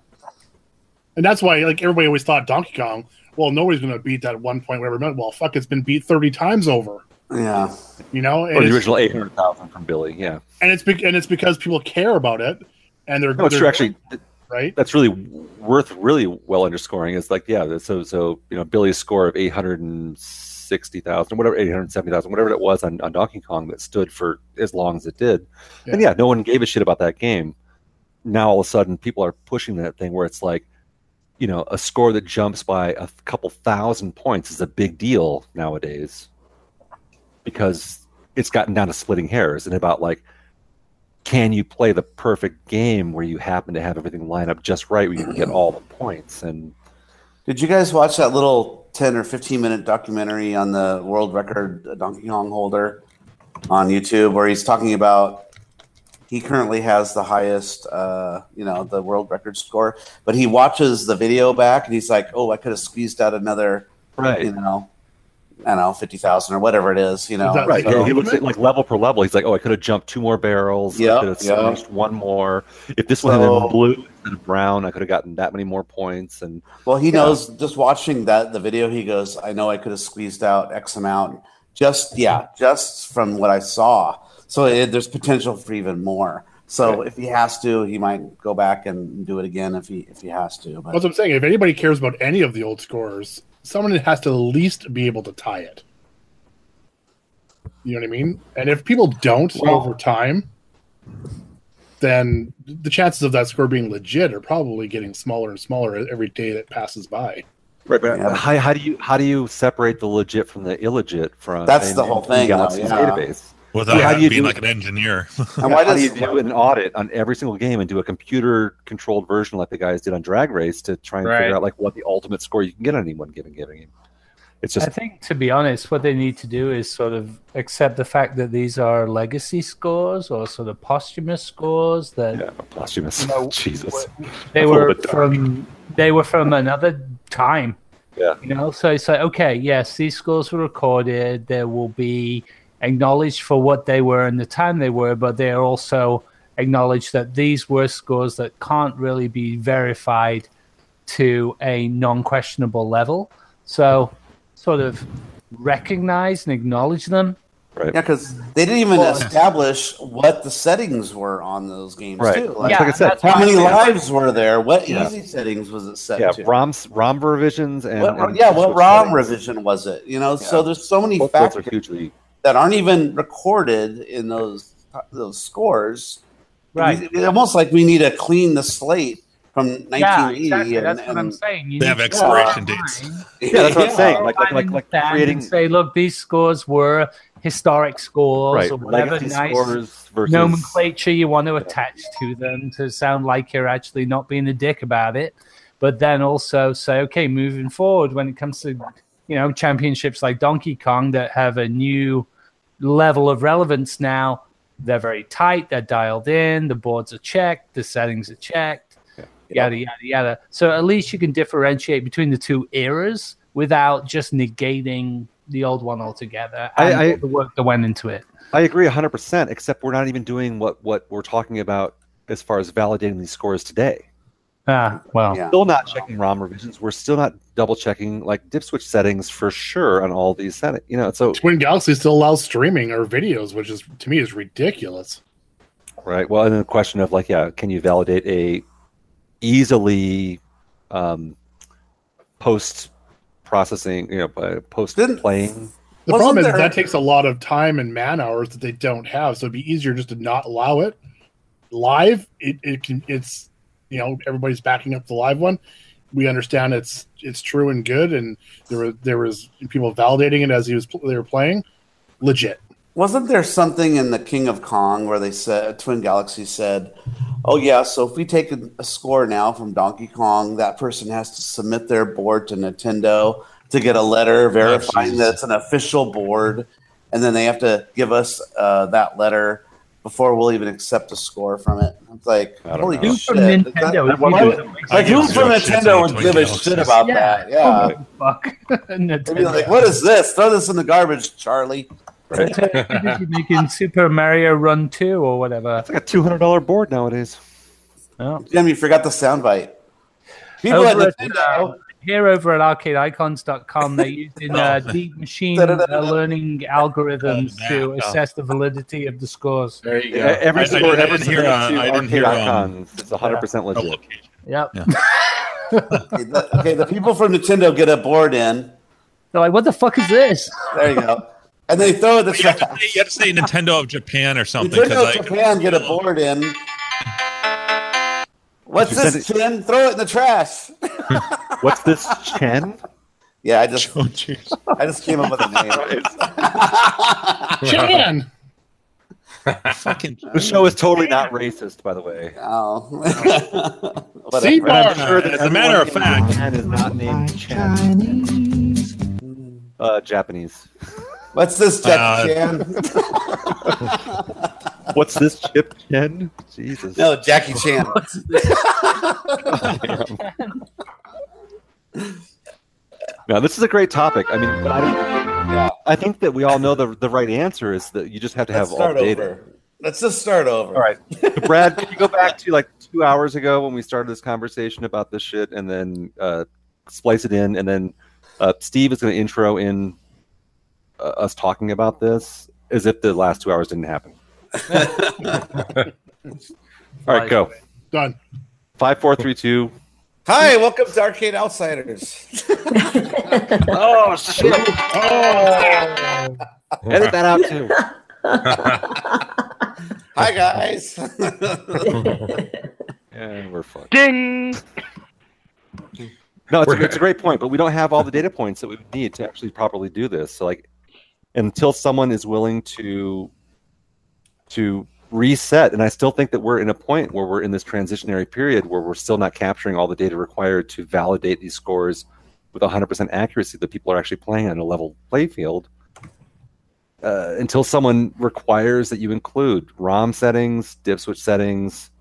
S1: And that's why like everybody always thought Donkey Kong, well, nobody's gonna beat that one point whatever it meant. Well fuck it's been beat thirty times over.
S5: Yeah.
S1: You know? And
S4: Or the
S1: it's-
S4: original eight hundred thousand from Billy. Yeah.
S1: and it's be- and it's because people care about it and they're
S4: No, it's
S1: they're-
S4: true. Actually,
S1: right?
S4: That's really worth really well underscoring. Is like, yeah, so so you know, Billy's score of eight hundred and sixty thousand, whatever, eight hundred seventy thousand, whatever it was on, on Donkey Kong that stood for as long as it did. And yeah, no one gave a shit about that game. Now all of a sudden, people are pushing that thing where it's like, you know, a score that jumps by a couple thousand points is a big deal nowadays because it's gotten down to splitting hairs and about like can you play the perfect game where you happen to have everything lined up just right where you can get all the points and
S5: Did you guys watch that little 10 or 15 minute documentary on the world record uh, Donkey Kong holder on YouTube where he's talking about he currently has the highest, uh, you know, the world record score, but he watches the video back and he's like, oh, I could have squeezed out another,
S4: Right.
S5: you know, I don't know, 50,000 or whatever it is, you know.
S4: right
S5: So-
S4: he looks at like level per level he's like oh i could have jumped two more barrels
S5: Yeah,
S4: i could have
S5: yeah.
S4: smashed one more if this one had
S5: So-
S4: been blue instead of brown i could have gotten that many more points and
S5: Well, he
S4: Yeah.
S5: knows just watching that the video, he goes, I know I could have squeezed out X amount just yeah, just from what I saw. So it, there's potential for even more. So if he has to, he might go back and do it again if he if he has to. But
S1: That's what I'm saying. If anybody cares about any of the old scores, someone has to at least be able to tie it. You know what I mean? And if people don't
S5: Well-
S1: over time, then the chances of that score being legit are probably getting smaller and smaller every day that passes by.
S4: right but how, how do you how do you separate the legit from the illegit from
S1: That's the whole thing, though,
S4: Galaxy's
S1: yeah.
S4: database
S7: Without
S4: How do you
S7: being
S4: do
S7: like an engineer.
S4: And why do you do an audit on every single game and do a computer controlled version like the guys did on Drag Race to try and
S2: Right.
S4: figure out like what the ultimate score you can get on any one given game? It's just
S2: I think, to be honest, what they need to do is sort of accept the fact that these are legacy scores or sort of posthumous scores that
S4: posthumous.
S2: You know,
S4: Jesus,
S2: they
S4: That's a little
S2: were
S4: bit dark.
S2: from they were from another time.
S4: Yeah.
S2: You know, so it's like, okay, yes, these scores were recorded. They will be acknowledged for what they were and the time they were, but they are also acknowledged that these were scores that can't really be verified to a non-questionable level. So, sort of recognize and acknowledge them.
S4: Right.
S5: yeah, because they didn't even
S2: Well-
S5: establish what the settings were on those games
S4: Right.
S5: too.
S4: That's Yeah, like I said. that's
S5: how many
S4: why-
S5: lives were there? What
S4: Yeah.
S5: easy settings was it set
S4: yeah,
S5: to?
S4: ROMs, ROM revisions, and,
S5: What-
S4: and
S5: yeah, what
S4: switch
S5: ROM
S4: settings.
S5: revision was it? You know, so there's so many
S4: Both those
S5: factors.
S4: are hugely
S5: that aren't even recorded in those those scores.
S2: Right.
S5: We- it's almost like we need to clean the slate from 1980.
S2: Yeah, exactly.
S5: and-
S2: That's what I'm
S5: and-
S2: saying. You
S5: They have
S2: need to go
S5: expiration
S2: online.
S5: dates. Yeah, that's what I'm saying. Like- like- like- like
S2: Stand and
S5: creating-
S2: say, look, these scores were historic scores
S4: Right,
S2: or whatever
S4: legacy
S2: nice
S4: scores versus-
S2: nomenclature you want to attach to them to sound like you're actually not being a dick about it. But then also say, okay, moving forward, when it comes to you know championships like Donkey Kong that have a new level of relevance now. They're very tight. They're dialed in. The boards are checked. The settings are checked. Yada yada yada. So at least you can differentiate between the two eras without just negating the old one altogether
S4: I-
S2: and
S4: I-
S2: all the work that went into it.
S4: I agree 100%, except we're not even doing what, what we're talking about as far as validating these scores today.
S2: Ah, well,
S4: Still not checking ROM revisions. We're still not double checking like dip switch settings for sure on all these settings. You know, so
S1: Twin Galaxy still allows streaming or videos, which is to me is ridiculous.
S4: right. Well, and then the question of like, yeah, can you validate a easily um, post processing, you know, post playing?
S1: The
S4: Wasn't
S1: problem is
S4: there-
S1: that takes a lot of time and man hours that they don't have, so it'd be easier just to not allow it. Live, it, it can it's you know everybody's backing up the live one. we understand it's it's true and good, and there were there was people validating it as he was pl- they were playing. Legit.
S5: Wasn't there something in the King of Kong where they said uh, Twin Galaxy said, "Oh yeah, so if we take a, a score now from Donkey Kong, that person has to submit their board to Nintendo to get a letter verifying that it's an official board, and then they have to give us uh, that letter before we'll even accept a score from it." I'm like,
S4: don't
S5: "Holy
S4: know. Who
S5: Oh, shit!"
S4: from
S5: is that-
S4: Nintendo would
S5: that- why
S4: do
S5: would-
S4: that? I
S5: like, who
S4: give
S5: from
S4: zero shits
S5: Nintendo
S4: on
S5: would
S4: Twin
S5: give a
S4: Galaxies.
S5: shit about
S4: Yeah.
S5: that?
S4: Oh
S5: Yeah.
S4: my
S2: Fuck.
S5: They'd be like, what is this? Throw this in the garbage, Charlie.
S2: Is he making Super Mario Run 2 or whatever. It's
S4: like a $200 board nowadays.
S5: Jim, you forgot the soundbite. People at
S2: over at,
S5: Nintendo.
S2: uh, here over at arcadeicons.com, they're using
S5: Oh.
S2: uh, deep machine uh, learning algorithms to assess the validity of the scores.
S3: There
S4: E- Every score ever submitted to Arcade Icons is 100% legit.
S2: Yep.
S5: okay, the, okay, the people from Nintendo get a board in.
S2: They're like, what the fuck is this?
S5: There you go. And they throw it in the trash.
S7: You have to say Nintendo of Japan or something. 'cause
S5: Nintendo
S7: I-
S5: Japan get a board in. What's
S4: You said
S5: this, Jim? Throw it in the trash.
S4: What's this, Chen?
S5: Yeah, I just I just came up with a name.
S1: Chan!
S7: Fucking.
S4: The show is totally not racist, by the way.
S5: Oh.
S4: Whatever. And I'm sure that
S7: As a matter of
S4: everyone in
S7: fact,
S4: Japan is not named Chen. Uh, Japanese.
S5: What's this,
S4: Uh,
S5: Jackie Chan?
S4: What's this, Chip Chen? Jesus.
S5: No, Jackie Chan.
S4: No, this is a great topic. I mean, but I,
S5: Yeah.
S4: I think that we all know the the right answer is that you just have to
S5: Let's
S4: have all
S5: start
S4: the data.
S5: over. Let's just start over.
S4: All right, Brad, can you go back to like two hours ago when we started this conversation about this shit, and then uh, splice it in, and then uh, Steve is going to intro in uh, us talking about this as if the last two hours didn't happen. all right, go.
S1: Done.
S4: Five, four, three, two.
S5: Hi, welcome to Arcade Outsiders.
S4: Oh shit!
S1: Oh.
S4: Edit that out too.
S5: Hi, guys.
S4: And we're fucked.
S2: Ding!
S4: No, it's a, it's a great point, but we don't have all the data points that we would need to actually properly do this. So, like, until someone is willing to to reset, and I still think that we're in a point where we're in this transitionary period where we're still not capturing all the data required to validate these scores with 100% accuracy that people are actually playing on a level play field. Uh, until someone requires that you include ROM settings, dip switch settings,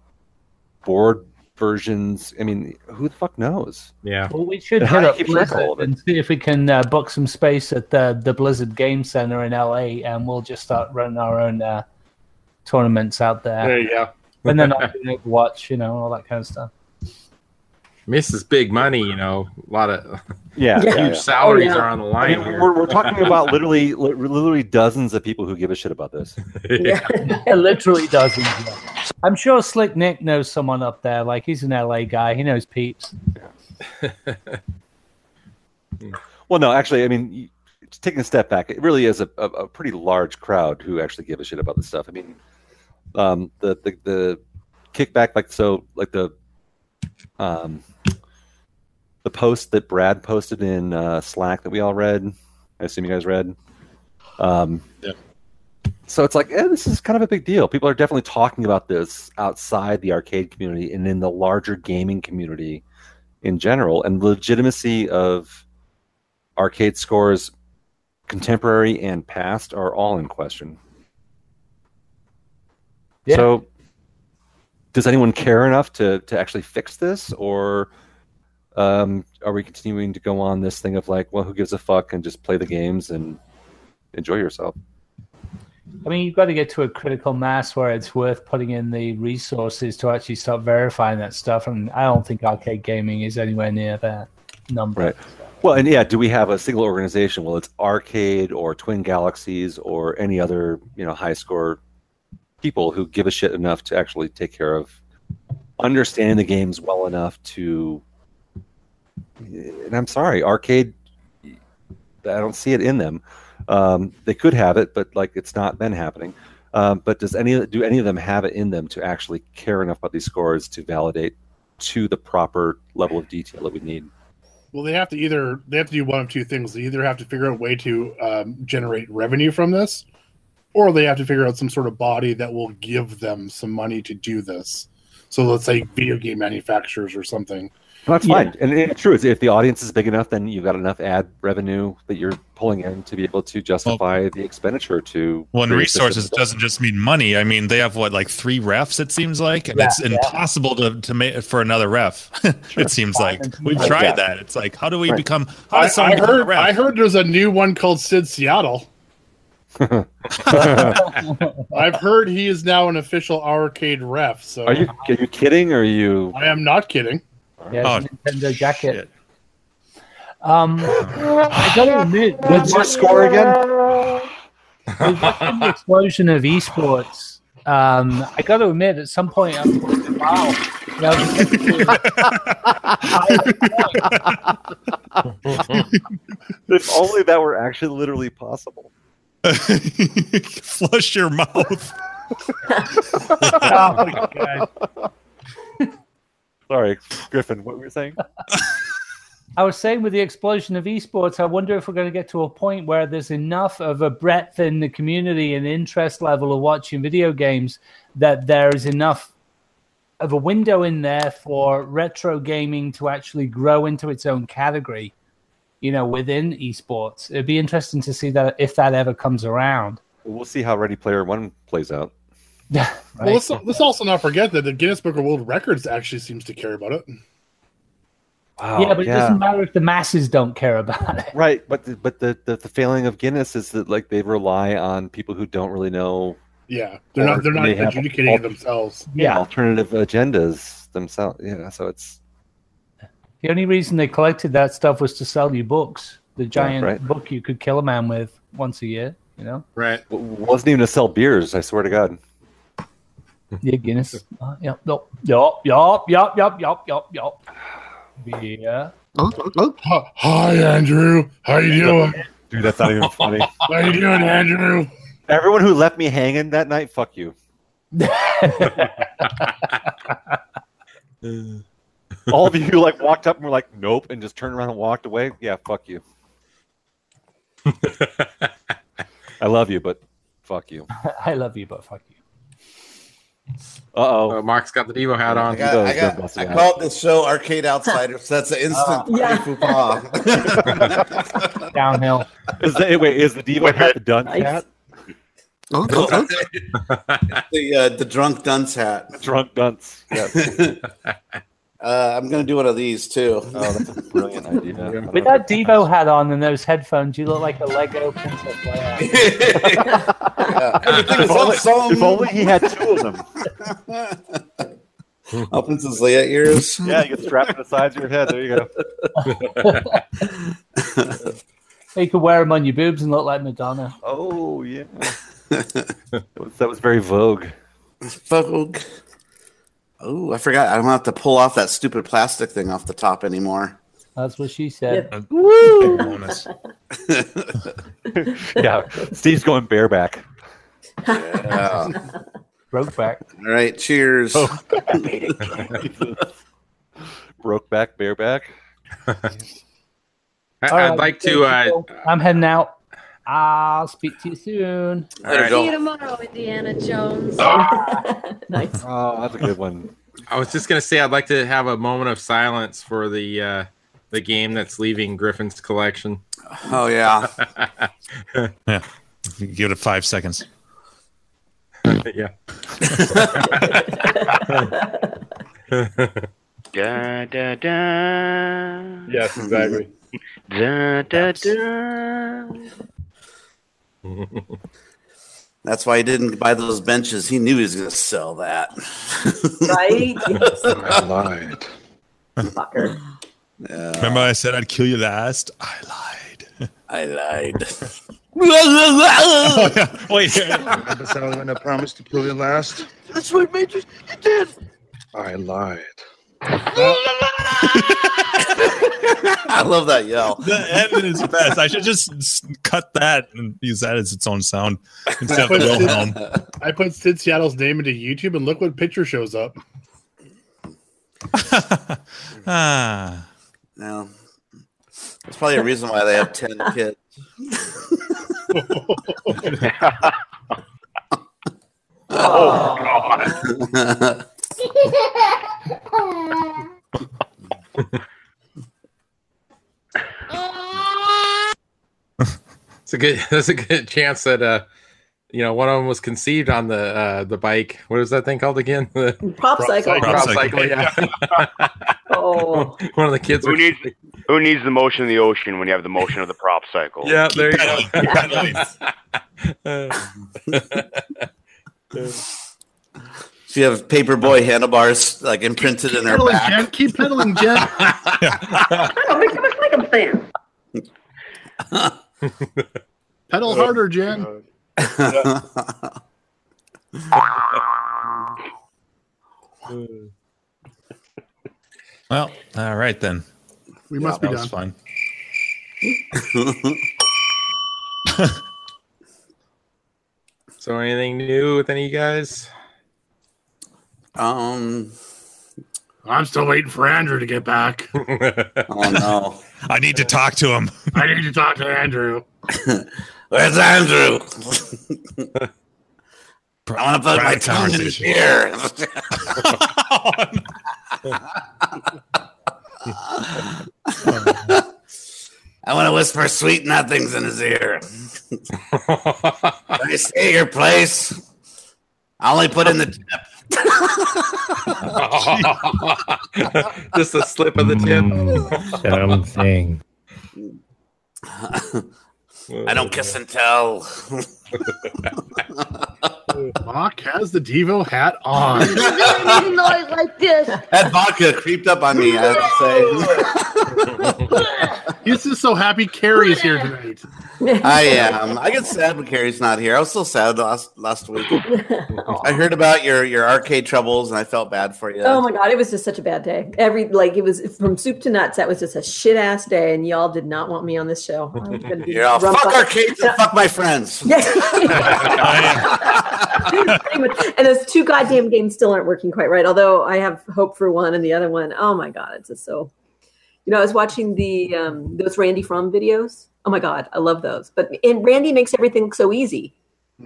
S4: board versions. I mean, who the fuck knows?
S10: Yeah.
S2: Well, we should
S4: And
S2: hit
S4: how
S2: up
S4: do you keep track of all
S2: Blizzard
S4: of it?
S2: and see if we can uh, book some space at the, the Blizzard Game Center in LA, and we'll just start running our own uh, tournaments out there.
S1: There you go.
S2: And then I'll do it, watch, you know, all that kind of stuff.
S10: This is big money, you know. A lot of
S4: Yeah,
S10: huge
S4: yeah, yeah.
S10: salaries
S6: Oh, yeah.
S10: are on the
S4: I
S10: line.
S4: mean,
S10: here.
S4: we're, we're talking about literally, li- literally dozens of people who give a shit about this.
S6: Yeah.
S2: It literally doesn't. yeah. I'm sure Slick Nick knows someone up there. Like he's an LA guy. He knows peeps.
S4: Well, no, actually, I mean, you- taking a step back, it really is a, a, a pretty large crowd who actually give a shit about this stuff. I mean, um, the, the the kickback, like so, like the um, the post that Brad posted in uh, Slack that we all read. I assume you guys read. Um,
S7: Yeah.
S4: So it's like, eh, this is kind of a big deal. People are definitely talking about this outside the arcade community and in the larger gaming community in general, and legitimacy of arcade scores, contemporary and past, are all in question.
S2: Yeah.
S4: So, does anyone care enough to to actually fix this, or um, are we continuing to go on this thing of like, well, who gives a fuck, and just play the games and enjoy yourself?
S2: I mean, you've got to get to a critical mass where it's worth putting in the resources to actually start verifying that stuff. And I don't think arcade gaming is anywhere near that number.
S4: Right. Well, and yeah, do we have a single organization? Well, it's Arcade or Twin Galaxies or any other you know high score people who give a shit enough to actually take care of understanding the games well enough to. And I'm sorry, Arcade. I don't see it in them. Um, they could have it, but like it's not been happening. Um, but does any do any of them have it in them to actually care enough about these scores to validate to the proper level of detail that we need.
S1: Well, they have to either they have to do one of two things. They either have to figure out a way to um, generate revenue from this, or they have to figure out some sort of body that will give them some money to do this. So let's say video game manufacturers or something.
S4: And that's fine. And it's true. If the audience is big enough, then you've got enough ad revenue that you're pulling in to be able to justify the expenditure to.
S7: Well, and
S4: create this
S7: resources
S4: system.
S7: doesn't just mean money. I mean, they have what like three refs. It seems like, and it's impossible to to make for another ref. it seems like we've
S1: Right,
S7: tried
S1: yeah.
S7: that. It's like how do we
S1: Right.
S7: become? How
S1: I,
S7: does
S1: I
S7: someone become a
S1: heard.
S7: ref?
S1: I heard there's a new one called Sid Seattle. I've heard he is now an official arcade ref. So
S4: Are you are you kidding? Or are you?
S1: I am not kidding.
S2: Yeah, it's a Nintendo jacket. Um, I gotta admit,
S4: What's your score
S2: again? the explosion of esports. Um, I gotta admit, at some point, I'm thinking, wow, you know,
S4: if only that were actually literally possible.
S7: Flush your mouth. Oh
S4: Sorry, Griffin. What were you saying?
S2: I was saying with the explosion of esports, I wonder if we're going to get to a point where there's enough of a breadth in the community and interest level of watching video games that there is enough of a window in there for retro gaming to actually grow into its own category, you know, within esports. It'd be interesting to see that if that ever comes around.
S4: We'll see how Ready Player One plays out.
S1: Well, let's, let's also not forget that the Guinness Book of World Records actually seems to care about it.
S4: Wow,
S3: Oh,
S2: yeah, but it doesn't matter if the masses don't care about it.
S4: Right, but the, but the, the the failing of Guinness is that like they rely on people who don't really know.
S1: Yeah, they're not-
S4: or
S1: they're not
S4: they have
S1: adjudicating it themselves.
S4: Yeah,
S1: Yeah.
S4: alternative agendas themselves. Yeah, so it's
S2: The only reason they collected that stuff was to sell you books, the giant
S4: right.
S2: book you could kill a man with once a year, you know?
S4: right. wasn't even to sell beers. I swear to God.
S2: Yeah, Guinness. Uh, yep, nope. Yup, yup, yup, yup, yup, yup, yup. Yeah.
S1: Hi, Andrew. How you doing?
S4: Dude, that's not even funny.
S1: How you doing, Andrew?
S4: Everyone who left me hanging that night, fuck you. All of you who like walked up and were like, "Nope," and just turned around and walked away. Yeah, fuck you. I love you, but fuck you.
S2: I love you, but fuck you.
S4: Uh-oh.
S3: Mark's got the Devo hat on.
S5: I, got, I, got, I called this show Arcade Outsiders. That's
S4: Uh,
S5: an instant party faux pas.
S2: Downhill.
S4: Is the, wait, is the Devo hat the dunce
S5: Nice.
S4: hat? Oh,
S5: the uh, the drunk dunce hat. The
S4: drunk dunce.
S5: uh, I'm gonna do one of these too.
S4: Oh, that's a brilliant idea.
S2: With that Devo hat on and those headphones, you look like a Lego princess
S4: If only, if only he had two of them.
S5: Opens his Leia ears.
S4: Yeah, you can strap it to the sides of your head. There you go.
S2: you could wear them on your boobs and look like Madonna.
S4: Oh yeah. That was, that was very vogue.
S5: Vogue. Oh, I forgot. I don't have to pull off that stupid plastic thing off the top anymore.
S2: That's what she said.
S5: Yeah.
S2: Woo!
S4: yeah, Steve's going bareback.
S2: Broke back.
S5: All right, cheers.
S4: Oh. Broke back, bareback.
S3: I,
S2: All
S3: I'd
S2: right,
S3: like to.
S2: thank
S3: Uh,
S2: you. I'm heading out. I'll speak to you soon.
S11: See you tomorrow, Indiana Jones. nice.
S4: Oh, that's a good one.
S3: I was just gonna say I'd like to have a moment of silence for the uh, the game that's leaving Griffin's collection.
S5: Oh yeah.
S7: yeah. Give it five seconds.
S3: yeah.
S9: Da da da.
S10: Yes, exactly.
S9: Da da da.
S5: That's why he didn't buy those benches. He knew he was going to sell that.
S6: Right? Yes.
S5: lied.
S6: Fucker.
S7: Remember, I said I'd kill you last. I lied.
S5: I lied.
S9: oh,
S7: yeah. Wait.
S9: Remember, Solomon, I promised to kill you last. That's what made you. You did.
S8: I lied.
S5: I love that yell.
S7: The end is best. I should just s- cut that and use that as its own sound instead of Wilhelm.
S1: I put Sid Seattle's name into YouTube, and look what picture shows up.
S7: ah.
S5: No. There's probably a reason why they have 10 kids.
S8: Oh,
S5: God.
S10: It's a good. There's a good chance that uh, you know, one of them was conceived on the uh the bike. What is that thing called again? The
S6: Prop cycle.
S10: Prop cycle. Yeah.
S6: Oh.
S10: One of the kids.
S12: Who
S10: was-
S12: needs who needs the motion of the ocean when you have the motion of the prop cycle?
S10: Yeah, there you go. Uh,
S5: She have paperboy handlebars like imprinted in her
S1: Pedaling,
S5: back.
S1: Jen. Keep pedaling, Jen. Pedal harder, Jen.
S10: uh,
S7: Well, all right then.
S1: We must
S7: Yeah,
S1: be
S7: that was fun.
S10: so anything new with any of you guys?
S5: Um,
S1: I'm still waiting for Andrew to get back.
S5: oh no!
S7: I need to talk to him.
S1: I need to talk to Andrew.
S5: Where's Andrew? I want to put my
S7: Private
S5: tongue in his
S7: conversation.
S5: ear. I want to whisper sweet nothings in his ear. Can I stay at your place? I only put in the tip.
S10: Just a slip of the
S13: Mm, something.
S5: I don't kiss and tell.
S1: Mock has the Devo hat on.
S11: noise like this.
S5: That vodka creeped up on me, I have to
S1: He's just so happy Carrie's here tonight.
S5: say. I am. I get sad when Carrie's not here. I was still sad last last week. I heard about your your arcade troubles and I felt bad for you.
S6: Oh my god, it was just such a bad day. Every like it was from soup to nuts. That was just a shit ass day, and y'all did not want me on this show. I'm gonna be
S5: You're all,
S6: rum
S5: fuck
S6: fuck."
S5: arcades and fuck my friends.
S6: Pretty much. and those two goddamn games still aren't working quite right. Although I have hope for one and the other one. Oh my god, it's just so. You know, I was watching the um, those Randy From videos. Oh my god, I love those. But and Randy makes everything look so easy.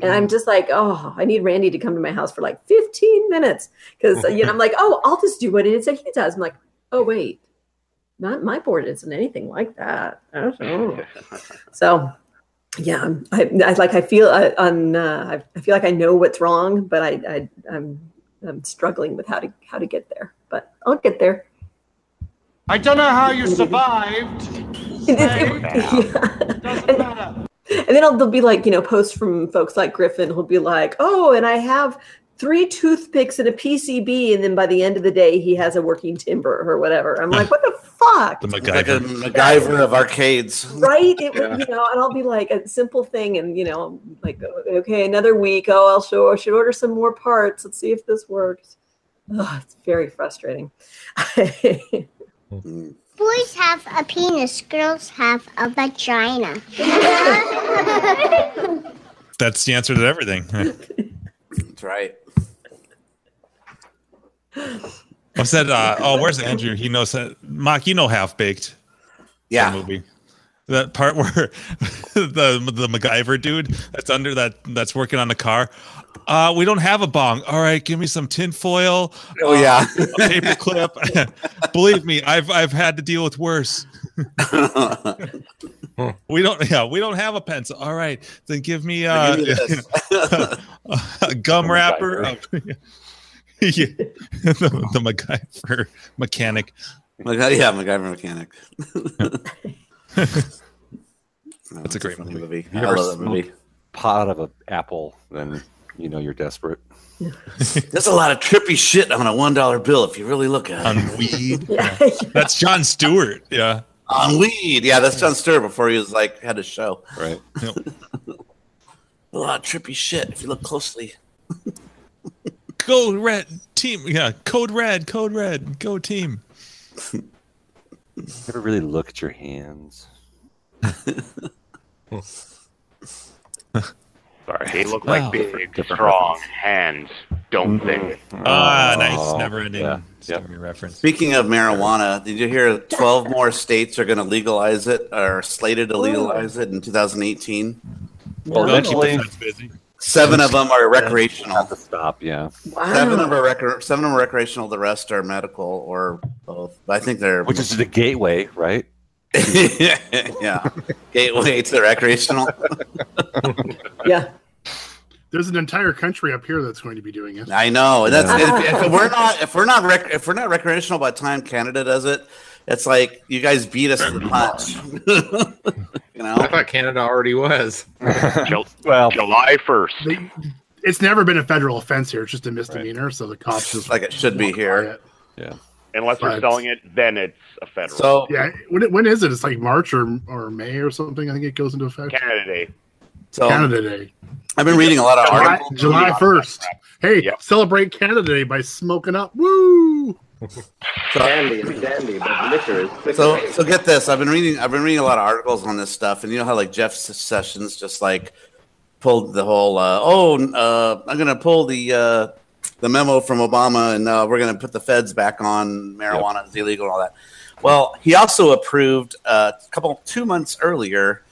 S6: And I'm just like, oh, I need Randy to come to my house for like 15 minutes because you know I'm like, oh, I'll just do what it is that he does. I'm like, oh wait, not my board isn't anything like that. I don't know. So yeah, I'm- I, I like I feel I, on uh, I, I feel like I know what's wrong, but I, I I'm I'm struggling with how to how to get there. But I'll get there.
S8: I don't know how you survived.
S6: And then I'll, there'll be like, you know, posts from folks like Griffin who'll be like, oh, and I have three toothpicks and a PCB. And then by the end of the day, he has a working timber or whatever. I'm like, what the fuck?
S5: The MacGyver. Like a Mm, MacGyver of arcades.
S6: Right? It,
S5: Yeah.
S6: You know, and I'll be like a simple thing. And, you know, I'm like, okay, another week. Oh, I'll show, I should order some more parts. Let's see if this works. Ugh, it's very frustrating.
S14: Boys have a penis, girls have a vagina.
S7: That's the answer to everything.
S5: That's right.
S7: What's that? Uh, oh, where's Andrew? He knows that. Mock, you know Half Baked.
S5: Yeah.
S7: movie. That part where the the MacGyver dude that's under that that's working on the car. Uh, we don't have a bong. All right, give me some tin foil.
S5: Oh yeah,
S7: a paper clip. Believe me, I've I've had to deal with worse.
S6: Oh.
S7: we don't. Yeah, we don't have a pencil. All right, then give me uh,
S8: Give me this.
S7: a gum wrapper. of- yeah, the, the MacGyver mechanic.
S5: Like, yeah, MacGyver mechanic.
S7: That's a great movie.
S5: movie.
S4: If you
S5: I
S4: ever
S5: love that
S4: smoke
S5: movie.
S4: Pot of an apple, then you know you're desperate.
S5: There's a lot of trippy shit on a one dollar bill if you really look at it.
S7: On weed. That's John Stewart. Yeah.
S5: On weed. Yeah, that's John Stewart before he was like had a show.
S4: Right.
S5: a lot of trippy shit if you look closely.
S7: Go red team. Yeah, code red, code red, go team.
S4: Never really look at your hands.
S12: Sorry, they look
S4: Oh.
S12: like big,
S4: Different
S12: strong hands. don't think.
S7: Ah,
S4: Oh,
S7: nice, never-ending story reference.
S5: Speaking of marijuana, did you hear 12 more states are going to legalize it or slated to legalize it in 2018?
S4: Well, eventually,
S5: Seven of them are recreational.
S4: Have to stop. Yeah,
S5: Seven of them are rec- seven of them are recreational. The rest are medical or both. But I think they're
S4: which is the gateway, right?
S5: yeah gateway to recreational.
S6: yeah.
S1: There's an entire country up here that's going to be doing it.
S5: I know. And that's if, if we're not if we're not rec- if we're not recreational by the time Canada does it, it's like you guys beat us to the punch. you know,
S10: I thought Canada already was.
S12: Jul-
S4: Oh.
S12: well, July first.
S1: They, it's never been a federal offense here. It's just a misdemeanor. So the cops just
S5: like it should be here.
S4: Yeah.
S12: Unless we're
S1: Right.
S12: selling it, then it's a federal.
S5: So
S1: Yeah. When, it- when is it? It's like March or, or May or something. I think it goes into effect.
S12: Canada Day.
S5: So
S1: Canada Day.
S5: I've been reading a lot of
S1: July-
S5: articles.
S1: July 1st. Hey, celebrate Canada Day by smoking up. Woo!
S8: Candy is candy, but liquor is liquor.
S5: So, so get this. I've been reading. I've been reading a lot of articles on this stuff, and you know how like Jeff Sessions just like pulled the whole. Uh, oh, uh, I'm gonna pull the uh, the memo from Obama, and uh, we're gonna put the feds back on marijuana is illegal and all that. Well, he also approved uh, a couple two months earlier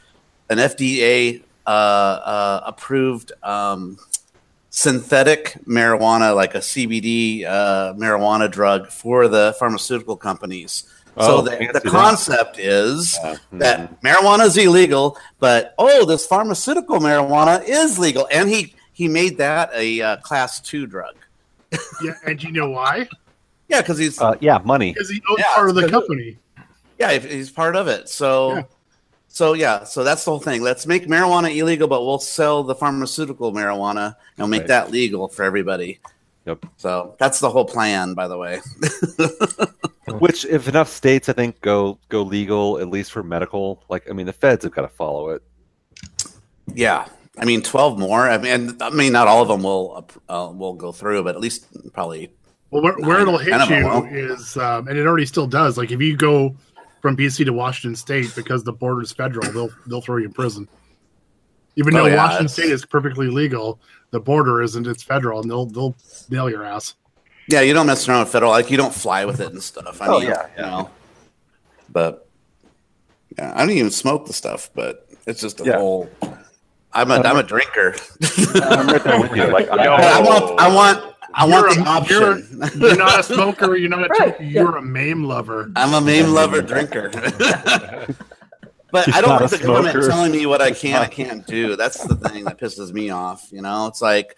S5: an FDA uh, uh, approved um, synthetic marijuana, like a CBD uh, marijuana drug for the pharmaceutical companies.
S4: Oh,
S5: so the,
S4: fancy
S5: the
S4: that.
S5: concept is
S4: mhm.
S5: that marijuana is illegal, but oh, this pharmaceutical marijuana is legal, and he he made that a uh, class two drug.
S1: Yeah, and you know why?
S5: Yeah, because he's
S4: Uh, yeah, money.
S1: Because he owns part of the company.
S5: Yeah, if he's part of it. So, so yeah, so that's the whole thing. Let's make marijuana illegal, but we'll sell the pharmaceutical marijuana and make
S4: Right.
S5: that legal for everybody.
S4: Yep.
S5: So that's the whole plan, by the way.
S4: Which, if enough states, I think go go legal at least for medical. Like, I mean, the feds have got to follow it.
S5: Yeah, I mean, twelve more. I mean, I mean, not all of them will uh, will go through, but at least probably.
S1: Well, where, where it'll hit
S5: Kind of a
S1: you
S5: well.
S1: is, um, and it already still does. Like if you go from BC to Washington State because the border is federal, they'll they'll throw you in prison. Even
S5: Oh,
S1: though
S5: yeah,
S1: Washington
S5: it's-
S1: State is perfectly legal, the border isn't. It's federal, and they'll they'll nail your ass.
S5: Yeah, you don't mess around with federal. Like you don't fly with it and stuff. I
S1: Oh,
S5: mean,
S1: yeah,
S5: you know. But yeah, I don't even smoke the stuff. But it's just a whole. I'm a I'm a drinker.
S4: I'm right there with you. Like, I-
S5: I want I want I want the option.
S1: You're, you're not a smoker. You're not a. You're a MAME lover.
S5: I'm a MAME lover drinker. but
S1: He's
S5: I don't
S1: not
S5: want
S1: a
S5: the government
S1: smoker.
S5: telling me what I can and can't do. That's the thing that pisses me off. You know, it's like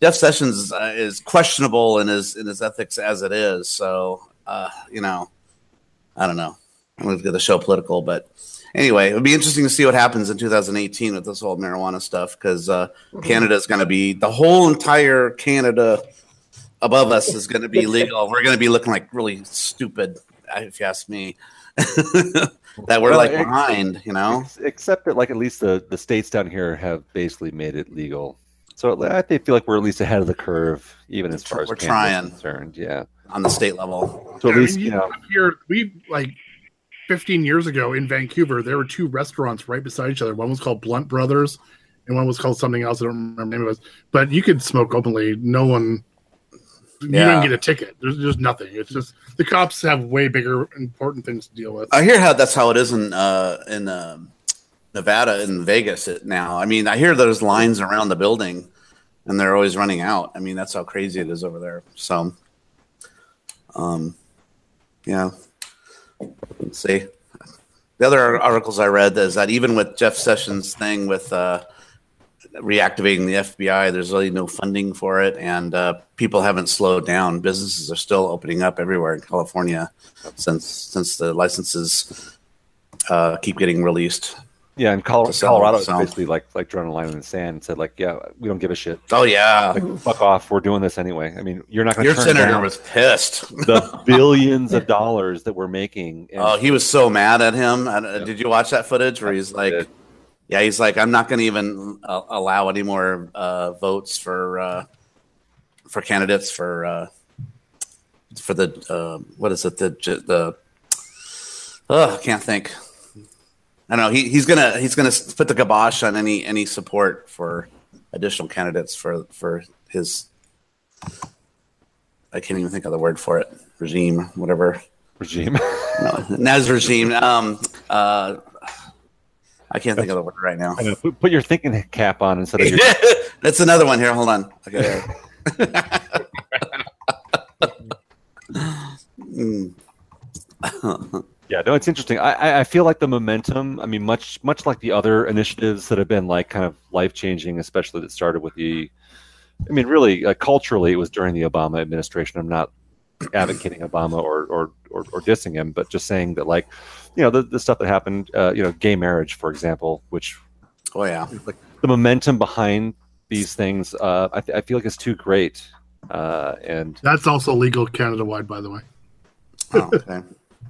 S5: Jeff Sessions uh, is questionable in his in his ethics as it is. So, uh, you know, I don't know. I'm going to get the show political, but anyway, it would be interesting to see what happens in 2018 with this whole marijuana stuff because uh, Canada is going to be the whole entire Canada above us is going to be legal. We're going to be looking like really stupid, if you ask me. that we're
S4: Well,
S5: like
S4: ex-
S5: behind, you know.
S4: ex- Except that, like, at least the the states down here have basically made it legal. So like, I think- feel like we're at least ahead of the curve, even as far as
S5: We're
S4: Canada's
S5: trying.
S4: concerned. Yeah,
S5: on the state level.
S4: So at
S1: I mean,
S4: least you know,
S1: up here, we like 15 years ago in Vancouver, there were two restaurants right beside each other. One was called Blunt Brothers, and one was called something else. I don't remember the name of it. But you could smoke openly. No one, you
S5: Yeah.
S1: didn't get a ticket. There's just nothing. It's just the cops have way bigger, important things to deal with.
S5: I hear how that's how it is in uh, in um Nevada and Vegas it- now. I mean, I hear those lines around the building, and they're always running out. I mean, that's how crazy it is over there. So, um, yeah, let's see. The other articles I read is that even with Jeff Sessions' thing with uh, reactivating the FBI, there's really no funding for it, and uh, people haven't slowed down. Businesses are still opening up everywhere in California since since the licenses uh, keep getting released.
S4: yeah. In Col-
S5: To sell,
S4: Colorado, it's
S5: sell.
S4: basically like like drawn a line in the sand and said like, yeah, we don't give a shit.
S5: Oh yeah,
S4: Like, fuck off. We're doing this anyway. I mean, you're not going to.
S5: your senator was pissed.
S4: the billions of dollars that we're making. And
S5: Oh, he was so mad at him. I don't- Did you watch that footage where he's like, "Yeah, he's like, I'm not going to even uh, allow any more uh, votes for uh, for candidates for uh, for the uh, what is it the ju- the oh, I can't think. I don't know. He, he's gonna he's gonna s- put the kibosh on any any support for additional candidates for for his I can't even think of the word for it. Regime, whatever.
S4: Regime.
S5: no, Naz regime. Um, uh, I can't think of the word right now.
S4: I know. Put- Put your thinking cap on instead of your.
S5: That's another one here. Hold on. Okay. Mm.
S4: yeah, no, it's interesting. I, I, I feel like the momentum. I mean, much much like the other initiatives that have been like kind of life changing, especially that started with the. I mean, really, uh, culturally, it was during the Obama administration. I'm not advocating Obama or or, or or dissing him, but just saying that, like, you know, the, the stuff that happened, uh, you know, gay marriage, for example, which
S5: oh yeah,
S4: like the momentum behind these things, uh, I, th- I feel like it's too great, uh, and
S1: That's also legal Canada wide, by the way.
S5: Oh, okay.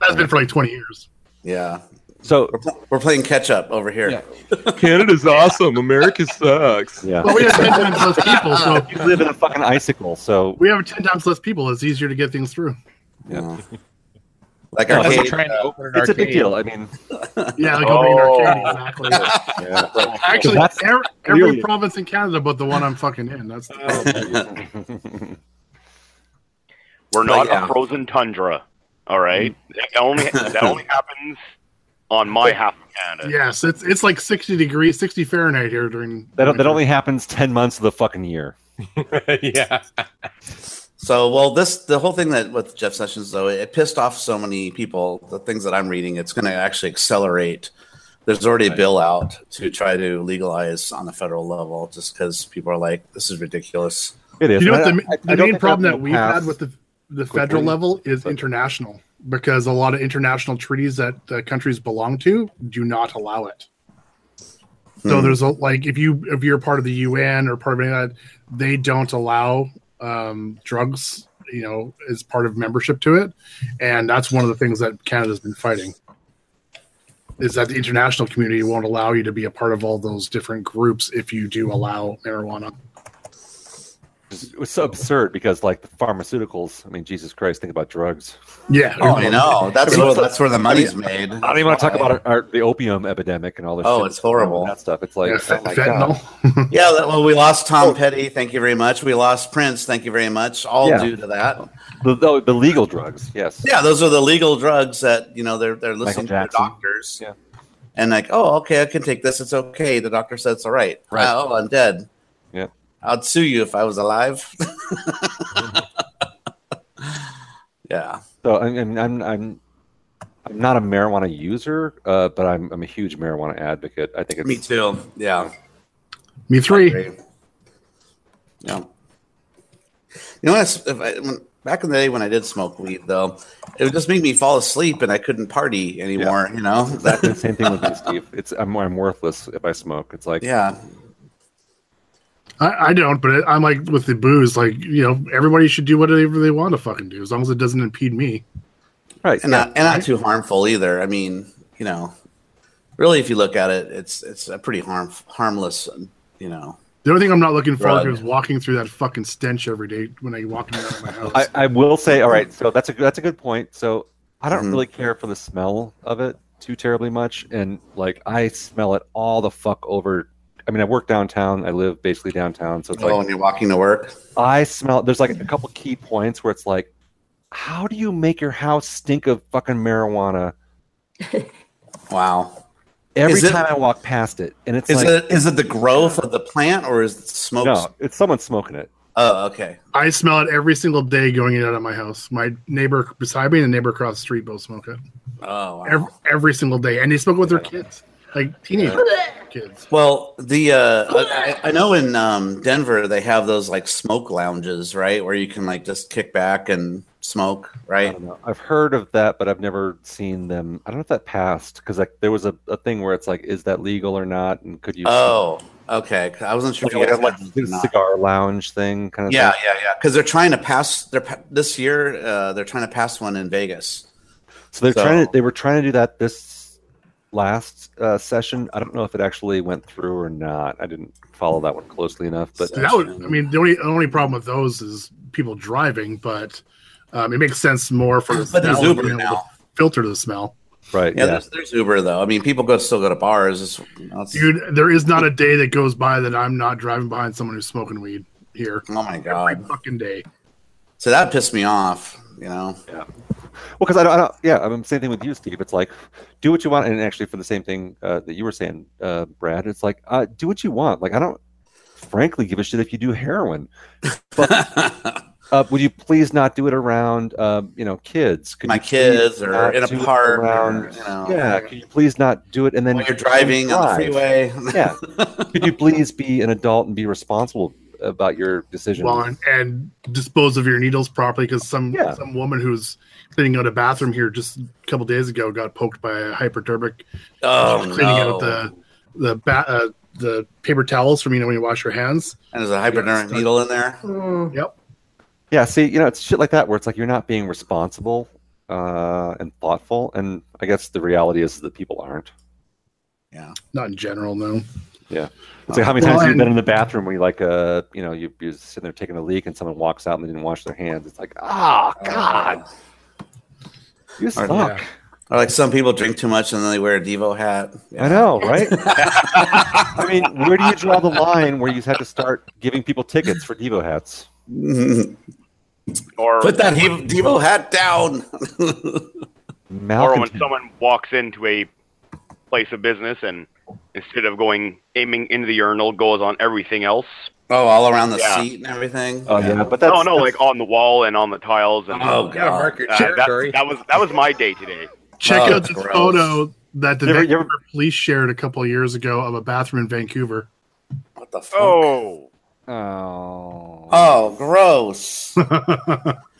S1: That's been for like 20 years.
S5: Yeah.
S4: So
S5: we're, pl- we're playing catch up over here.
S15: Canada's awesome. America sucks.
S4: Yeah.
S1: But we have 10 times less people, so
S4: you live in a fucking icicle, so
S1: we have 10 times less people. It's easier to get things through.
S4: yeah.
S5: Like
S4: No,
S5: arcade,
S4: it's a- it's a big deal. I mean,
S1: Yeah, like
S4: Oh.
S1: opening an arcade, exactly.
S4: Yeah.
S1: Actually,
S4: That's
S1: every, every
S4: really-
S1: province in Canada but the one I'm fucking in. That's the problem.
S12: We're not
S1: Like, yeah.
S12: a frozen tundra. All right, that only that only happens on my half of Canada.
S1: yes, it's it's like 60 degrees, 60 Fahrenheit here during.
S4: that that only happens ten months of the fucking year.
S10: yeah.
S5: So, well, this the whole thing that with Jeff Sessions though, it pissed off so many people. The things that I'm reading, it's going to actually accelerate. There's already a bill out to try to legalize on the federal level, just because people are like, "This is ridiculous."
S4: It
S1: You know what the, the main problem that we've had with the the
S5: quickly,
S1: federal level is international because a lot of international treaties that uh, countries belong to do not allow it. So
S5: Hmm.
S1: there's a, like if you if you're part of the UN or part of any of that, they don't allow um, drugs, you know, as part of membership to it, and that's one of the things that Canada's been fighting. Is that the international community won't allow you to be a part of all those different groups if you do allow marijuana?
S4: It's it's so absurd because like the pharmaceuticals. I mean, Jesus Christ, think about drugs.
S1: Yeah.
S5: Oh, I know. That's where- that's where the
S4: I
S5: money's
S4: mean,
S5: made.
S4: I don't even want to talk about our, our, the opium epidemic and all this.
S5: Oh,
S4: shit
S5: it's
S4: that's going on with
S5: horrible.
S4: That stuff. It's like
S5: Yeah,
S4: oh my
S5: fentanyl.
S4: God.
S5: yeah, that, well, we lost
S4: Oh.
S5: Tom Petty. Thank you very much. We lost Prince. Thank you very much. All
S4: Yeah.
S5: due to that.
S4: The, the, the legal drugs. Yes.
S5: Yeah, those are the legal drugs that you know they're they're listening to their
S4: Jackson.
S5: doctors. Yeah. And like, oh, okay, I can take this. It's okay. The doctor said it's all right.
S4: Right.
S5: Uh, oh, I'm dead.
S4: Yeah.
S5: I'd sue you if I was alive. yeah.
S4: So I mean, I'm I'm I'm not a marijuana user, uh, but I'm I'm a huge marijuana advocate. I think it's
S5: Me too. Yeah.
S1: Me three.
S5: Yeah. You know, what? If I, when, back in the day when I did smoke weed, though, it would just make me fall asleep and I couldn't party anymore. You know,
S4: exactly the same thing with me, Steve. It's I'm I'm worthless if I smoke. It's like
S5: yeah,
S1: I, I don't, but I'm like with the booze, like you know, everybody should do whatever they want to fucking do, as long as it doesn't impede me.
S4: right,
S5: and not and not too harmful either. I mean, you know, really, if you look at it, it's it's a pretty harm harmless. You know,
S1: The only thing I'm not looking forward to
S5: Drug.
S1: is walking through that fucking stench every day when I walk around my house.
S4: I, I will say, all right, so that's a that's a good point. So I don't
S5: Mhm.
S4: really care for the smell of it too terribly much, and like I smell it all the fuck over. I mean, I work downtown. I live basically downtown, so it's
S5: oh,
S4: like
S5: when you're walking to work,
S4: I smell. There's like a couple key points where it's like, how do you make your house stink of fucking marijuana
S5: wow.
S4: every
S5: Is it-
S4: time I walk past it? And it's
S5: Is
S4: like,
S5: it is it the growth of the plant or is it smoke?
S4: no, it's someone smoking it.
S5: Oh, okay.
S1: I smell it every single day going in and out of my house. My neighbor beside me and the neighbor across the street both smoke it
S5: Oh, wow.
S1: every, every single day, and they smoke it with their kids, like teenagers. Kids.
S5: Well, the uh, I, I know in um, Denver they have those like smoke lounges, right, where you can like just kick back and smoke, right?
S4: I've heard of that, but I've never seen them. I don't know if that passed because like there was a, a thing where it's like, is that legal or not? And could you?
S5: Oh, okay. 'Cause I wasn't sure.
S4: like,
S5: if you
S4: like,
S5: guys
S4: like
S5: had
S4: the
S5: them or not.
S4: cigar lounge thing, kind of.
S5: Yeah,
S4: thing.
S5: yeah, yeah. Because they're trying to pass. They're pa- this year. Uh, they're trying to pass one in Vegas.
S4: So they're
S5: So-
S4: trying to. They were trying to do that this last uh, session. I don't know if it actually went through or not. I didn't follow that one closely enough, but
S1: that would, I mean, the only the only problem with those is people driving, but um, it makes sense more for the
S5: But there's
S1: smell and
S5: Uber
S1: being able to
S5: now.
S1: filter the smell.
S4: right.
S5: Yeah, There's, there's Uber though. I mean, people go still go to bars. It's, you know, it's-
S1: Dude, there is not a day that goes by that I'm not driving behind someone who's smoking weed. here.
S5: Oh my god! Every
S1: fucking day.
S5: So that pissed me off. You know.
S4: Yeah. Well, because I don't, I don't, yeah, I'm same thing with you, Steve. It's like, do what you want, and actually for the same thing uh, that you were saying, uh, Brad, it's like, uh, do what you want. Like, I don't, frankly, give a shit if you do heroin, but uh, would you please not do it around, um, you know, kids? Could
S5: My
S4: you please
S5: kids or
S4: not
S5: in a
S4: do it
S5: park or, you know.
S4: yeah. Could you please not do it, and then
S5: While you're driving on the
S4: drive?
S5: freeway.
S4: yeah. Could you please be an adult and be responsible about your decisions?
S1: Well, and, and dispose of your needles properly because some
S4: Yeah.
S1: some woman who's cleaning out a bathroom here just a couple days ago got poked by a hypodermic
S5: Oh,
S1: cleaning
S5: no.
S1: out the the ba- uh, the paper towels from you know when you wash your hands.
S5: And there's a hypodermic needle in there.
S6: Mm.
S1: Yep.
S4: Yeah, see, you know, it's shit like that where it's like you're not being responsible uh, and thoughtful, and I guess the reality is that people aren't.
S5: Yeah.
S1: Not in general, no.
S4: Yeah, it's like how many
S1: Well,
S4: times have you
S1: and-
S4: been in the bathroom where you like, uh, you know, you, you're sitting there taking a leak and someone walks out and they didn't wash their hands. It's like, ah, God, you
S5: Or,
S4: suck.
S5: or like some people drink too much and then they wear a Devo hat.
S4: I know, right? I mean, where do you draw the line where you have to start giving people tickets for Devo hats?
S12: Or
S5: Put that Devo Devo hat down.
S12: or when
S4: Malcontent.
S12: someone walks into a place of business and instead of going aiming into the urinal, goes on everything else.
S5: Oh, all around the
S12: Yeah. Uh,
S5: seat and everything.
S4: Oh, yeah, but
S12: no,
S4: that's-
S12: no, like on the wall and on the tiles and
S5: Oh, You gotta God. mark your
S12: Uh,
S5: territory.
S12: that, that was that was my day today.
S1: Check
S5: Oh,
S1: out this
S5: gross.
S1: photo that the
S4: You ever- you
S1: Vancouver police shared a couple of years ago of a bathroom in Vancouver.
S5: What the fuck?
S12: Oh,
S4: Oh,
S5: Oh, gross.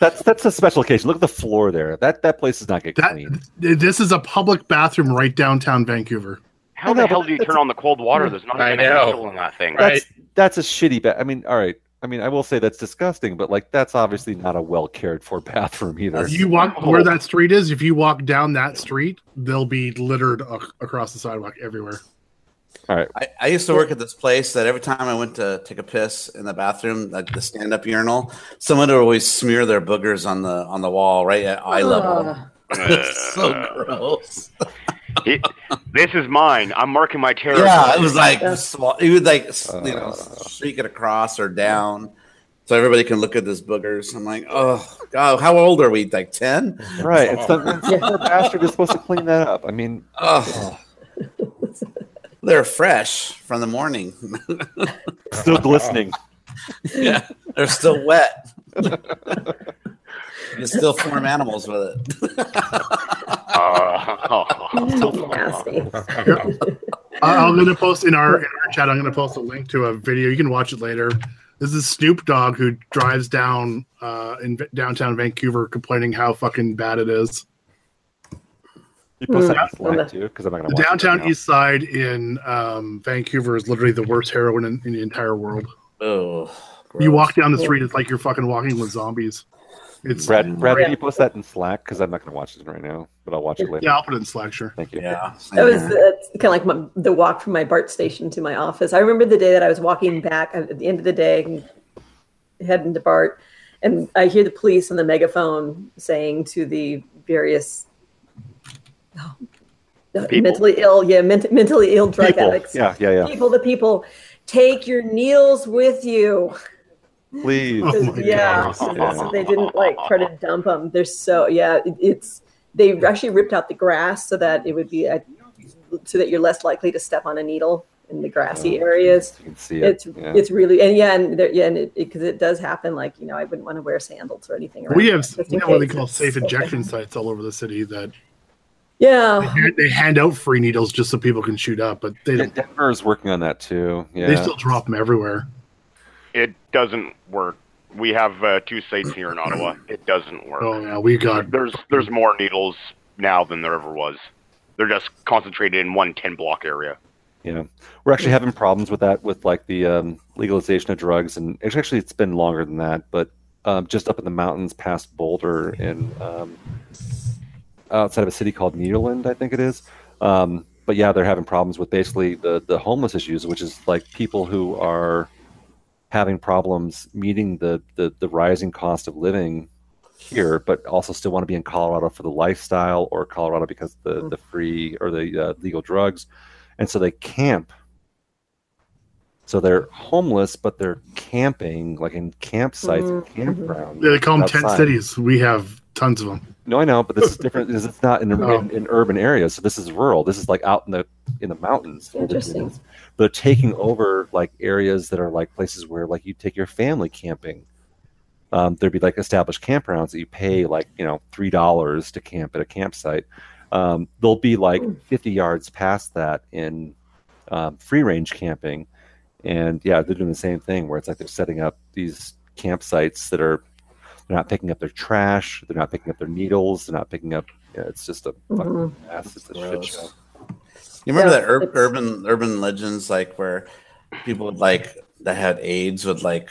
S4: that's that's a special occasion. Look at the floor there. That that place does not get
S1: That-
S4: cleaned.
S1: This is a public bathroom right downtown Vancouver.
S12: how the hell do you turn on the cold water? There's not
S10: I
S12: even a
S10: know.
S12: handle in that thing.
S4: That's that's a shitty bath. I mean, all right. I mean, I will say that's disgusting, but like that's obviously not a well cared for bathroom either.
S1: If you walk where that street is, if you walk down that street, they'll be littered ac- across the sidewalk everywhere.
S4: All right.
S5: I, I used to work at this place that every time I went to take a piss in the bathroom, like the stand up urinal, someone would always smear their boogers on the on the wall right at eye level. so gross.
S12: Uh, It- this is mine. I'm marking my territory.
S5: Yeah, it was like swa- it would like s- you
S12: Uh.
S5: know streak it across or down, so everybody can look at this boogers. I'm like, oh god, how old are we? Like ten?
S4: Right. It's the, it's the poor bastard is supposed to clean that up. I mean,
S5: Oh. They're fresh from the morning.
S4: still glistening.
S5: yeah, they're still wet. you still form animals with it.
S12: Uh, nasty.
S1: I- I'm going to post in our, in our chat, I'm going to post a link to a video. You can watch it later. This is Snoop Dogg who drives down uh, in v- downtown Vancouver complaining how fucking bad it is.
S4: You post that
S1: Mm.
S4: on Slack too, because I'm not gonna
S1: The
S4: watch it right
S1: downtown
S4: now.
S1: east side in um, Vancouver is literally the worst heroin in, in the entire world.
S5: oh,
S1: You walk down the street, it's like you're fucking walking with zombies. It's
S4: Brad, Brad, can you post that in Slack? Because I'm not gonna watch it right now, but I'll watch it later.
S1: Yeah, I'll put it in Slack. Sure.
S4: Thank you.
S5: Yeah.
S6: That was kind of like my, the walk from my BART station to my office. I remember the day that I was walking back uh, at the end of the day, heading to BART, and I hear the police on the megaphone saying to the various oh,
S4: People.
S6: mentally ill, yeah, ment- mentally ill drug
S4: People.
S6: addicts,
S4: Yeah, yeah, yeah.
S6: people, the people, take your needles with you.
S4: Please.
S1: Oh
S6: yeah, so that- so they didn't like try to dump them. They're so yeah, it, it's they actually ripped out the grass so that it would be a, so that you're less likely to step on a needle in the grassy
S4: Oh,
S6: areas.
S4: you can see it,
S6: It's
S4: yeah.
S6: it's really and yeah and there, yeah and it because it, does happen like you know I wouldn't want to wear sandals or anything. around
S1: We have
S6: just
S1: we
S6: in
S1: have what they
S6: case
S1: call
S6: it's-
S1: safe injection sites all over the city that
S6: Yeah,
S1: they hand out free needles just so people can shoot up, but they don't.
S4: Denver is working on that too. Yeah.
S1: They still drop them everywhere.
S12: It doesn't work. We have uh, two states here in Ottawa. It doesn't work.
S1: Oh yeah, we got
S12: There's there's more needles now than there ever was. They're just concentrated in one 10 block area.
S4: Yeah, we're actually having problems with that, with like the um, legalization of drugs, and it's actually it's been longer than that, but um, just up in the mountains past Boulder and um, outside of a city called Nederland, I think it is. Um, but yeah, they're having problems with basically the the homeless issues, which is like people who are having problems meeting the the, the rising cost of living here, but also still want to be in Colorado for the lifestyle or Colorado because the the free or the uh, legal drugs, and so they camp So they're homeless, but they're camping, like in campsites, and campgrounds.
S1: Yeah, they call them tent
S4: outside.
S1: cities. We have tons of them.
S4: No, I know, but this is different. because it's not in,
S1: Oh.
S4: in, in urban areas. So this is rural. This is like out in the in the mountains. where they're doing
S6: Interesting.
S4: this. They're taking over like areas that are like places where like you take your family camping. Um, there'd be like established campgrounds that you pay like you know three dollars to camp at a campsite. Um, they'll be like fifty yards past that in um, free range camping, and yeah, they're doing the same thing where it's like they're setting up these campsites that are they're not picking up their trash. They're not picking up their needles. They're not picking up. Yeah, it's just a fucking
S6: Mm-hmm.
S5: Mhm.
S4: mess. It's a shit show.
S5: You remember
S4: Yeah,
S5: that ur-
S4: it's-
S5: urban urban legends like where people would like that had AIDS would like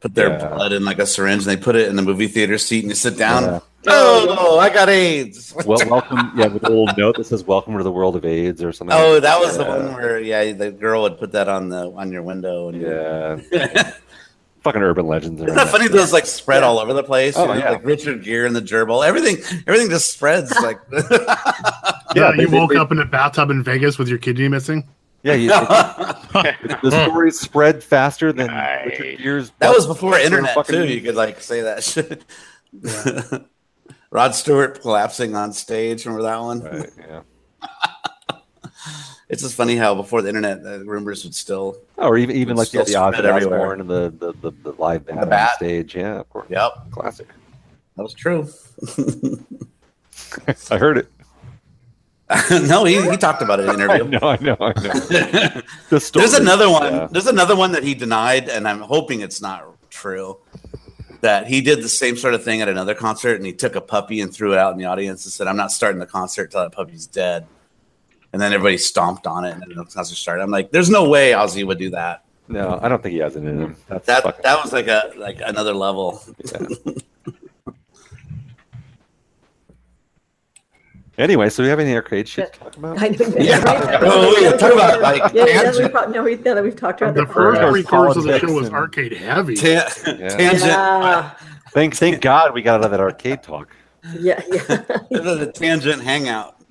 S5: put their
S4: Yeah.
S5: blood in like a syringe and they put it in the movie theater seat and you sit down.
S4: Yeah.
S5: Oh, I got AIDS.
S4: Well, welcome. Yeah, with a little note that says "Welcome to the world of AIDS" or something.
S5: Oh, that was the
S4: Yeah.
S5: one where yeah, the girl would put that on the on your window. And
S4: Yeah. fucking urban legends.
S5: Isn't that funny? Those like spread all over the place.
S4: Oh,
S5: you know,
S4: yeah.
S5: Like Richard Gere and the gerbil. Everything everything just spreads. Like
S1: Yeah,
S5: they-
S1: you
S5: they-
S1: woke
S5: they-
S1: up in a bathtub in Vegas with your kidney missing.
S4: Yeah, you, the stories spread faster than Richard Gere's.
S5: Hmm. That was before
S4: fucking-
S5: internet
S4: fucking-
S5: too. You could like say that shit. Rod Stewart collapsing on stage. Remember that one?
S4: Right, yeah.
S5: it's just funny how before the internet, the rumors would still.
S4: Oh, Or even even
S5: would
S4: like yeah,
S5: still
S4: the
S5: spread
S4: Ozzy
S5: everywhere.
S4: Osbourne and the the, the, the live band
S5: The bat.
S4: on stage. Yeah, of course.
S5: Yep,
S4: classic.
S5: that was true.
S4: I heard it.
S5: no, he, he talked about it in an interview.
S4: No, I know, I know. The
S5: There's
S4: stories,
S5: another one.
S4: yeah.
S5: There's another one that he denied, and I'm hoping it's not true. That he did the same sort of thing at another concert, and he took a puppy and threw it out in the audience and said, "I'm not starting the concert till that puppy's dead." And then everybody stomped on it, and then the concert started. I'm like, "There's no way Ozzy would do that."
S4: No, I don't think he has it in him. That's
S5: That
S4: fucking-
S5: that was like a like another level.
S4: Anyway, so we have any arcade shit?
S6: I know.
S4: Yeah.
S6: right?
S4: Oh, yeah, talk about, like,
S6: yeah, now that we
S4: tangent.
S6: pro- now, we, now that we've talked about
S4: The
S6: this-
S4: first
S1: Three quarters of the show
S4: Politics
S1: was
S4: and-
S1: arcade heavy.
S5: Ta- Tangent.
S6: Yeah,
S4: Thank thank God we got out of that arcade talk.
S6: yeah, yeah.
S5: This is a tangent hangout.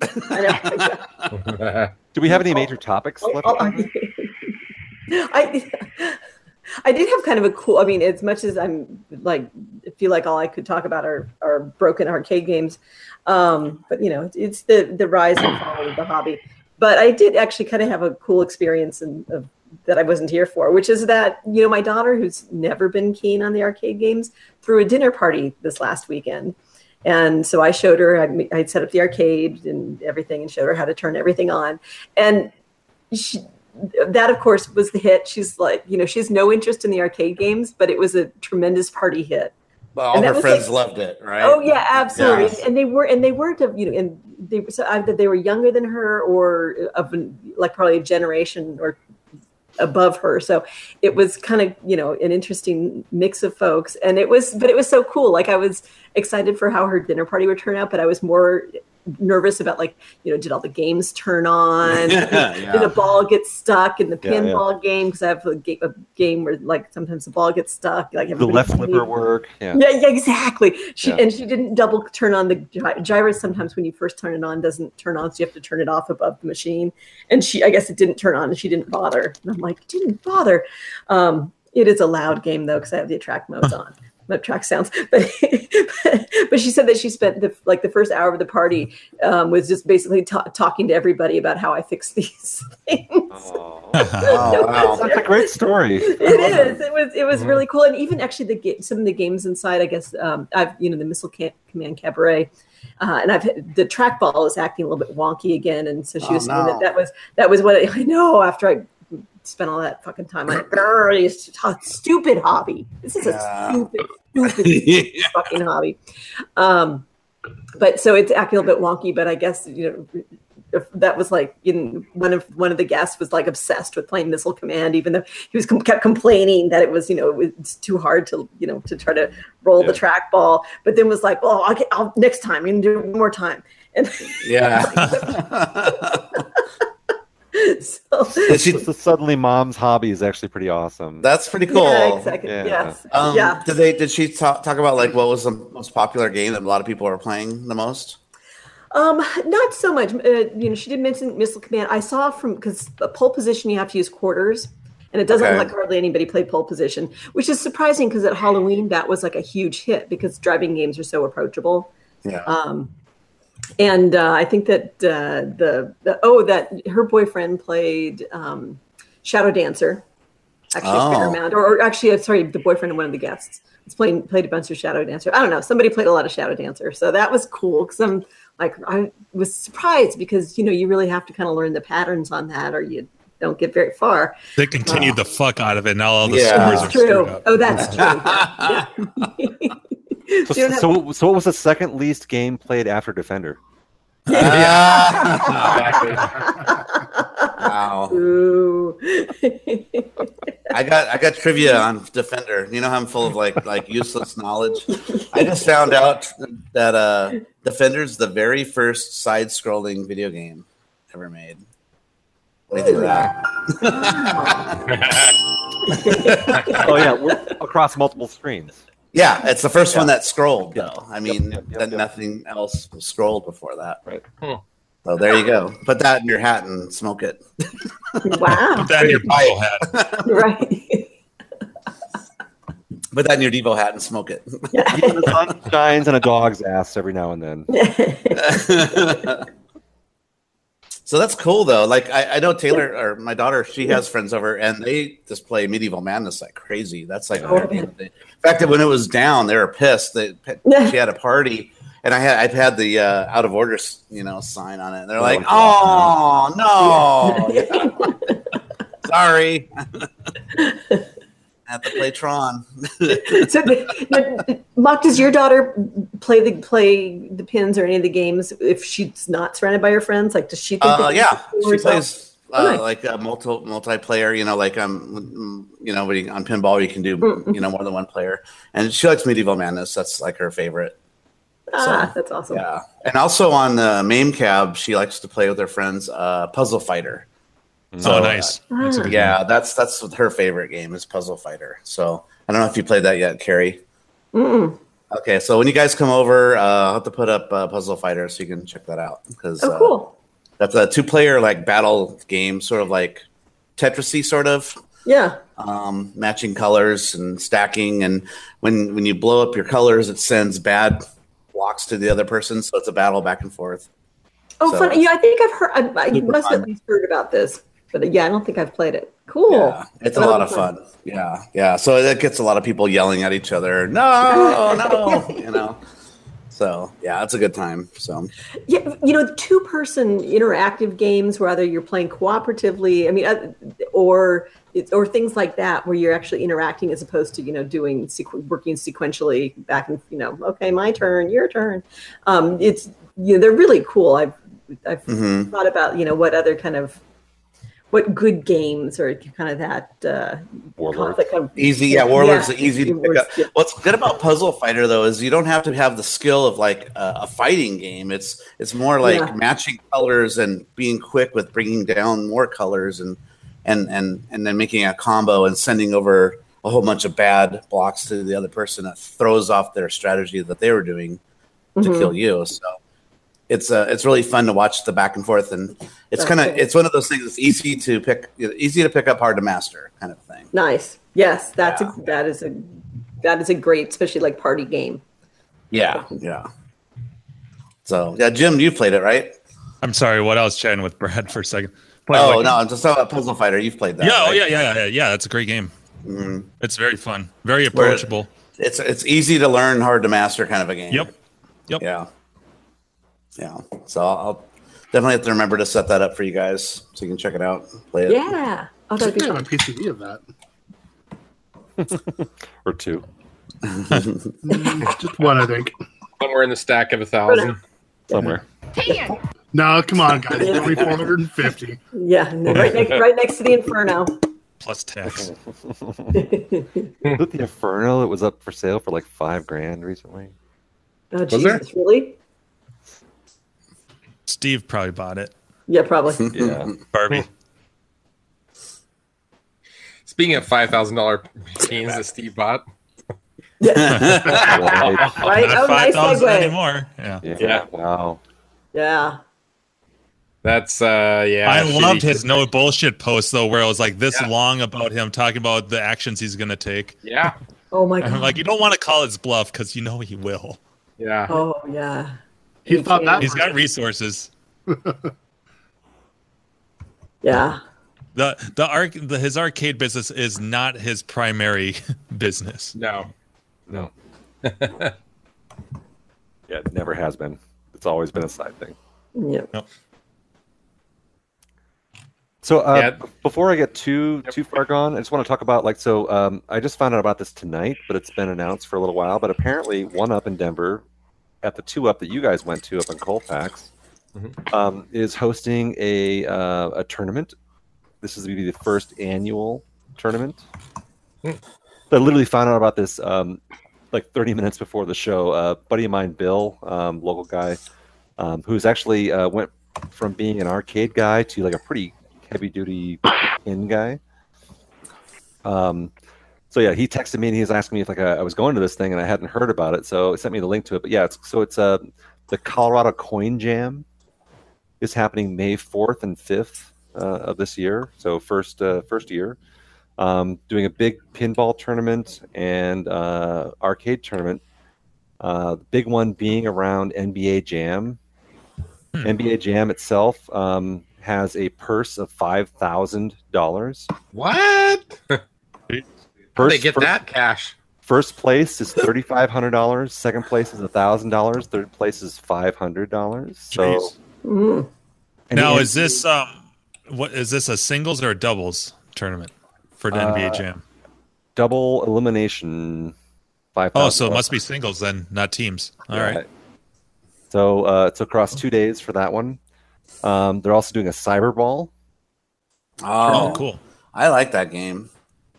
S4: Do we have any major topics left?
S6: Oh, I I did have kind of a cool. I mean, as much as I'm like feel like all I could talk about are are broken arcade games, um, but you know, it's, it's the the rise and fall of the hobby. But I did actually kind of have a cool experience and of that I wasn't here for, which is that you know my daughter, who's never been keen on the arcade games, threw a dinner party this last weekend. And so I showed her, I'd, I'd set up the arcade and everything and showed her how to turn everything on. And she, that of course was the hit. She's like, you know, she has no interest in the arcade games, but it was a tremendous party hit.
S5: But all
S6: And that
S5: her
S6: was
S5: friends
S6: like-
S5: loved it, right?
S6: Oh yeah, absolutely.
S5: Yeah.
S6: And they were, and they weren't, of, you know, and they so either they were younger than her or of an- like probably a generation or above her. So it was kind of, you know, an interesting mix of folks. And it was, but it was so cool. Like I was excited for how her dinner party would turn out, but I was more nervous about like, you know, did all the games turn on?
S5: Yeah, yeah.
S6: Did a ball get stuck in the
S4: Yeah, yeah.
S6: pinball game? Because I have a, ga- a game where like sometimes the ball gets stuck. Like
S4: The
S6: everybody
S4: left
S6: can
S4: flipper
S6: leave.
S4: work. Yeah.
S6: Yeah, yeah, exactly. She
S4: Yeah.
S6: and she didn't double turn on the gy- gyro. Sometimes when you first turn it on, doesn't turn on, so you have to turn it off above the machine. And she, I guess, it didn't turn on, and she didn't bother. And I'm like, didn't bother. Um, it is a loud game though, because I have the attract modes on. No track sounds, but, but she said that she spent the like the first hour of the party um, was just basically ta talking to everybody about how I fixed these things.
S4: Oh, wow. That's a great story.
S6: It is. It was. It was really cool, and even actually the ga- some of the games inside. I guess um, I've you know the Missile Ca- Command Cabaret, uh, and I've the trackball is acting a little bit wonky again, and so she
S16: Oh,
S6: was saying
S16: no.
S6: that that was that was what I, I know after I spent all that fucking time on it. Grr, it's just a Stupid hobby. This is
S16: Yeah.
S6: a stupid, stupid fucking hobby. Um, but so it's acting a little bit wonky. But I guess you know if that was like in one of one of the guests was like obsessed with playing Missile Command, even though he was com- kept complaining that it was you know it was it's too hard to you know to try to roll the trackball. But then was like, oh, I'll, get, I'll next time and do it one more time. And so
S4: So suddenly mom's hobby is actually pretty awesome.
S5: That's pretty
S6: Yeah,
S5: cool.
S6: exactly. Yes.
S5: Um,
S6: Yeah.
S5: Did they? Did she talk, talk about like what was the most popular game that a lot of people were playing the most?
S6: Um, not so much. Uh, you know, she did mention missile command. I saw from because pole position you have to use quarters, and it doesn't
S5: Okay.
S6: look like hardly anybody played pole position, which is surprising because at Halloween that was like a huge hit because driving games are so approachable.
S5: Yeah.
S6: Um, and uh, I think that uh, the, the oh that her boyfriend played um, Shadow Dancer, actually
S5: Oh.
S6: a fair amount, or, or actually uh, sorry, the boyfriend of one of the guests was playing played a bunch of Shadow Dancer. I don't know, somebody played a lot of Shadow Dancer, so that was cool because I'm like I was surprised because you know you really have to kind of learn the patterns on that or you don't get very far.
S7: They continued the fuck out of it. Now all the
S4: Yeah.
S7: scores are
S4: That's
S7: screwed
S6: True.
S7: up.
S6: Oh, that's true. Yeah. Yeah.
S4: So,
S6: They don't have-
S4: so, what- so what was the second least game played after Defender?
S5: Wow.
S6: Ooh.
S5: I got I got trivia on Defender. You know how I'm full of like like useless knowledge. I just found out that uh Defender's the very first side-scrolling video game ever made. What do you think of that?
S4: oh yeah, we're across multiple screens.
S5: Yeah, it's the first one
S4: Yeah.
S5: that scrolled though. I mean, that nothing else was scrolled before that. Right.
S10: Hmm.
S5: So there you go. Put that in your hat and smoke it.
S6: Wow.
S5: Put that in your Devo hat.
S6: right.
S5: Put that in your Devo hat and smoke it.
S4: Yeah, the sun shines on a dog's ass every now and then.
S5: so that's cool though. Like I, I know Taylor or my daughter, she has friends over, and they just play Medieval Madness like crazy. That's like
S4: Oh,
S5: their game of the day. in fact that when it was down, they were pissed. That she had a party, and I had I've had the uh, out of order you know sign on it. And they're like, oh no, sorry, have to play Tron.
S6: so, Mock, does your daughter play the play the pins or any of the games if she's not surrounded by her friends? Like, does she? Think
S5: Uh,
S6: that
S5: yeah,
S6: she's
S5: she
S6: herself?
S5: plays
S6: Oh,
S5: uh,
S6: nice.
S5: like a multi multiplayer. You know, like um, mm, you know, when you, on pinball you can do
S6: Mm,
S5: you know more than one player, and she likes Medieval Madness. That's like her favorite.
S6: Ah, that's awesome.
S5: Yeah, and also on the MAME cab, she likes to play with her friends uh, Puzzle Fighter.
S7: Oh, nice.
S5: uh,
S7: That's a
S6: Mm-hmm.
S7: good
S5: yeah, that's that's what her favorite game is Puzzle Fighter. So I don't know if you played that yet, Carrie.
S6: Mm-mm.
S5: Okay, so when you guys come over, uh, I'll have to put up uh, Puzzle Fighter so you can check that out uh, because
S6: Oh, cool.
S5: that's a two-player like battle game, sort of like Tetrisy, sort of
S6: Yeah.
S5: um, matching colors and stacking. And when when you blow up your colors, it sends bad blocks to the other person, so it's a battle back and forth.
S6: Oh,
S5: So-
S6: fun. Yeah, I think I've heard. I, I
S5: Super
S6: must have
S5: fun.
S6: at least heard about this, but yeah, I don't think I've played it. Cool.
S5: It's a lot of fun. Yeah, yeah. So it gets a lot of people yelling at each other. No, no, you know. So yeah, it's a good time. So
S6: Yeah, you know, two person interactive games where either you're playing cooperatively, I mean, uh, or it's- or things like that where you're actually interacting as opposed to you know doing sequ- working sequentially back and you know okay my turn your turn. Um, it's you know they're really cool. I've I've
S5: Mhm.
S6: thought about you know what other kind of what good games or kind of that uh,
S5: Warlord.
S6: conflict of-
S5: easy. Yeah, Warlord's
S6: Yeah.
S5: easy to pick up. What's good about Puzzle Fighter though is you don't have to have the skill of like a a fighting game. It's it's more like
S6: Yeah.
S5: matching colors and being quick with bringing down more colors and and and and then making a combo and sending over a whole bunch of bad blocks to the other person that throws off their strategy that they were doing to
S6: Mm-hmm.
S16: Mhm.
S5: kill you. So it's uh, it's really fun to watch the back and forth, and it's
S6: That's
S5: kind of
S6: cool.
S5: it's one of those things that's easy to pick, easy to pick up, hard to master, kind of thing.
S6: Nice. Yes, that's a, that is a that is a great, especially like party game.
S5: Yeah, yeah. So yeah, Jim, you played it, right?
S7: I'm sorry. What I was chatting with Brad for a second.
S5: oh no, I'm just talking about Puzzle Fighter. You've played that.
S7: yeah, oh,
S5: right?
S7: yeah, yeah, yeah, yeah. That's a great game. It's very fun, very
S5: Where it-
S7: approachable.
S5: It's it's easy to learn, hard to master, kind of a game.
S7: Yep. Yep.
S5: Yeah. Yeah. So I'll, I'll definitely have to remember to set that up for you guys so you can check it out, play it.
S6: Yeah. Oh, that'd be
S1: I have a
S6: fun.
S1: PCB of that.
S4: or two.
S1: Mm, Just one, I think.
S10: Somewhere in the stack of a thousand.
S4: Somewhere.
S1: No, come on, guys. It's only 450.
S6: Yeah, no, right, next, right next to the Inferno. Oh,
S7: Plus tax.
S4: Was it the Inferno that was up for sale for like five grand recently?
S6: Oh,
S4: Was
S6: Jesus,
S4: there?
S6: really?
S7: Steve probably bought it.
S6: Yeah, probably.
S4: Yeah.
S7: Barbie.
S10: Speaking of five thousand dollar games that Steve bought.
S6: Right? Oh, nice segue.
S7: anymore. Yeah.
S4: yeah. Wow.
S6: Yeah.
S10: That's uh yeah.
S7: I
S10: shitty
S7: loved
S10: shit.
S7: his no bullshit post though, where I was like this long about him talking about the actions he's gonna take.
S10: Yeah.
S6: Oh my
S7: I'm
S6: god.
S7: like, you don't want to call his bluff because you know he will.
S10: Yeah.
S6: Oh yeah.
S7: He
S6: thought that
S7: He's
S6: was-
S7: got resources.
S6: Yeah.
S7: The the arc the, his arcade business is not his primary business.
S10: No.
S4: No. yeah, it never has been. It's always been a side thing.
S6: Yep.
S4: So uh,
S10: Yeah.
S4: b- before I get too too far gone, I just want to talk about like so. Um, I just found out about this tonight, but it's been announced for a little while. But apparently, one up in Denver, at the two up that you guys went to up in Colfax,
S10: Mm-hmm.
S4: um, is hosting a uh, a tournament. This is going to be the first annual tournament.
S10: Hmm.
S4: I literally found out about this um, like 30 minutes before the show. A buddy of mine, Bill, um, local guy, um, who's actually uh, went from being an arcade guy to like a pretty heavy duty in guy. Um, so yeah, he texted me and he was asking me if like I, I was going to this thing and I hadn't heard about it, so he sent me the link to it. But yeah, it's, so it's uh, the Colorado Coin Jam is happening May fourth and fifth uh, of this year, so first uh, first year. Um, doing a big pinball tournament and uh, arcade tournament. Uh, the big one being around NBA Jam, NBA Jam itself um, has a purse of five thousand dollars.
S10: What? How they get that cash?
S4: First place is thirty five hundred dollars. Second place is thousand dollars. Third place is five hundred dollars. So
S6: Mm.
S4: And
S7: now
S4: the-
S7: is this um what is this a singles or a doubles tournament for the NBA
S4: Uh,
S7: Jam?
S4: double elimination. Five.
S7: Oh, so it must be singles then, not teams. All right.
S4: So uh, it's across two days for that one. Um, they're also doing a cyber ball.
S5: Oh,
S4: Oh,
S7: cool.
S5: I like that game.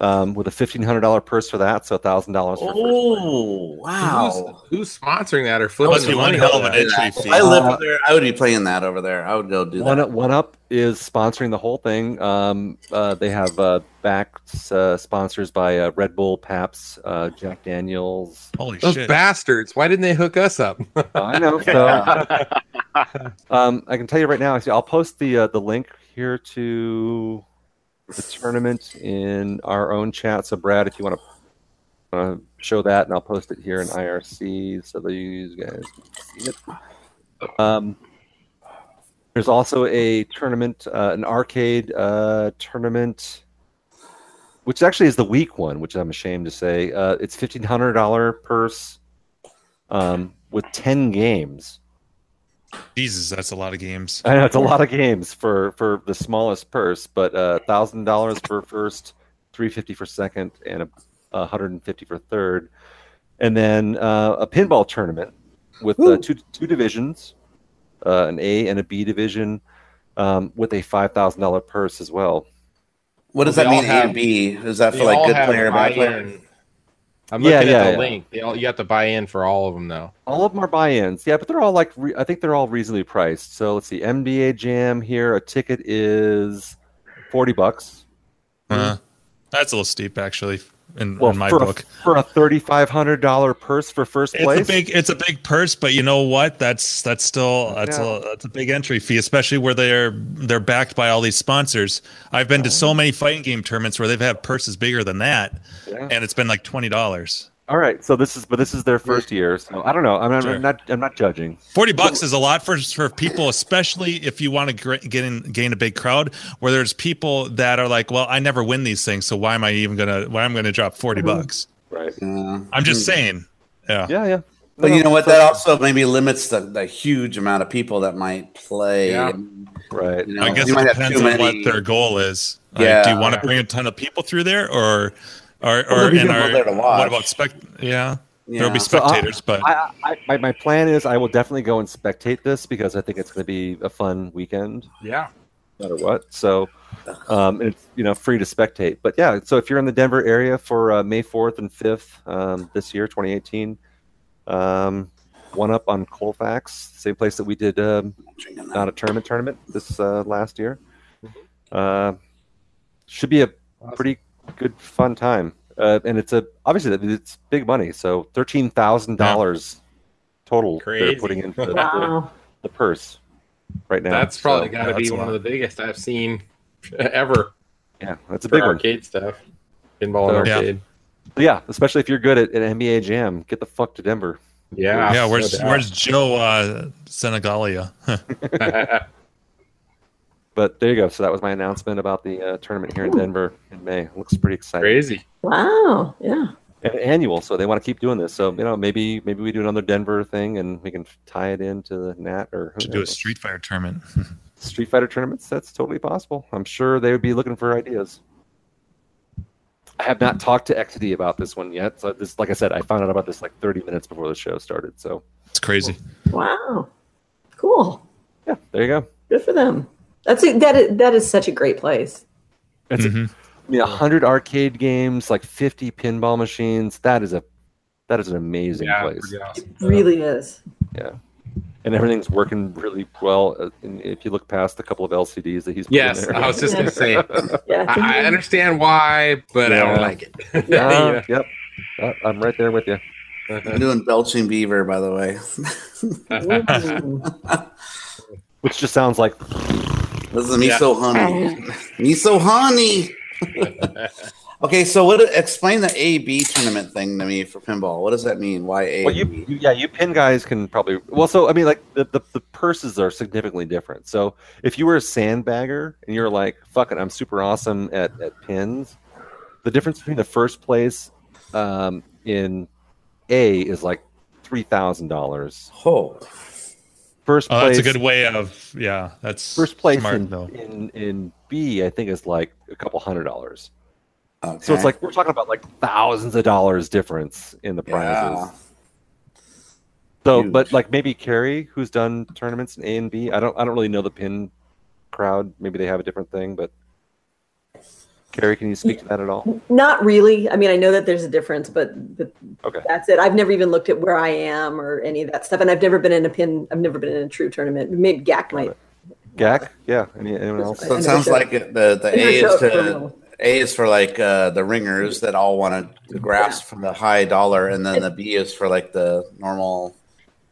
S4: Um, with a fifteen hundred dollar purse for that, so thousand dollars for
S5: Oh wow!
S10: Who's, who's sponsoring that or flipping the money? over that?
S5: If I lived
S10: uh,
S5: over there, I would be playing that over there. I would go do
S4: One
S5: that.
S4: up, one up is sponsoring the whole thing. Um, uh, they have uh, backed uh, sponsors by uh, Red Bull, Paps, uh, Jack Daniels.
S7: Holy
S10: Those bastards! Why didn't they hook us up?
S4: I know. So, um, I can tell you right now. actually, I'll post the uh, the link here to the tournament in our own chat. So, Brad, if you want to uh, show that, and I'll post it here in IRC so that you guys can see it. Um, there's also a tournament, uh, an arcade uh, tournament, which actually is the weak one, which I'm ashamed to say. Uh, it's fifteen hundred dollar purse um, with ten games.
S7: Jesus, that's a lot of games.
S4: I know it's a lot of games for for the smallest purse, but uh thousand dollars for first, three fifty for second, and a hundred and fifty for third, and then uh, a pinball tournament with uh, two two divisions, uh, an A and a B division, um, with a five thousand dollar purse as well.
S5: What does
S10: They
S5: that
S10: all
S5: mean? A
S10: have-
S5: and B? Is that
S10: they
S5: for like
S10: all
S5: good
S10: have
S5: player, bad player?
S10: buy-in. I'm
S4: Yeah,
S10: looking
S4: yeah,
S10: at the
S4: yeah.
S10: link. They all, you have to buy in for all of them though.
S4: All of them are buy-ins, yeah, but they're all like re- I think they're all reasonably priced. So let's see, MBA Jam here, a ticket is forty bucks.
S7: Uh, that's a little steep actually in, in my
S4: for
S7: book.
S4: A, for a thirty-five hundred dollar purse for first
S7: It's
S4: place.
S7: a big it's a big purse, but you know what? That's that's still that's
S4: Yeah.
S7: a that's a big entry fee, especially where they're they're backed by all these sponsors. I've been to so many fighting game tournaments where they've had purses bigger than that,
S4: Yeah.
S7: and it's been like twenty dollars.
S4: All right, so this is but this is their first year, so I don't know. I'm, I'm
S7: Sure.
S4: not I'm not judging.
S7: Forty bucks is a lot for for people, especially if you want to gr- get in, gain a big crowd. Where there's people that are like, "Well, I never win these things, so why am I even gonna why am I gonna drop 40 bucks?"
S4: Right.
S7: I'm just
S5: Mm-hmm.
S7: saying. Yeah.
S4: Yeah, yeah.
S5: But you know what? That also maybe limits the, the huge amount of people that might play.
S7: Yeah.
S4: Right.
S5: You know,
S7: I guess
S5: you
S7: it
S5: might have
S7: depends
S5: too
S7: on what
S5: many-
S7: their goal is. Like,
S5: Yeah.
S7: do you want to bring a ton of people through there, or or
S5: there'll
S7: or
S5: be
S7: and
S5: people
S7: are,
S5: there to
S7: what
S5: watch.
S7: about spec? Yeah, there'll
S4: Yeah.
S7: be
S4: So I-
S7: spectators, but
S4: I, I, my, my plan is I will definitely go and spectate this because I think it's going to be a fun weekend,
S10: Yeah.
S4: no matter what. So um, it's you know free to spectate. But yeah, so if you're in the Denver area for uh, May 4th and 5th um, this year, 2018, um, one up on Colfax, same place that we did um, not a tournament tournament this uh, last year. Uh, should be a pretty good fun time, uh, and it's a obviously that- it's big money. So thirteen thousand dollars total
S10: Crazy.
S4: they're putting into the,
S10: Wow.
S4: the, the purse. right now.
S10: That's probably
S4: So,
S10: got to
S4: yeah,
S10: be
S4: that's a
S10: one of
S4: lot.
S10: the biggest I've seen ever.
S4: Yeah, that's a
S10: for
S4: big one.
S10: arcade stuff. Pinball and
S4: So-
S10: arcade.
S4: Yeah, especially if you're good at, at NBA Jam. Get the fuck to Denver.
S10: Yeah,
S7: yeah. Where's Where's Joe uh, Senegalia?
S4: But there you go. So that was my announcement about the uh, tournament here in Denver in May. Looks pretty exciting.
S10: Crazy.
S6: Wow. Yeah.
S4: And annual, so they want to keep doing this. So you know, maybe maybe we do another Denver thing, and we can tie it into the Nat or
S7: Should do a Street Fighter tournament.
S4: Street Fighter tournaments. That's totally possible. I'm sure they would be looking for ideas. I have not talked to XD about this one yet. So this, like I said, I found out about this like 30 minutes before the show started. So
S7: It's crazy.
S6: Wow. Cool.
S4: there you go.
S6: Good for them. That's a, that is, that is such a great place.
S4: That's
S7: Mm-hmm.
S4: it. I
S10: Mm-hmm.
S4: mean, 100 arcade games, like 50 pinball machines. That is a that is an amazing place.
S6: Really is.
S4: Yeah. And everything's working really well. uh, And if you look past the couple of LCDs that he's put in
S10: Yes,
S4: there.
S10: I was just gonna say.
S6: Yeah.
S10: I, I understand why, but I
S4: Yeah.
S10: don't like it.
S4: Yeah, Yep. Uh, I'm right there with you.
S5: I'm doing belching beaver, by the way.
S6: Uh,
S4: Which just sounds like
S5: this is me
S4: Yeah.
S5: so honey, me so honey. okay, so what? Explain the AB tournament thing to me for pinball. What does that mean? Why A?
S4: Well, you, you yeah, you pin guys can probably well. So I mean, like the, the the purses are significantly different. So if you were a sandbagger and you're like, "Fuck it, I'm super awesome at at pins," the difference between the first place um, in A is like three thousand dollars.
S5: Oh,
S4: first
S7: Oh,
S4: place.
S7: that's a good way of yeah. That's
S4: first place
S7: Smart
S4: in,
S7: though.
S4: in in B, I think is like a couple hundred dollars.
S5: Okay.
S4: So it's like we're talking about like thousands of dollars difference in the prizes.
S5: Yeah.
S4: So, but like maybe Carrie, who's done tournaments in A and B. I don't, I don't really know the pin crowd. Maybe they have a different thing, but Carrie, can you speak to that at all?
S6: Not really. I mean, I know that there's a difference, but, but
S4: Okay.
S6: that's it. I've never even looked at where I am or any of that stuff, and I've never been in a pin. I've never been in a true tournament. Maybe Gak might.
S4: Gak, yeah. Any, anyone else?
S5: So it sounds like it- the the A
S6: Underdog
S5: is to,
S6: criminal.
S5: A is for like uh, the ringers that all want to grasp for the high dollar, and then the B is for like the normal.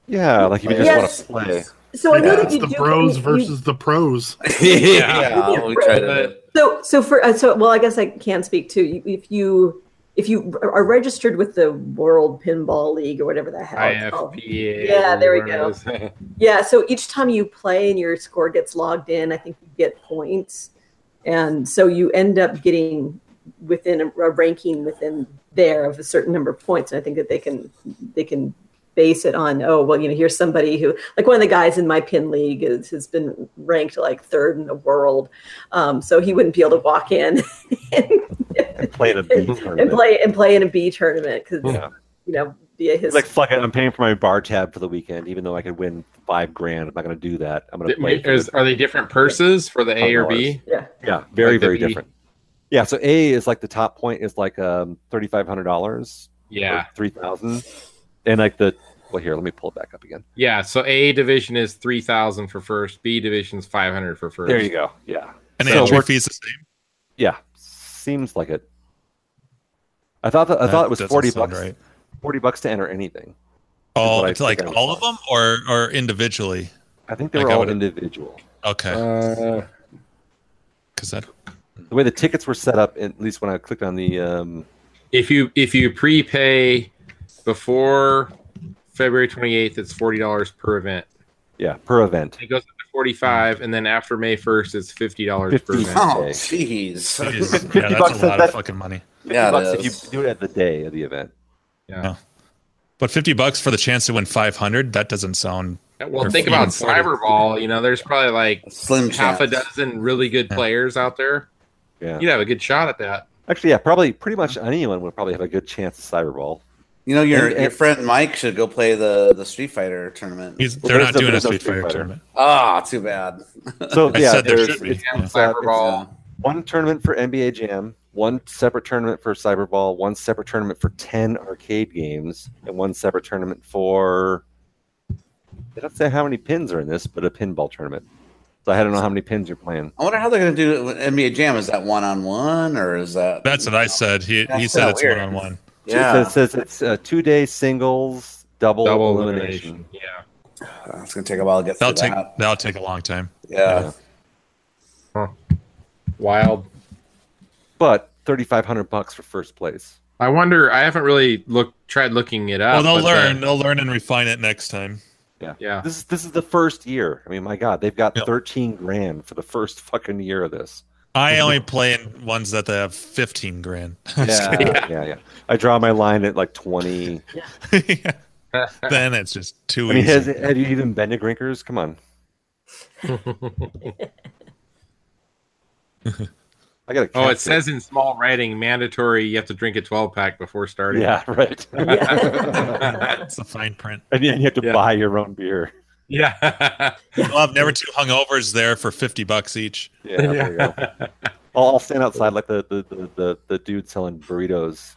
S4: Yeah, like if you just
S6: Yes.
S4: want to play.
S6: So I know that
S5: It's
S6: you
S5: the
S6: do.
S1: Bros
S6: you-
S1: versus the pros.
S5: yeah, we try to.
S6: So, so for uh, so, well, I guess I can speak too. You- If you if you are registered with the World Pinball League or whatever the hell, it's called.
S10: IFPA.
S6: Yeah, there we
S10: whatever
S6: go.
S10: it is.
S6: yeah. So each time you play and your score gets logged in, I think you get points, and so you end up getting within a, a ranking within there of a certain number of points. And I think that they can they can base it on oh well you know here's somebody who like one of the guys in my pin league is, has been ranked like third in the world um, so he wouldn't be able to walk in
S4: Play in a B tournament.
S6: and play and play in a b tournament because
S4: Yeah.
S6: you know via his
S4: It's like fuck it, I'm paying for my bar tab for the weekend, even though I could win five grand. I'm not going to do that. I'm going to play. for
S10: Is, are they different purses for the A or B?
S6: Yeah.
S4: Yeah, very
S10: Like the
S4: very
S10: B.
S4: different. Yeah, so A is like the top point is like um thirty five hundred dollars.
S10: Yeah.
S4: three thousand, and like the well here, let me pull it back up again.
S10: Yeah, so A division is three thousand for first. B division is five hundred for first.
S4: There you go. Yeah,
S7: And
S4: So
S7: entry
S4: we're-
S7: fees the same.
S4: Yeah, seems like it. I thought that, I
S7: That
S4: thought it was
S7: doesn't
S4: forty
S7: sound
S4: bucks.
S7: right.
S4: Forty bucks to enter anything. is
S7: All
S4: what I
S7: it's like
S4: think I-
S7: all of them, or or individually.
S4: I think they
S7: Like,
S4: were
S7: I
S4: all
S7: would-
S4: individual.
S5: Uh,
S7: Okay. Because that
S4: The way the tickets were set up, at least when I clicked on the um,
S10: If you if you prepay before February twenty eighth, it's forty dollars per event.
S4: yeah per event.
S10: It goes up to forty five, and then after May first, it's fifty dollars per
S4: 50.
S10: event.
S4: Oh,
S5: jeez.
S7: yeah, that's a lot of
S4: that's-
S7: fucking money.
S4: 50 bucks if you do it at the day of the event.
S10: Yeah.
S7: But fifty bucks for the chance to win five hundred, that doesn't sound
S10: Well,
S7: or
S10: think
S7: even
S10: about
S7: 40.
S10: Cyberball. You know, there's probably like
S5: Slim
S10: half a
S5: chance.
S10: dozen really good players out there.
S4: Yeah.
S10: You'd have a good shot at that.
S4: Actually, yeah, probably pretty much anyone would probably have a good chance of Cyberball.
S5: You know your
S4: And-
S5: your
S4: and-
S5: friend Mike should go play the the Street Fighter tournament.
S7: He's,
S4: they're There's not the- doing a there's no Street Street Fighter Fighter. tournament.
S5: Ah, too bad.
S4: So
S5: I
S4: yeah,
S5: said there
S4: there's
S5: should be.
S4: it's-
S5: Yeah,
S4: it's, uh,
S5: Cyberball.
S4: it's one tournament for NBA Jam, one separate tournament for Cyberball, one separate tournament for ten arcade games, and one separate tournament for. They don't say how many pins are in this, but a pinball tournament. So I don't know how many pins you're playing.
S5: I wonder how they're going to do it with NBA Jam. Is that one on one or is that?
S7: That's what I said. He
S5: That's said kinda it's weird.
S7: one.
S5: Yeah.
S4: So it says it's uh, two day singles, double,
S10: Double
S4: elimination.
S10: elimination. Yeah.
S5: Uh, It's gonna take a while to get
S7: That'll
S5: through
S7: take
S5: that.
S7: that'll take a long time.
S5: Yeah.
S3: Wild.
S4: But thirty five hundred bucks for first place.
S3: I wonder. I haven't really looked, tried looking it up.
S7: well, they'll
S3: but the-
S7: learn. They'll learn and refine it next time.
S4: Yeah.
S3: Yeah.
S4: This is this is the first year. I mean, my God, they've got thirteen grand for the first fucking year of this.
S7: I only play in ones that they have fifteen grand. I'm just
S4: Yeah,
S7: kidding.
S4: yeah, yeah, I draw my line at like twenty.
S7: then it's just too
S4: I mean,
S7: easy.
S4: has, have you even been to Grinkers? Come on. I got a.
S3: Oh,
S4: cat
S3: it says in small writing, mandatory. You have to drink a 12 pack before starting.
S4: Yeah, right.
S7: That's the fine print.
S4: And then you have to
S3: Yeah.
S4: buy your own beer.
S3: Yeah.
S7: We'll have never too hungovers there for fifty bucks each.
S4: Yeah, there you go. I'll, I'll stand outside like the the, the, the, the dude selling burritos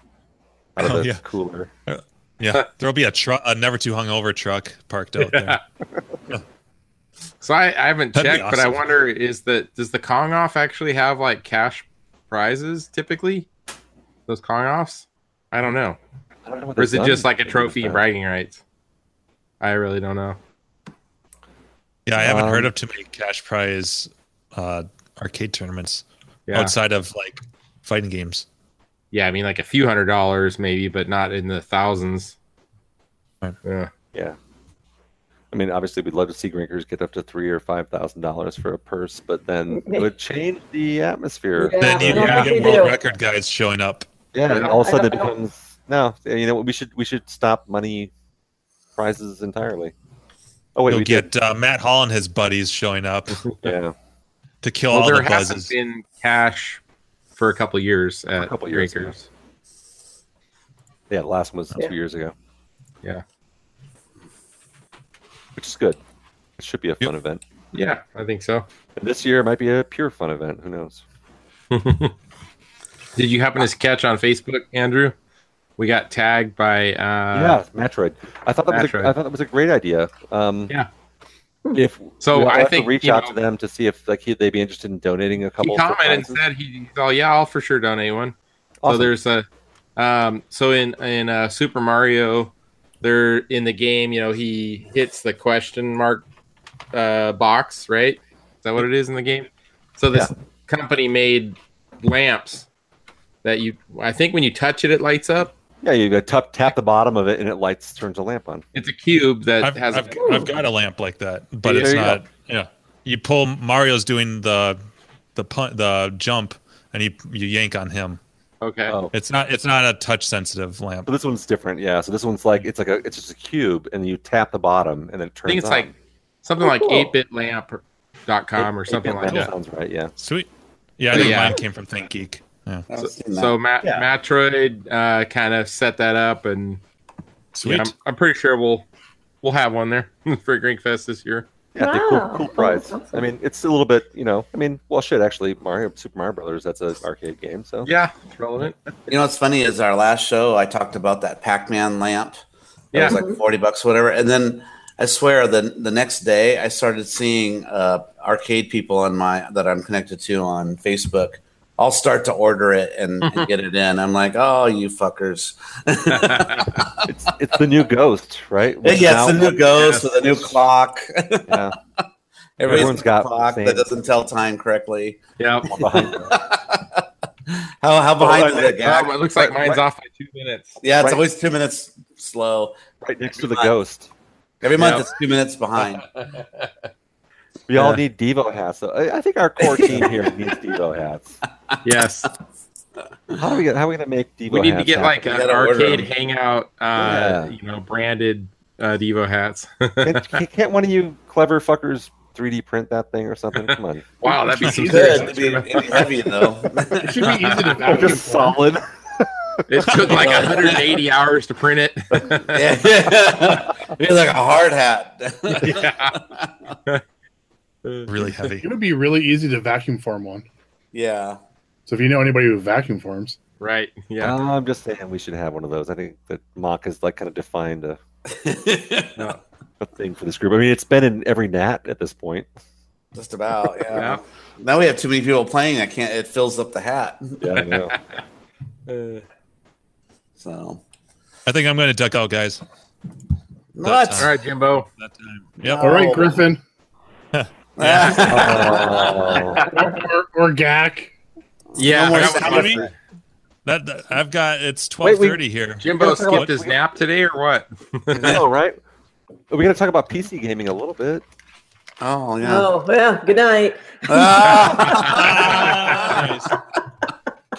S4: out of
S7: Oh,
S4: the
S7: yeah.
S4: cooler.
S7: Yeah, there'll be a truck, a never too hungover truck parked out there.
S3: So I, I haven't
S7: That'd be
S3: checked, but I
S7: awesome.
S3: wonder is that does the Kong off actually have like cash prizes typically? Those Kong offs? I don't know.
S4: I don't know what
S3: Or is
S4: they've
S3: it just
S4: done
S3: like a
S4: with
S3: trophy
S4: that.
S3: and bragging rights? I really don't know.
S7: Yeah, I haven't heard
S3: Um,
S7: of too many cash prize uh, arcade tournaments
S3: Yeah.
S7: outside of like fighting games.
S3: Yeah, I mean like a few hundred dollars maybe, but not in the thousands. Yeah.
S4: Yeah. I mean, obviously, we'd love to see Grinkers get up to three or five thousand dollars for a purse, but then it would change the atmosphere.
S7: then you
S4: yeah,
S7: get world record guys showing up.
S4: and all of a sudden it becomes no. You know, what, we should we should stop money prizes entirely. Oh wait,
S7: You'll
S4: we
S7: get uh, Matt Hall and his buddies showing up
S4: yeah.
S7: to kill
S3: Well,
S7: all
S3: there
S7: the
S3: hasn't
S7: buzzes.
S3: been cash for a couple years at
S4: couple years,
S3: Drinkers.
S4: Yeah, the last one was
S3: Yeah.
S4: two years ago.
S3: Yeah.
S4: Which is good. It should be a fun event.
S3: Yeah, I think so.
S4: And this year it might be a pure fun event. Who knows?
S3: Did you happen to catch on Facebook, Andrew? We got tagged by uh
S4: yeah, Metroid. I thought that was
S3: Metroid.
S4: a, I thought that was a great idea. Um,
S3: yeah.
S4: If
S3: So
S4: I'll
S3: I
S4: have to
S3: think,
S4: reach
S3: you
S4: out
S3: know-
S4: to them to see if like he- they'd be interested in donating a couple.
S3: he
S4: for
S3: commented and
S4: prizes.
S3: said he, he's all yeah i'll for sure donate one so
S4: Awesome.
S3: there's a um so in in uh super mario there in the game you know he hits the question mark uh box right is that what it is in the game so this company made lamps that you i think when you touch it it lights up
S4: Yeah, you gotta tap, tap the bottom of it and it lights turns a lamp on.
S3: it's a cube that
S7: I've,
S3: has
S7: I've,
S3: a
S7: I've got a lamp like that, but
S3: There
S7: it's
S3: you go.
S7: not. Yeah, you pull Mario's doing the the pun, the jump, and you you yank on him.
S3: okay
S4: Oh.
S7: It's not it's not a touch sensitive lamp.
S4: But this one's different, yeah. So this one's like it's like a it's just a cube and you tap the bottom and it
S3: i
S4: turns.
S3: think it's
S4: on.
S3: like something
S4: Oh,
S3: like
S4: cool.
S3: 8-bit lamp or, dot com or
S4: Eight-
S3: something like
S4: eight-bit lamp
S3: that
S4: Sounds right, yeah.
S7: Sweet. Yeah, I
S3: But
S7: think
S3: yeah.
S7: mine came from Think Geek. Yeah.
S3: So, so Matt, Matroid uh, kind of set that up, and
S7: Sweet.
S3: I'm, I'm pretty sure we'll we'll have one there for Grink Fest this year.
S4: Yeah, I think cool, cool prize. I mean, it's a little bit, you know. I mean, well, shit. Actually, Mario Super Mario Brothers. That's an arcade game, so
S3: yeah, relevant.
S5: You know what's funny is our last show I talked about that Pac-Man lamp. It was
S3: Yeah.
S5: like forty bucks, whatever. And then I swear the the next day I started seeing uh, arcade people on my that I'm connected to on Facebook. I'll start to order it and, and get it in. I'm like, oh, you fuckers!
S4: it's it's the new Ghost, right?
S5: Yeah, it's the
S4: Now-
S5: new Ghost with a new clock.
S4: Yeah. Everyone's
S5: Everyone's
S4: got
S5: got a clock
S4: the
S5: that
S4: same-
S5: doesn't tell time correctly.
S3: Yeah.
S5: how how behind
S4: Hold on,
S5: is it, Gak?
S3: Um, it looks like
S4: Right,
S3: mine's
S4: right.
S3: off by two minutes.
S5: Yeah, it's
S4: Right.
S5: always two minutes slow.
S4: Right next
S5: Every
S4: to the
S5: month.
S4: Ghost.
S5: Every month
S4: Yeah.
S5: it's two minutes behind.
S4: We all
S5: Yeah.
S4: need Devo hats. though. I, I think our core team here needs Devo hats.
S3: Yes,
S4: How are we? gonna- How are we gonna make Devo?
S3: we need to
S4: hats
S3: get like
S4: happen?
S3: an arcade hangout, uh,
S4: Yeah.
S3: you know, branded uh, Devo hats.
S4: Can't- can't, can't one of you clever fuckers 3D print that thing or something? Come on.
S3: Wow, that'd be some
S5: Good.
S3: serious-
S5: It'd be- it'd be heavy though.
S1: It should be easy to
S4: They're
S1: value.
S4: just solid.
S3: It took like 180 hours to print it.
S5: Yeah. It's like a hard hat.
S3: yeah.
S7: Really heavy.
S1: It would be really easy to vacuum form one.
S5: Yeah.
S1: So if you know anybody who vacuum forms,
S3: Right.
S4: Uh,
S3: Yeah.
S4: I'm just saying we should have one of those. I think that mock has like kind of defined a,
S3: No.
S4: a thing for this group. I mean, it's been in every nat at this point.
S5: Just about, yeah.
S3: Yeah.
S5: Now we have too many people playing. I can't. It fills up the hat.
S4: Yeah, I know.
S5: So Uh,
S3: Uh,
S7: I think I'm going to duck out, guys.
S5: What?
S3: All right, Jimbo.
S1: Yeah. All right, Griffin.
S3: Oh.
S4: Oh.
S1: or, or Gak.
S3: Yeah, I
S7: No more
S3: got
S7: salad.
S3: one.
S7: That, that- I've got it's
S4: Wait,
S7: twelve
S4: we-
S7: thirty here.
S4: Jimbo skipped
S7: his
S10: nap today, or what?
S4: no, right? We got to talk about PC gaming a little bit.
S5: Oh
S6: Oh, well, good night.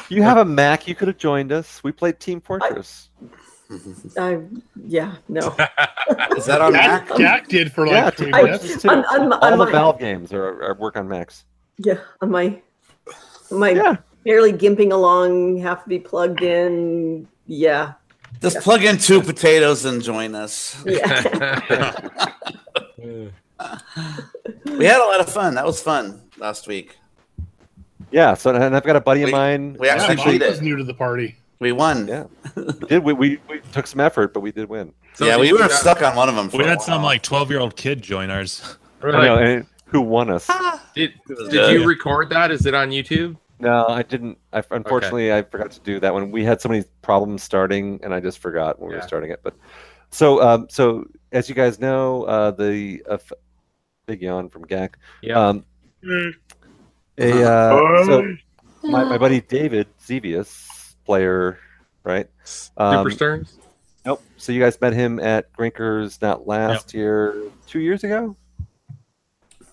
S4: You have a Mac. You could have joined us. We played Team Fortress.
S6: I, yeah, no.
S5: Is that on
S1: Jack,
S6: Mac?
S1: Jack did for like
S4: yeah,
S1: three
S4: Team
S6: I-
S4: Fortress too.
S6: on- on my-
S4: All
S6: on
S4: the
S6: my-
S4: Valve games are, are work on Macs.
S6: Yeah, on my, on my barely gimping along, have to be plugged in. Yeah,
S5: Just plug in two potatoes and join us.
S6: Yeah.
S5: we had a lot of fun. That was fun last week.
S4: Yeah. So and I've got a buddy of mine.
S5: we actually
S1: Mike
S5: beat it.
S1: was new to the party.
S5: We won.
S4: Yeah. we did. We, we we took some effort, but we did win.
S5: yeah, we were stuck on one of them. For
S7: We
S5: a
S7: had
S5: while.
S7: some like twelve year old kid join ours.
S4: I know, and who won us?
S10: Did,
S7: was
S10: did you
S7: good.
S10: record that? Is it on YouTube?
S4: No, I didn't. I, unfortunately, I forgot to do that one. We had so many problems starting, and I just forgot when we
S10: Yeah.
S4: were starting it. But so, um, so as you guys know, uh, the uh, f- big yawn from Gak.
S10: Yeah.
S4: Um, a, uh, so my, my buddy David Zevius, player, right? Um,
S10: Super Stearns?
S4: Nope. So you guys met him at Grinkers not last year, two years ago. Mm-hmm.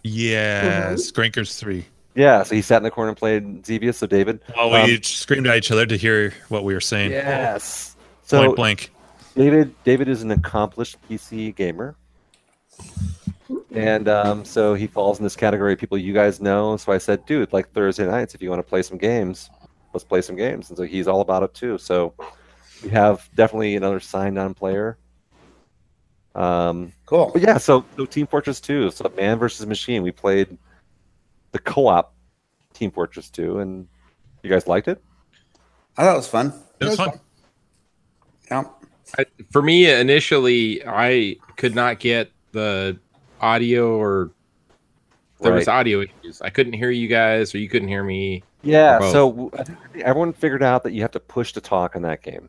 S7: Yes, Grinkers three.
S4: Yeah. So he sat in the corner and played Zevius. So David.
S7: While
S4: um,
S7: we screamed at each other to hear what we were saying.
S4: Yes. So
S7: Point blank.
S4: David David is an accomplished PC gamer. And um, so he falls in this category of people you guys know. So I said, dude, like Thursday nights, if you want to play some games, let's play some games. And so he's all about it too. So we have definitely another signed on player. Um,
S5: cool.
S4: But yeah, so, so Team Fortress 2. So Man versus Machine. We played the co op Team Fortress 2. And you guys liked it?
S5: I thought it was fun.
S7: It was fun.
S5: Yeah.
S10: I, for me, initially, I could not get the audio or there was
S4: Right.
S10: audio issues. I couldn't hear you guys, or you couldn't hear me.
S4: Yeah,
S10: or both.
S4: so I think everyone figured out that you have to push to talk in that game.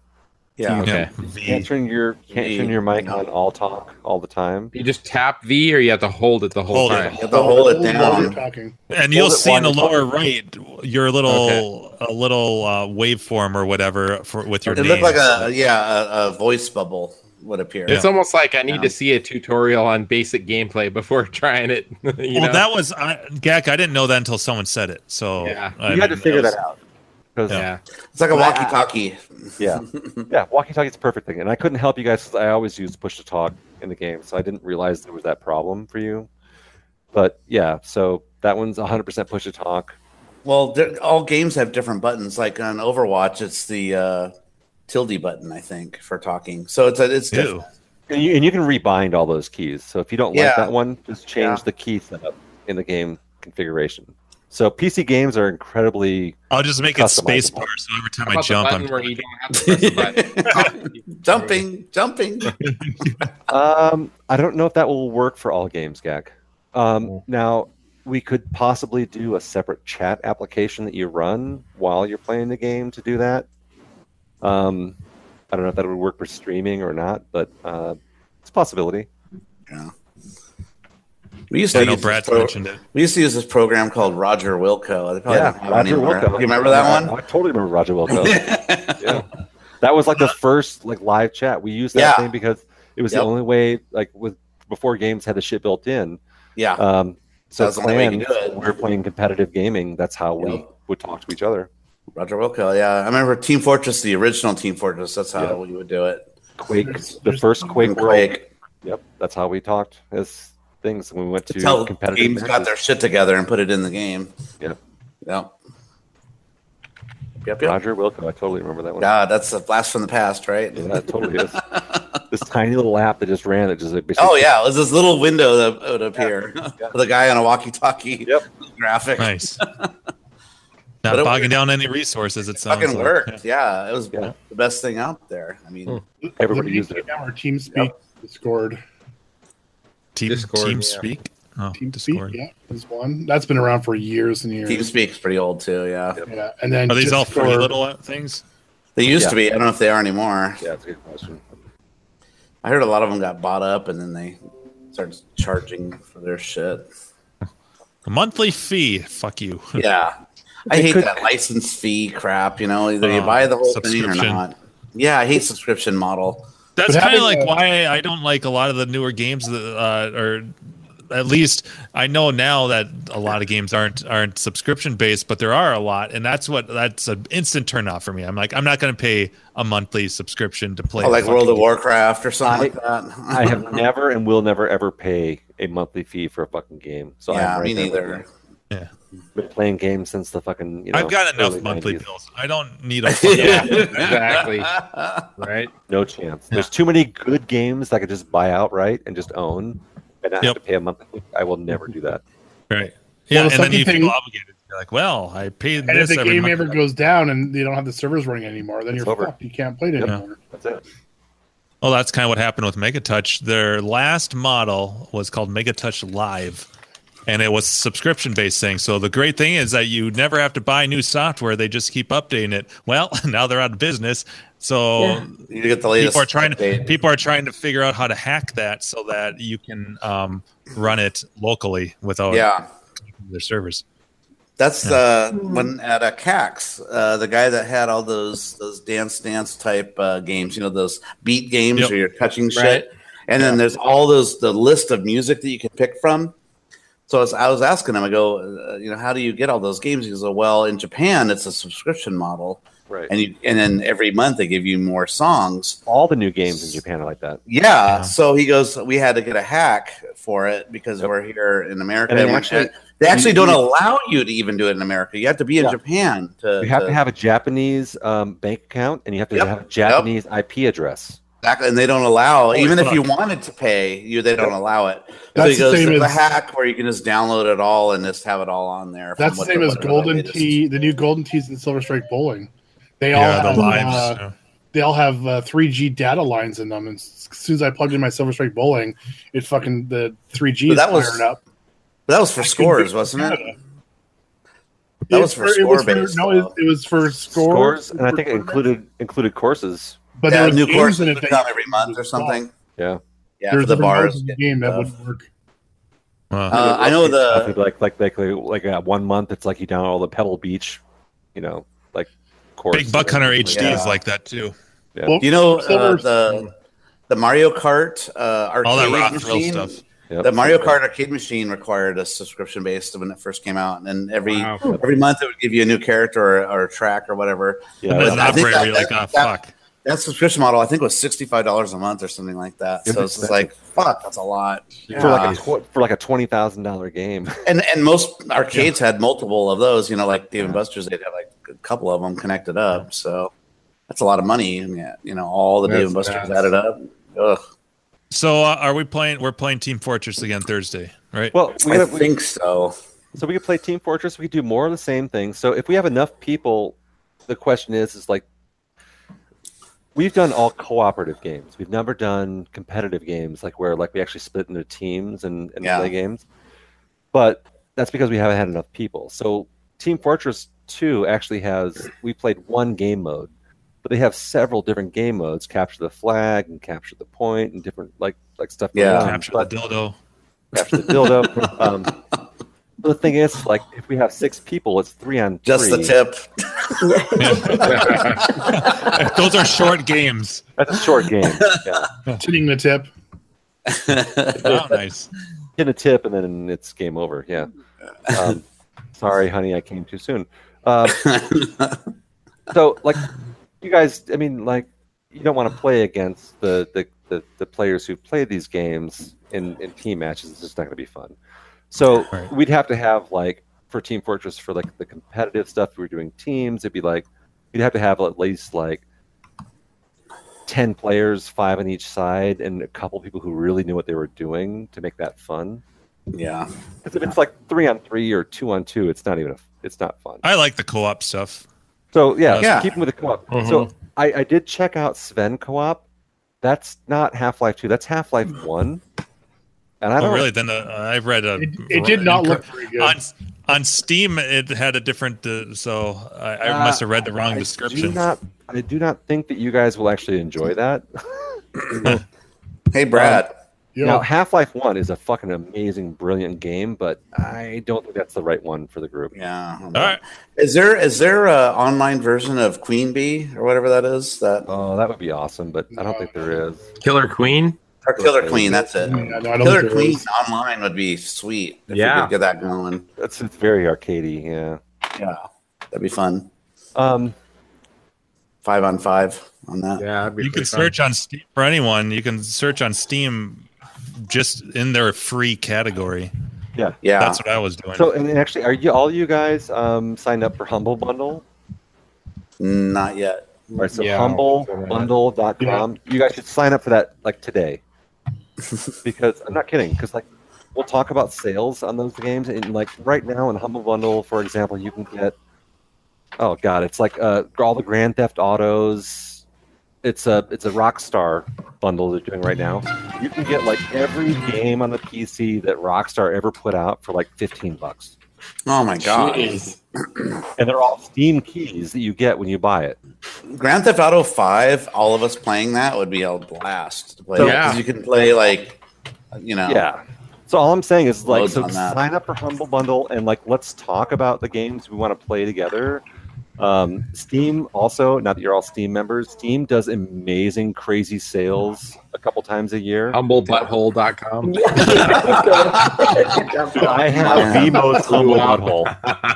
S5: Yeah.
S10: Okay.
S4: You can't turn your can't turn your mic on all talk all the time.
S10: you just tap V, or you have to hold it the whole
S7: Hold it.
S10: time.
S7: You have
S5: to hold it
S1: While
S5: down.
S1: you're talking.
S7: And you'll
S4: Hold it
S7: see
S4: while
S7: in the
S4: you're
S7: lower
S4: talking.
S7: right your little a little uh, waveform or whatever for with your
S5: It
S7: name.
S5: looked like a yeah a, a voice bubble would appear.
S10: It's almost like I need
S5: Yeah.
S10: to see a tutorial on basic gameplay before trying it. you
S7: well,
S10: know?
S7: that was I, Gak. I didn't know that until someone said it. So
S10: Yeah.
S7: I
S4: you had to
S7: mean,
S4: figure
S7: was-
S4: that out. 'cause-
S7: Yeah.
S5: It's like a walkie-talkie.
S4: Yeah, yeah. Walkie talkie is a perfect thing, and I couldn't help you guys. 'cause I always used push to talk in the game, so I didn't realize there was that problem for you. But yeah, so that one's 100% push to talk.
S5: Well, there- all games have different buttons. Like on Overwatch, it's the uh, tilde button, I think, for talking. So it's a, it's different.
S4: And you, and you can rebind all those keys. So if you don't
S5: Yeah.
S4: like that one, just change
S5: Yeah.
S4: the key setup in the game configuration. So PC games are incredibly.
S7: I'll just make it space
S4: customizable.
S7: bar so every
S10: How
S7: time I
S10: about the
S7: jump,
S10: button
S7: I'm
S10: where you don't have to press the button?
S5: jumping, jumping.
S4: Um, I don't know if that will work for all games, Gag. Um, now we could possibly do a separate chat application that you run while you're playing the game to do that. Um, I don't know if that would work for streaming or not, but uh, it's a possibility.
S5: We used to.
S7: I know
S5: use this
S7: Brad
S5: pro-
S7: mentioned it.
S5: We used to use this program called Roger Wilco. They probably don't have it anymore.
S4: Wilco.
S5: You Oh, remember that
S4: Yeah,
S5: one?
S4: I totally remember Roger Wilco. yeah. That was like the first like live chat. We used that
S5: Yeah.
S4: thing because it was
S5: Yep.
S4: the only way like with before games had the shit built in.
S5: Yeah.
S4: Um, so
S5: That's the only way
S4: clans,
S5: you do it.
S4: we were playing competitive gaming. That's how we would talk to each other.
S5: Roger Wilco. Yeah, I remember Team Fortress, the original Team Fortress. That's how
S4: Yeah.
S5: we would do it.
S4: Quake, the first Quake world.
S5: Mm-hmm. Quake.
S4: Yep, that's how we talked as things. When we went to
S5: Tell
S4: competitive
S5: games got their shit together and put it in the game.
S4: Yeah.
S5: Yep. Yep. Yep.
S4: Roger Wilco. I totally remember that one.
S5: God, that's a blast from the past, right?
S4: Yeah, it totally is. this tiny little app that just ran. It just like,
S5: Oh yeah, it was this little window that would appear with a guy on a walkie-talkie graphic.
S7: nice.
S5: But
S7: Not
S5: it
S7: bogging down any resources. It sounds
S5: Fucking
S7: like.
S5: worked. Yeah. it was the best thing out there. I mean,
S4: Everybody
S1: The
S4: used it.
S1: BKM Or TeamSpeak, Discord,
S7: Team,
S10: Discord,
S7: team
S10: yeah.
S7: speak. Oh,
S1: TeamSpeak,
S7: Discord.
S1: yeah, is one that's been around for years and years.
S5: TeamSpeak's pretty old too. Yeah,
S1: Yeah, and then
S7: Are these all
S1: Discord-
S7: pretty little things?
S5: they used to
S4: Yeah.
S5: be. I don't know if they are anymore.
S4: Yeah, that's a good question.
S5: I heard a lot of them got bought up and then they started charging for their shit.
S7: A monthly fee. Fuck you.
S5: Yeah. I hate that license fee crap. You know, either you
S7: Uh,
S5: buy the whole thing or
S7: subscription.
S5: not. Yeah, I hate subscription model.
S7: That's
S5: But
S7: kind
S5: having
S7: of like
S5: a-
S7: why I don't like a lot of the newer games that uh, or at least I know now that a lot of games aren't aren't subscription based, but there are a lot, and that's what that's an instant turnoff for me. I'm like, I'm not going to pay a monthly subscription to play.
S5: Oh,
S7: a
S5: like
S7: fucking
S5: World of
S7: game.
S5: Warcraft or something
S4: I-
S5: like that.
S4: I have never and will never ever pay a monthly fee for a fucking game. So
S5: Yeah,
S4: I'm right there
S5: me
S4: with
S5: neither.
S4: you.
S7: Yeah.
S4: Been playing games since the fucking. You know,
S7: I've got enough
S4: early
S7: monthly
S4: 90s.
S7: bills. I don't need a
S4: Yeah,
S10: exactly.
S7: right.
S4: No chance. There's too many good games that I could just buy outright and just own, and not have to pay a monthly. fee. I will never do that.
S7: Right. Yeah,
S1: Well, the
S7: and then you
S1: second
S7: feel
S1: thing-
S7: obligated. You're like, well, I paid
S1: And if
S7: this
S1: the
S7: every
S1: game
S7: month.
S1: ever goes down and you don't have the servers running anymore, then
S7: It's
S1: you're
S7: over.
S1: fucked. You can't play it
S7: Yep.
S1: anymore.
S4: That's it.
S7: Well, that's kind of what happened with Megatouch. Their last model was called Megatouch Live, and it was subscription based thing. So the great thing is that you never have to buy new software; they just keep updating it. Well, now they're out of business, so
S5: Yeah. You get the latest
S7: People are trying to
S5: update.
S7: people are trying to figure out how to hack that so that you can um, run it locally without
S5: Yeah.
S7: their servers.
S5: That's uh, when at uh, CAX, uh, the guy that had all those those dance dance type uh, games, you know, those beat games
S9: Yep.
S5: where you're touching shit.
S9: Right.
S5: And then there's all those the list of music that you can pick from. So I was, I was asking him, I go, uh, you know, how do you get all those games? He goes, well, in Japan, it's a subscription model,
S4: Right.
S5: and you and then every month they give you more songs.
S4: All the new games in Japan are like that.
S5: Yeah. So he goes, we had to get a hack for it because we're here in America.
S4: And they
S5: And we're-
S4: actually-
S5: they actually don't
S4: you-
S5: allow you to even do it in America. You have to be in
S4: Yeah.
S5: Japan to.
S4: You
S7: uh,
S4: have to have a Japanese um, bank account, and you have to
S5: Yep.
S4: have a Japanese IP address.
S5: Exactly, and they don't allow
S4: Holy
S5: even if
S4: fuck.
S5: you wanted to pay, you they don't
S4: Yep.
S5: allow it. so
S1: Oh, That's
S5: he
S1: the
S5: goes,
S1: same
S5: there's a
S1: as-
S5: hack where you can just download it all and just have it all on there. from
S1: That's the
S5: what-
S1: same as
S5: whatever
S1: Golden
S5: latest-
S1: Tee, the new Golden Tees and Silver Strike Bowling. They all
S7: Yeah, the
S1: have,
S7: lives,
S1: uh,
S7: yeah.
S1: they all have uh, 3G data lines in them. And s- as soon as I plugged in my Silver Strike Bowling, it fucking the 3G
S5: But
S1: is
S5: that was-
S1: firing up.
S5: That was for
S1: I couldn't
S5: scores,
S1: do
S5: wasn't it?
S1: Canada.
S5: That
S1: It
S5: was for
S1: it was
S5: score based.
S1: No, it, it was for scores,
S4: Scores, and I think it included included courses.
S1: But
S5: yeah,
S1: there was
S5: new
S1: games
S5: courses
S1: in it
S5: would
S1: that
S5: come
S1: you
S5: every month or something.
S4: Yeah.
S1: There's
S5: Yeah, for the
S1: different modes
S5: bars.
S1: in the game that wouldn't work.
S5: Uh, I know the-
S4: like like like like uh, one month. It's like you download all the Pebble Beach, you know, like course.
S7: Big Buck Hunter HD is
S5: Yeah.
S7: like that too.
S4: Yeah.
S5: Do you know uh,
S1: Silver-
S5: the the Mario Kart uh, arcade
S7: All that raw thrill
S5: machine?
S7: stuff.
S4: Yep.
S5: The Mario Kart arcade machine required a subscription based when it first came out, and every every month it would give you a new character or, or a track or whatever.
S4: Yeah.
S7: As
S5: But
S7: an
S5: I think
S7: operator, you're like, "Ah, fuck."
S5: That subscription model, I think, was sixty five dollars a month or something like that.
S4: It's
S5: So it's just like, fuck, that's a lot.
S4: for like
S5: Yeah.
S4: a tw- for like a twenty thousand dollar game.
S5: and and most arcades had multiple of those. You know, like Dave and Buster's, they'd have like a couple of them connected up. So that's a lot of money, and yeah, you know, all the Dave and
S10: That's
S5: Buster's
S10: nuts.
S5: added up. Ugh.
S7: So uh, are we playing? We're playing Team Fortress again Thursday, right?
S4: Well, we
S5: I
S4: gotta- we-
S5: think so.
S4: So we could play Team Fortress. We could do more of the same thing. So if we have enough people, the question is, is like, we've done all cooperative games. We've never done competitive games, like where like we actually split into teams and, and
S5: Yeah.
S4: play games. But that's because we haven't had enough people. So Team Fortress Two actually has we played one game mode, but they have several different game modes: capture the flag and capture the point and different like like stuff. going
S5: Yeah.
S4: on.
S7: Capture
S4: But-
S7: the dildo.
S4: after the dildo. Um, but the thing is, like, if we have six people, it's three on
S5: Just the
S4: three.
S5: tip.
S7: Those are short games.
S4: That's a short game. Yeah.
S5: Uh,
S1: Hitting the tip.
S7: Oh, nice.
S4: Hit a tip, and then it's game over. Yeah. Um, sorry, honey, I came too soon. Uh, so, like, you guys, I mean, like, you don't want to play against the the, the, the players who play these games in, in team matches. It's just not going to be fun. So we'd have to have like for Team Fortress for like the competitive stuff. We were doing teams. It'd be like you'd have to have at least like ten players, five on each side, and a couple people who really knew what they were doing to make that fun.
S5: Yeah.
S4: 'Cause if it's like three on three or two on two, it's not even a, it's not fun.
S7: I like the co-op stuff.
S4: So yeah,
S7: Yeah. Mm-hmm.
S4: keep them with the co-op. So I, I did check out Sven co-op. That's not Half Life Two. That's Half Life One. And I don't
S7: Oh, really? Then uh, I've read a.
S1: it did not look very good.
S7: on on Steam. It had a different, uh, so I, I
S4: Uh,
S7: must have read the wrong
S4: I
S7: description.
S4: Do not, I do not think that you guys will actually enjoy that.
S5: Hey, Brad.
S4: You Now, Half Life One is a fucking amazing, brilliant game, but I don't think that's the right one for the group.
S5: Yeah. All right. Is there is there a online version of Queen Bee or whatever that is? That
S4: oh, that would be awesome, but I don't think there is.
S10: Killer Queen.
S5: Or Killer Queen, that's it.
S4: Yeah, no, Mm, I don't
S5: Killer
S4: think there
S5: Queen
S4: is.
S5: online would be sweet. If
S4: Yeah.
S5: we could get that going.
S4: That's it's very arcadey. Yeah.
S5: Yeah, that'd be fun.
S4: Um,
S5: five on five on that.
S10: Yeah,
S7: you can search on Steam for anyone. You can search on Steam just in their free category.
S4: Yeah.
S5: Yeah.
S7: That's what I was doing.
S4: So, and actually, are you all you guys um, signed up for Humble Bundle?
S5: Not yet.
S4: All right, so
S5: Yeah.
S4: humblebundle.com. You guys should sign up for that like today, because I'm not kidding. Because like we'll talk about sales on those games, and like right now in Humble Bundle, for example, you can get oh god, it's like uh, all the Grand Theft Autos. It's a it's a Rockstar bundle they're doing right now. You can get like every game on the PC that Rockstar ever put out for like 15 bucks.
S5: Oh my god.
S4: Jeez. and they're all Steam keys that you get when you buy it.
S5: Grand Theft Auto Five. All of us playing that would be a blast. To play
S4: So-
S5: yeah, you can play like, you know,
S4: Yeah. So all I'm saying is like,
S5: Loads
S4: so
S5: on that.
S4: sign up for Humble Bundle and like, let's talk about the games we want to play together. Um, Steam also, now that you're all Steam members, Steam does amazing, crazy sales a couple times a year.
S10: Humblebutthole.com.
S4: I have the most humble bundle.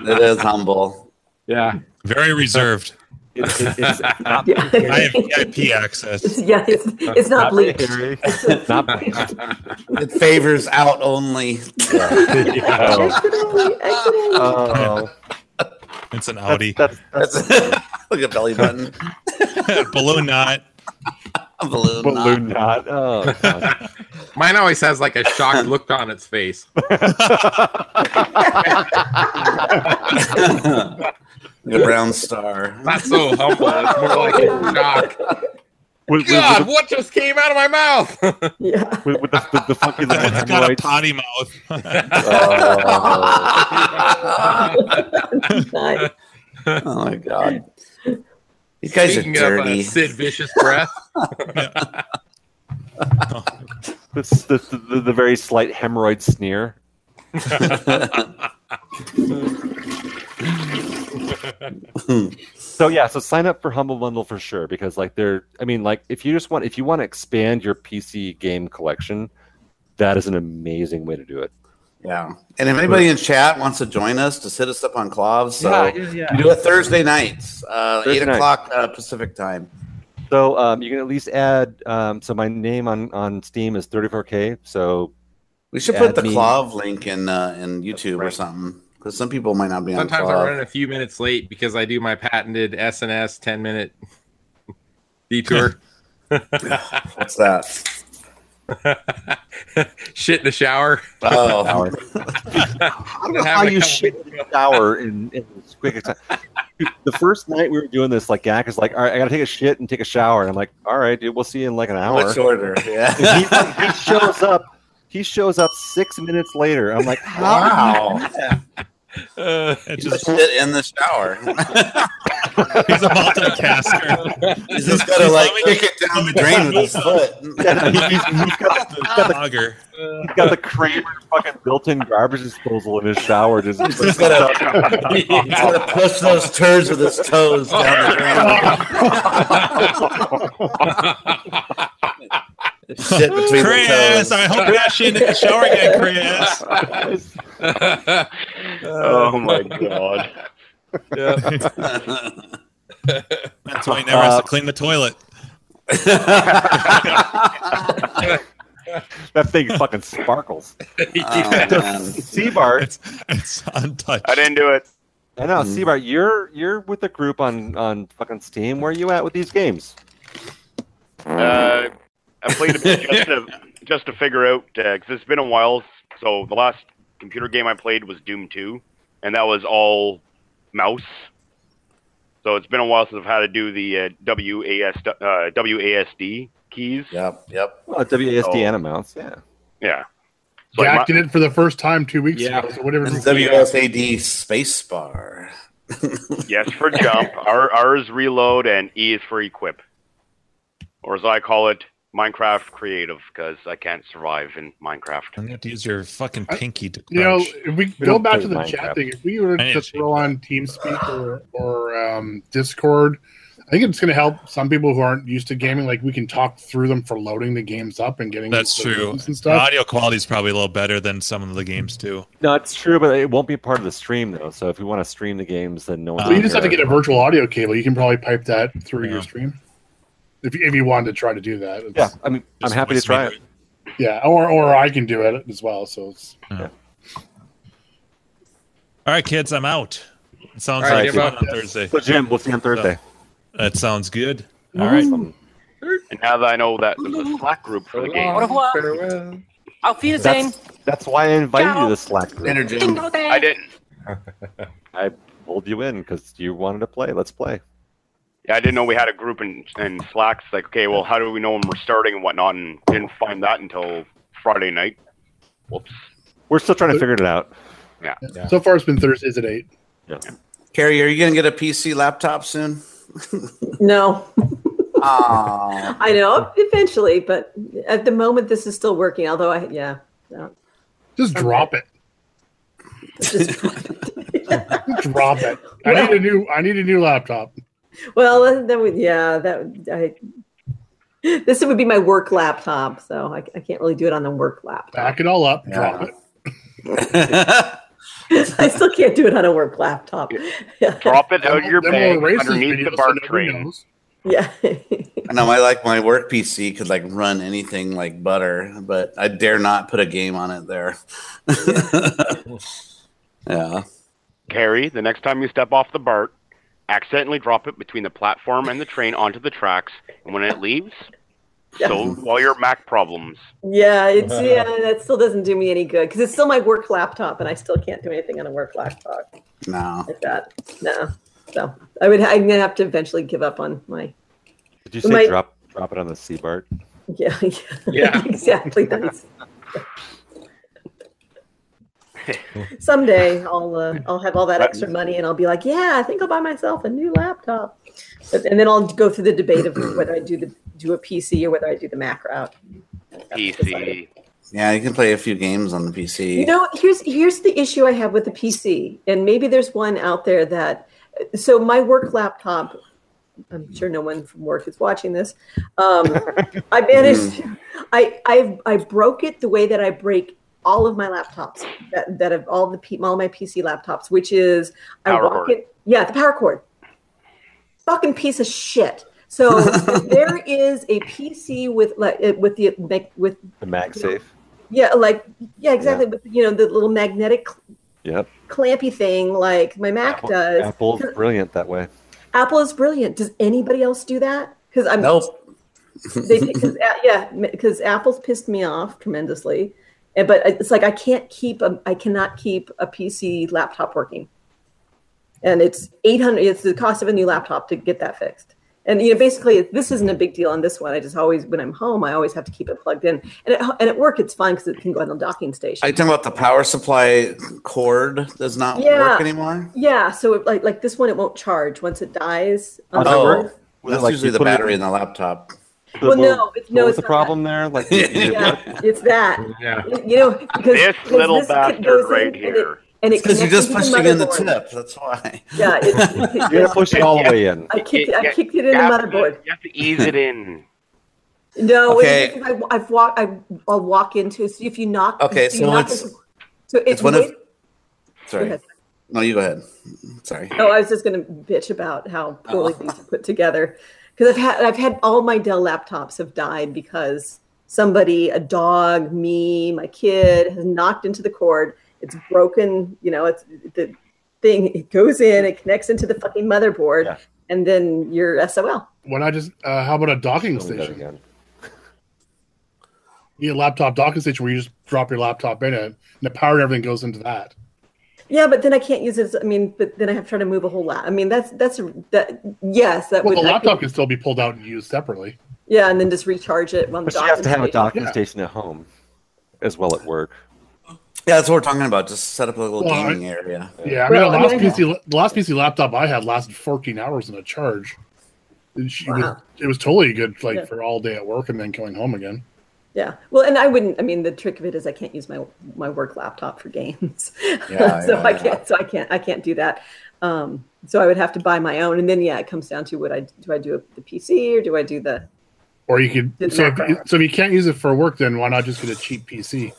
S5: It is humble.
S10: Yeah.
S7: Very reserved.
S4: It's,
S7: I have VIP access.
S6: yeah, it's, it's not bleached.
S5: it favors out only.
S6: Accidentally, accidentally.
S4: Oh.
S7: It's an Audi.
S5: Look at belly button.
S7: Balloon knot.
S5: Balloon,
S4: Balloon knot. Oh, God.
S10: Mine always has like a shocked look on its face.
S5: The brown star.
S10: Not so humble. It's more like a shock.
S4: With,
S10: God, what just came out of my mouth?
S4: with, with the, the, the funky little
S7: It's got a
S4: hemorrhoids.
S7: potty mouth.
S10: Oh,
S6: Nice.
S5: Oh my god. These guys
S10: Speaking
S5: are
S10: of, uh,
S5: dirty.
S10: Sid Vicious breath.
S4: This, this, the, the very slight hemorrhoid sneer. so yeah, so sign up for Humble Bundle for sure because like they're I mean like if you just want if you want to expand your PC game collection, that is an amazing way to do it.
S5: Yeah. And if anybody in chat wants to join us, just hit us up on Cloves. So
S4: Yeah, yeah, yeah.
S5: we do it Thursday nights, uh,
S4: Thursday
S5: eight
S4: night.
S5: o'clock uh, Pacific time.
S4: So um, you can at least add um, so my name on on Steam is 34k. So
S5: We should
S4: add
S5: put the
S4: me.
S5: Clove link in uh, in YouTube or something because some people might not be on
S10: Sometimes I run
S5: Clove.
S10: in a few minutes late because I do my patented SNS 10 minute detour.
S5: What's that?
S10: Shit in the shower.
S5: Oh.
S4: Shower. I don't know how you shit in the shower in, in as quick a time. Dude, The first night we were doing this, like Gak is like, all right, I gotta take a shit and take a shower. And I'm like, all right, dude, we'll see you in like an hour.
S5: Much order.
S4: And he,
S5: Yeah.
S4: he shows up. He shows up six minutes later. I'm like, how?
S5: wow.
S7: Uh, it
S5: Just
S7: just,
S5: sit in the shower.
S7: he's a multitasker.
S5: He's just gotta like kick it down the drain with his foot.
S7: Fogger.
S4: He's got the Kramer fucking built-in garbage disposal in his shower. Just,
S5: He's gotta, he's gotta push those turds with his toes down the drain. Shit between
S7: Chris,
S5: the toes.
S7: I hope you're not shitting in the shower again, Chris.
S12: oh my god.
S7: That's why he never has to clean the toilet.
S4: that thing fucking sparkles.
S5: man.
S4: Seabart,
S7: It's, it's untouched.
S12: I didn't do it.
S4: I know. Seabart, you're you're with the group on on fucking Steam. Where are you at with these games?
S12: Uh, I played a bit just to just to figure out because it's been a while. So the last computer game I played was Doom Two, and that was all mouse. So it's been a while since I've had to do the uh, WAS uh, WASD keys.
S5: Yep, yep.
S4: Oh, WASD
S12: Oh.
S4: Animals. Yeah.
S12: Yeah. So I
S1: Jack
S12: mi-
S1: did it for the first time two weeks
S10: Yeah.
S1: ago. So whatever.
S5: This is WSAD space bar.
S12: yes for jump. R, R is reload and E is for equip, or as I call it, Minecraft creative because I can't survive in Minecraft.
S7: I'm gonna have to use your fucking pinky to.
S1: You know, if we go
S7: don't
S1: back
S7: play
S1: to the
S7: Minecraft.
S1: chat thing, if we were
S7: I need
S1: to
S7: to
S1: throw on TeamSpeak or, or um, Discord, I think it's going to help some people who aren't used to gaming. Like we can talk through them for loading the games up and getting
S7: That's
S1: the
S7: true.
S1: rooms and
S7: The
S1: stuff.
S7: audio quality is probably a little better than some of the games too.
S4: No, it's true, but it won't be part of the stream though. So if we want to stream the games, then no one.
S1: So you just have to get a virtual audio cable. You can probably pipe that through your stream if you, if you wanted to try to do that.
S4: Yeah, I mean, I'm happy to try it.
S1: Yeah, or or I can do it as well. So it's
S7: All right, kids, I'm out. It sounds
S4: All right,
S7: like
S4: Jimbo.
S7: fun on Thursday.
S4: So, Jim, we'll see you on Thursday.
S7: that sounds good. All right.
S12: And now that I know that there's a Slack group for the game,
S16: Au revoir. Auf Wiedersehen.
S4: That's, that's why I invited you to the Slack group.
S5: Energy.
S12: I didn't.
S4: I pulled you in because you wanted to play. Let's play.
S12: Yeah, I didn't know we had a group in, in Slack. It's like, okay, well, how do we know when we're starting and whatnot? And didn't find that until Friday night. Whoops.
S4: We're still trying to figure it out.
S12: Yeah.
S1: so far it's been Thursdays at eight.
S5: Carrie, are you going to get a PC laptop soon?
S6: No,
S5: Aww.
S6: I know eventually, but at the moment this is still working. Although I, yeah, no.
S1: Just drop it.
S6: Just
S1: drop it. I need a new. I need a new laptop.
S6: well, that would yeah, that would, I. This would be my work laptop, so I, I can't really do it on the work laptop.
S1: Back it all up. Drop it.
S6: I still can't do it on a work laptop.
S12: Drop it out of your
S6: They're
S12: bag
S6: more racist
S12: underneath the
S6: videos,
S12: bar
S6: so nobody
S12: train.
S6: Yeah.
S5: I know I like my work PC could like run anything like butter, but I dare not put a game on it there. yeah.
S12: Carrie, the next time you step off the BART, accidentally drop it between the platform and the train onto the tracks, and when it leaves, solve all your Mac problems.
S6: Yeah, it's yeah, that still doesn't do me any good because it's still my work laptop, and I still can't do anything on a work laptop
S5: No.
S6: like that. No, so I would I'm gonna have to eventually give up on my
S4: Did you
S6: We
S4: say
S6: might-
S4: drop drop it on the C Bart?
S6: yeah yeah,
S4: Yeah.
S6: exactly that's someday I'll uh, I'll have all that extra money and I'll be like yeah I think I'll buy myself a new laptop, but, and then I'll go through the debate of whether I do the do a PC or whether I do the Mac route.
S12: PC.
S5: Yeah, you can play a few games on the PC.
S6: You know, here's here's the issue I have with the PC, and maybe there's one out there that. So my work laptop, I'm sure no one from work is watching this. Um, I managed,
S11: Hmm.
S6: I I I broke it the way that I break all of my laptops that that have all the P, all my PC laptops, which is I
S11: Power
S6: walk
S11: cord.
S6: it. Yeah, the power cord fucking piece of shit. So if there is a PC with like uh, with the mag- with
S4: The MagSafe.
S6: yeah like yeah exactly with you know the little magnetic cl-
S4: Yep.
S6: clampy thing like my Mac does.
S4: Apple's
S6: 'Cause
S4: brilliant that way.
S6: Apple is brilliant. Does anybody else do that? Because I'm
S5: Nope.
S6: they, cause, uh, yeah, because Apple's pissed me off tremendously, and, but it's like I can't keep a, I cannot keep a PC laptop working, and it's eight hundred. It's the cost of a new laptop to get that fixed. And you know, basically, this isn't a big deal on this one. I just always, when I'm home, I always have to keep it plugged in. And at, and at work, it's fine because it can go on the docking station.
S5: Are you talking about the power supply cord does not work anymore?
S6: Yeah, so it, like like this one, it won't charge once it dies. Um,
S4: Oh. Was it
S5: That's
S4: like
S5: usually
S4: you
S5: the
S4: put it-
S5: battery in the laptop.
S6: Well, no, it's- no,
S4: What was
S6: it's
S4: the
S6: not
S4: problem there? Like,
S6: yeah, it's that.
S4: Yeah.
S6: You know, because
S4: This
S6: because
S4: little
S6: co-
S4: bastard
S6: goes in
S4: right
S6: and it-
S4: here.
S6: And it
S5: Because you're
S6: connects
S5: just
S6: to the
S5: pushing in the
S6: motherboard.
S5: tip. That's why.
S6: Yeah, it-
S5: You're
S4: gonna push it all the way in.
S6: I kicked it, I kicked it in the motherboard.
S12: You have to ease it in.
S6: No,
S5: Okay.
S6: it's just I, I've walked. I, I'll walk into. So if you knock,
S5: Okay,
S6: if you
S5: so
S6: knock
S5: it's-
S6: it- so
S5: It's one of.
S6: Go
S5: Sorry.
S6: ahead.
S5: No, you go ahead. Sorry.
S6: Oh, I was just going to bitch about how poorly
S4: Oh.
S6: these are put together because I've had I've had all my Dell laptops have died because somebody, a dog, me, my kid, has knocked into the cord. It's broken. You know, it's the thing. It goes in. It connects into the fucking motherboard, and then you're SOL.
S1: Why not just uh, how about a docking station? Need a laptop docking station where you just drop your laptop in it, and the power and everything goes into that.
S6: Yeah, but then I can't use it. as- I mean, but then I have to try to move a whole lot. I mean, that's that's a- that. Yes, that
S1: well,
S6: would.
S1: the
S6: I
S1: laptop
S6: could-
S1: can still be pulled out and used separately.
S6: yeah, and then just recharge it. on the
S4: But you have
S6: docking
S4: to have a
S6: station.
S4: docking
S6: Yeah.
S4: station at home, as well at work.
S5: Yeah, that's what we're talking about. Just set up a little
S1: Well, I-
S5: gaming area.
S1: Yeah, I mean,
S6: Well,
S1: the
S6: I
S1: last
S6: mean, I-
S1: PC, la- the last PC laptop I had lasted 14 hours on a charge. And she
S6: Wow.
S1: was- it was totally good, like
S6: Yeah.
S1: for all day at work and then going home again.
S6: Yeah. Well, and I wouldn't. I mean, the trick of it is I can't use my my work laptop for games,
S1: Yeah,
S6: so
S1: yeah,
S6: I
S1: yeah.
S6: can't. So I can't. I can't do that. Um, so I would have to buy my own, and then yeah, it comes down to what I do. I do a, the PC or do I do the?
S1: Or you could
S6: Didn't
S1: so
S6: matter.
S1: if, so if you can't use it for work, then why not just get a cheap PC?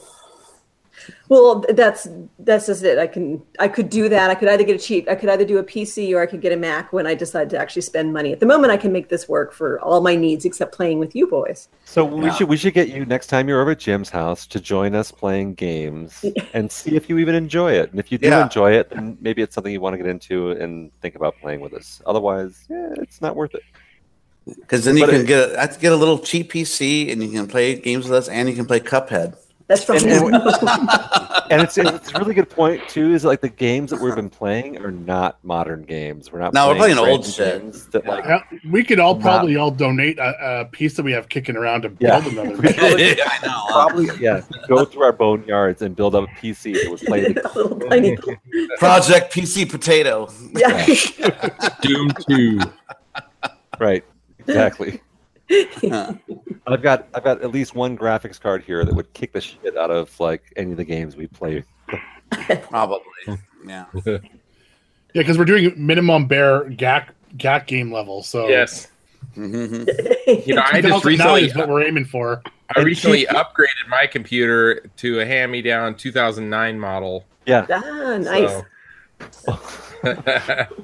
S6: Well, that's that's just it. I can I could do that. I could either get a cheap. I could either do a PC or I could get a Mac when I decide to actually spend money. At the moment, I can make this work for all my needs except playing with you boys.
S4: So we should we should get you next time you're over at Jim's house to join us playing games and see if you even enjoy it. And if you do
S5: Yeah.
S4: enjoy it, then maybe it's something you want to get into and think about playing with us. Otherwise, yeah, it's not worth it.
S5: Because then you
S4: But
S5: can
S4: it-
S5: get a, I could get a little cheap PC and you can play games with us and you can play Cuphead.
S6: That's from
S4: And it's it's a really good point too. Is like the games that we've been playing are not modern games. We're not.
S5: No, we're playing old
S4: brand new
S5: shit.
S4: games That, like,
S1: Yeah, we could all
S4: Nah.
S1: probably all donate a, a piece that we have kicking around to
S4: Yeah.
S1: build another.
S5: I know.
S4: Probably yeah. Go through our boneyards and build up a PC that would play. The-
S6: little tiny.
S5: Project PC Potato.
S6: Yeah.
S4: Doom Two. Right. Exactly. I've got I've got at least one graphics card here that would kick the shit out of like any of the games we play.
S5: Probably. Yeah.
S1: Yeah, because we're doing minimum bare GAC GAC game level. So
S10: Yes.
S5: Mm-hmm.
S10: You know, I just
S1: 2009
S10: recently
S1: is what we're aiming for.
S10: I recently upgraded my computer to a hand-me-down 2009 model.
S4: Yeah.
S6: Ah, nice.
S5: We're not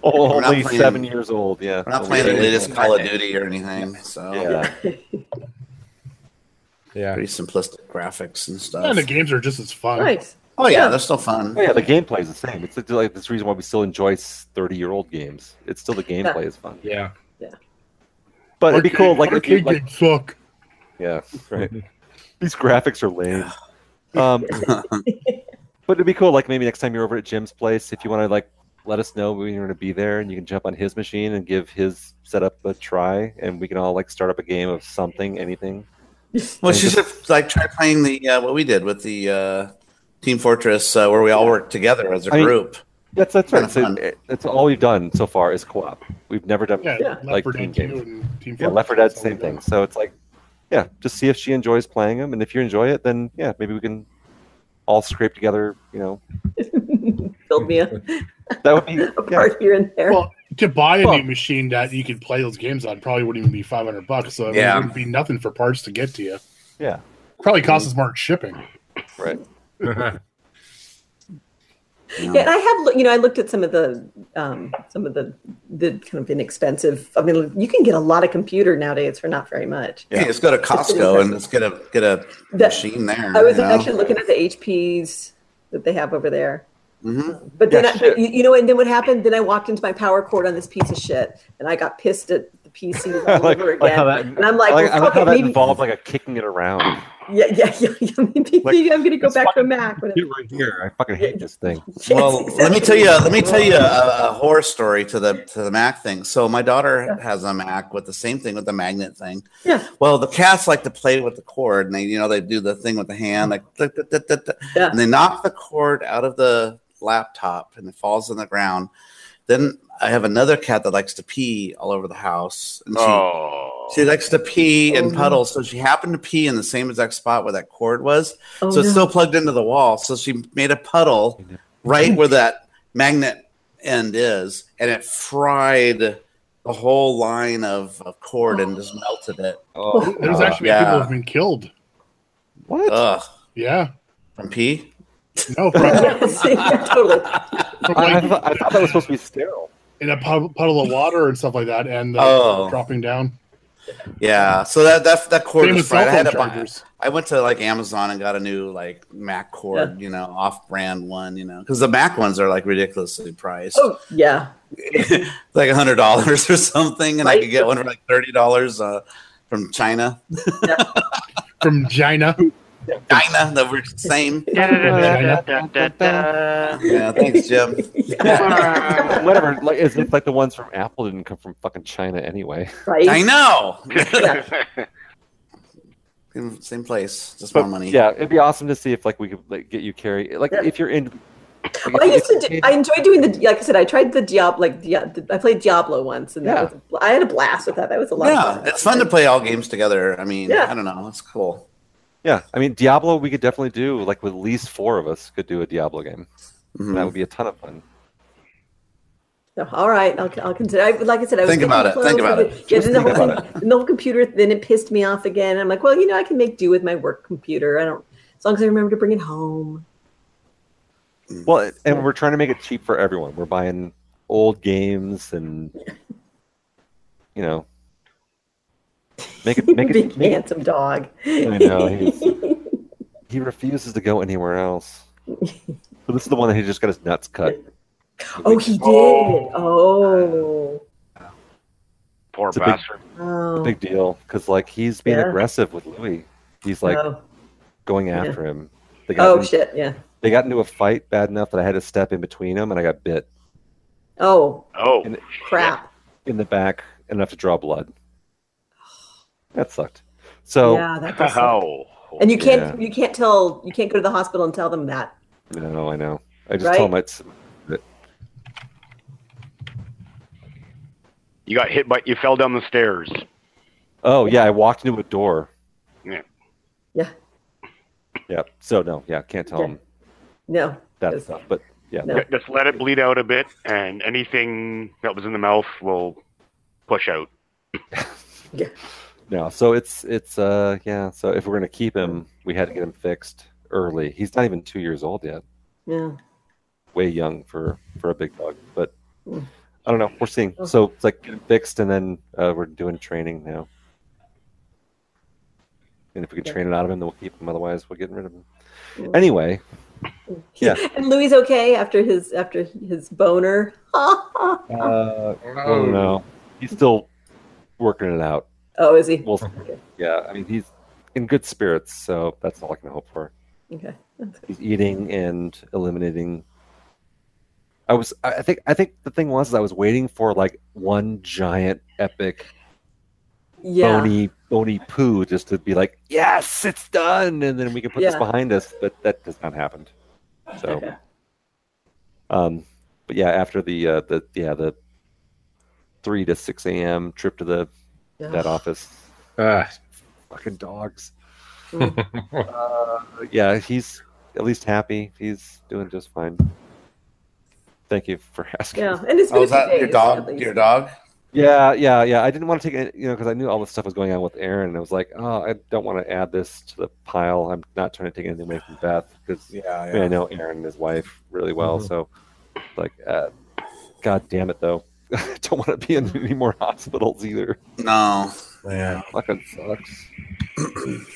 S4: only
S5: playing-
S4: Oh, seven years old. Yeah.
S5: We're not playing the latest Call of Duty or anything. So
S4: Yeah.
S10: Yeah.
S5: Pretty simplistic graphics and stuff.
S1: And the games are just as fun.
S6: Nice.
S5: Oh yeah, they're still fun.
S4: Oh, yeah, the gameplay is the same. It's it's like this reason why we still enjoy thirty-year-old games. It's still the gameplay is fun.
S10: Yeah.
S6: Yeah.
S4: But it'd be cool. Like, if you,
S1: arcade
S4: like
S1: games suck.
S4: yeah, right. These graphics are lame. Um, but it'd be cool. Like maybe next time you're over at Jim's place, if you want to like let us know when you're going to be there, and you can jump on his machine and give his setup a try, and we can all like start up a game of something, anything.
S5: Well, she should like try playing the uh, what we did with the uh, Team Fortress, uh, where we all worked together as a
S4: I mean,
S5: group.
S4: That's that's right.
S5: Kinda
S4: So, it- that's all we've done so far is co-op. We've never done
S1: Yeah, yeah. Left
S4: like
S1: 4
S4: team
S1: Dead 2
S4: games.
S1: and Team
S4: yeah,
S1: Fortress.
S4: Left 4 Dead, same thing. So it's like, yeah, just see if she enjoys playing them, and if you enjoy it, then yeah, maybe we can all scrape together. You know,
S6: Build me a,
S4: that would be
S6: a part here and there.
S1: Well, to buy a new machine that you could play those games on probably wouldn't even be five hundred bucks. So I mean,
S5: Yeah.
S1: it wouldn't be nothing for parts to get to you.
S4: yeah,
S1: Probably costs us more in shipping.
S4: right.
S6: Yeah, and I have, loo- you know, I looked at some of the, um, some of the, the kind of inexpensive. I mean, you can get a lot of computer nowadays for not very much.
S5: Hey, let's go to Costco and let's get a get a
S6: That-
S5: machine there.
S6: I was
S5: you know?
S6: actually looking at the HPs that they have over there.
S5: Mhm.
S6: But then,
S5: Yeah,
S6: I, but you, you know, and then what happened? Then I walked into my power cord on this piece of shit, and I got pissed at the PC all
S4: like,
S6: over again.
S4: like how that,
S6: and I'm like,
S4: I like,
S6: well,
S4: I like
S6: fuck
S4: how
S6: it,
S4: that
S6: maybe,
S4: involved like a kicking it around.
S6: yeah, yeah, yeah, yeah, maybe, maybe I'm gonna go back to a Mac. when it-
S4: right here. I fucking hate this thing.
S5: Well, let me
S6: exactly.
S5: tell you. Let me tell you a, a horror story to the to the Mac thing. So my daughter has a Mac with the same thing with the magnet thing.
S6: Yeah.
S5: Well, the cats like to play with the cord, and they you know they do the thing with the hand, like da, da, da, da, da.
S6: Yeah.
S5: and they knock the cord out of the laptop, and it falls on the ground. Then I have another cat that likes to pee all over the house, and she
S12: Oh.
S5: she likes to pee in
S12: Oh, no.
S5: puddles. So she happened to pee in the same exact spot where that cord was.
S6: Oh,
S5: so it's
S6: no.
S5: still plugged into the wall. So she made a puddle right where that magnet end is, and it fried the whole line of, of cord and just melted it.
S1: Well,
S10: Uh,
S1: There's actually
S5: Yeah.
S1: people who've been killed.
S4: What?
S5: Ugh.
S1: Yeah.
S5: From pee?
S1: No, from,
S6: totally.
S1: from
S4: I, I,
S1: like,
S4: thought, I thought that was supposed to be sterile.
S1: in a puddle, puddle of water and stuff like that, and uh,
S5: Oh.
S1: dropping down.
S5: Yeah. So that that that cord
S1: Same
S5: was
S1: with cell
S5: fried. I had
S1: phone
S5: to buy-
S1: chargers.
S5: I went to like Amazon and got a new like Mac cord, you know, off brand one, you know, because the Mac ones are like ridiculously priced.
S6: Oh yeah,
S5: like a hundred dollars or something, and I could get one for like thirty dollars uh, from China.
S1: From China.
S5: China, that we're the same.
S4: yeah,
S5: yeah, thanks, Jim.
S4: Whatever. Like, as if like the ones from Apple didn't come from fucking China anyway.
S6: right.
S5: I know.
S6: Yeah.
S5: Same- Same place, just
S4: But,
S5: more money.
S4: Yeah, it'd be awesome to see if like we could like get you carry like
S6: Yeah.
S4: if you're in
S6: Well, I used to. Do, I enjoy doing the. Like I said, I tried the Diablo. Like Dia- I played Diablo once, and that was. a bl- I had a blast with that. That was a lot.
S5: Yeah,
S6: of fun.
S5: it's fun to play all games together. I mean,
S6: Yeah.
S5: I don't know, it's cool.
S4: Yeah, I mean Diablo, we could definitely do like with at least four of us could do a Diablo game.
S5: Mm-hmm.
S6: Hmm.
S4: That would be a ton of fun.
S6: So, all right, I'll, I'll consider. I, like I said, I was
S4: Think
S6: getting
S4: about it,
S6: close
S4: think about
S6: with
S4: it.
S6: Yeah,
S4: Just
S6: then the,
S4: think
S6: whole,
S4: about
S6: thing- then the whole computer. Then it pissed me off again. I'm like, well, you know, I can make do with my work computer. I don't, as long as I remember to bring it home.
S4: Well, and we're trying to make it cheap for everyone. We're buying old games and you know make it make
S6: Big
S4: it make,
S6: handsome dog.
S4: I know, he's- he refuses to go anywhere else. So this is the one that he just got his nuts cut.
S6: oh, he did. Oh.
S12: Poor
S4: It's a big-
S12: bastard.
S6: Oh.
S4: It's a big deal because like he's being
S6: Yeah.
S4: aggressive with Louis. He's like
S6: Oh.
S4: going
S6: Yeah.
S4: after him.
S6: Oh,
S4: in-
S6: shit, yeah.
S4: They got into a fight bad enough that I had to step in between them and I got bit
S6: Oh.
S12: Oh.
S6: Crap.
S4: in the back enough to draw blood. That sucked. So
S6: Yeah, that does suck. And you can't. You can't tell. You can't go to the hospital and tell them that.
S4: Yeah. No, I know. I just
S6: Right?
S4: tell him it's
S12: You got hit by. You fell down the stairs.
S4: oh yeah, I walked into a door.
S12: Yeah.
S6: Yeah.
S4: Yeah. So no, yeah, can't tell him
S6: No.
S4: that stuff. But yeah.
S12: Ju- Just let it bleed out a bit, and anything that was in the mouth will push out.
S4: No, so it's it's uh yeah. So if we're gonna keep him, we had to get him fixed early. He's not even two years old yet.
S6: Yeah.
S4: Way young for for a big dog. But
S6: Mm.
S4: I don't know. We're seeing. So it's like get him fixed, and then uh, we're doing training now. And if we can
S6: Yeah.
S4: train it out of him, then we'll keep him. Otherwise, we're getting rid of him. Anyway. Yeah.
S6: And Louis okay after his after his boner. oh,
S4: Uh, no. no, he's still working it out.
S6: is he?
S4: We'll, Yeah, I mean he's in good spirits, so that's all I can hope for.
S6: Okay.
S4: He's eating and eliminating. I was, I I think, I think the thing was, is I was waiting for like one giant epic
S6: Yeah.
S4: bony bony poo just to be like, yes, it's done, and then we can put this
S6: Yeah.
S4: behind us. But that has not happened. So, um, but yeah, after the uh, the yeah the three to six a.m. trip to the
S10: Ugh.
S4: that office,
S3: Oh.
S4: Ah. fucking dogs.
S6: Mm.
S4: Uh, yeah, he's at least happy. He's doing just fine. Thank you for asking.
S6: Yeah, and
S5: Oh,
S6: it's been a few days, at least.
S4: Yeah, yeah, yeah. I didn't want to take it, you know, because I knew all this stuff was going on with Aaron, and I was like, oh, I don't want to add this to the pile. I'm not trying to take anything away from Beth because
S9: Yeah,
S4: I, mean, I
S9: yeah.
S4: know Aaron, his wife, really well.
S9: Mhm.
S4: So, like, uh, god damn it, though, I don't want to be in any more hospitals either.
S5: No,
S4: yeah, fucking sucks.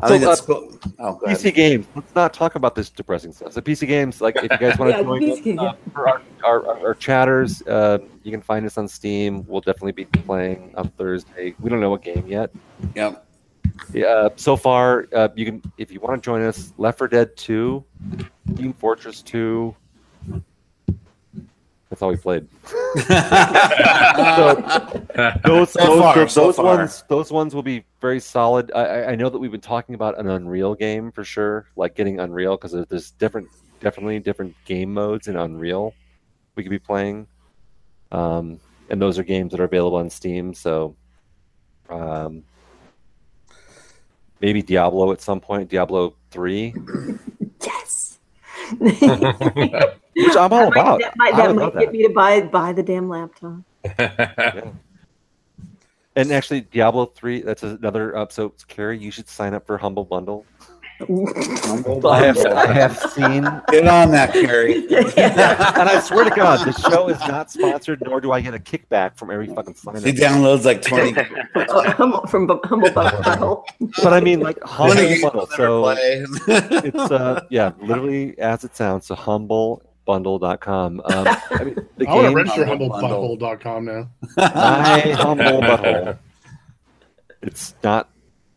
S5: I think that's
S4: uh,
S5: cool. Oh, go
S4: PC
S5: ahead.
S4: games. Let's not talk about this depressing stuff. So PC games, like if you guys want to
S5: Yeah,
S4: join
S5: PC
S4: us, uh, for our, our, our, our chatters, uh, you can find us on Steam. We'll definitely be playing on Thursday. We don't know what game yet.
S5: Yep.
S4: Yeah. uh, so far, uh, you can if you want to join us. Left 4 Dead 2, Team Fortress 2. That's all we played. so, those
S5: So
S4: those,
S5: far,
S4: those,
S5: so
S4: those
S5: far.
S4: ones those ones will be very solid. I, I- I know that we've been talking about an Unreal game for sure, like getting Unreal because there's different, definitely different game modes in Unreal we could be playing, um, and those are games that are available on Steam. So, um, maybe Diablo at some point, Diablo three,
S6: Yes.
S4: which I'm all about.
S6: That might,
S4: I
S6: that
S4: would
S6: might
S4: love
S6: get me to buy buy the damn laptop.
S4: Yeah. And actually, Diablo three. That's another. Uh, so, Carrie, you should sign up for Humble Bundle. I have, I have seen.
S5: Get on that, Carrie.
S4: and I swear to God, the show is not sponsored, nor do I get a kickback from every fucking sign up.
S5: She downloads like 20
S6: Uh, humble, from Bu- humble bundle.
S4: But I mean, like
S5: Many
S4: humble
S5: games
S4: bundle. So
S5: I'll never play.
S4: it's uh, yeah, literally as it sounds. So humblebundle.com. Um, I mean, the
S1: I want to
S4: game-
S1: register humblebutthole.com now.
S4: My humble butthole. It's not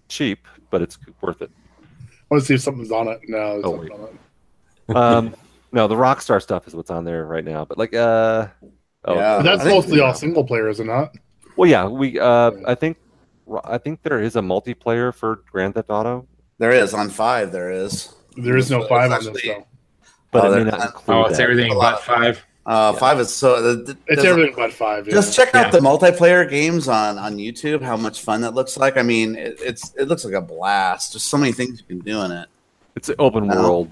S4: cheap, but it's worth it.
S1: I want to see if something's on it. No, there's
S4: Oh,
S1: nothing
S4: wait.
S5: Uh,
S1: on it.
S4: Um, no, the Rockstar stuff is what's on there right now. But like, uh, oh,
S1: But
S4: I
S1: that's
S4: think-
S1: mostly all single player, is it not?
S4: Well, yeah, we. Uh, I think, I think there is a multiplayer for Grand Theft Auto.
S5: There is on five. There is.
S1: There is no
S5: It's
S1: five on this
S5: actually-
S1: though.
S4: but
S5: Oh,
S4: it
S5: they're
S4: may not
S5: not-
S4: include.
S5: Oh, it's
S4: that.
S5: everything A lot but of-
S3: five.
S5: Uh, Five is so. the- the-
S1: It's
S5: there's-
S1: everything but five. yeah.
S5: Just check out the multiplayer games on on YouTube. How much fun that looks like. I mean, it, it's it looks like a blast. There's so many things you can do in it.
S4: It's an open world.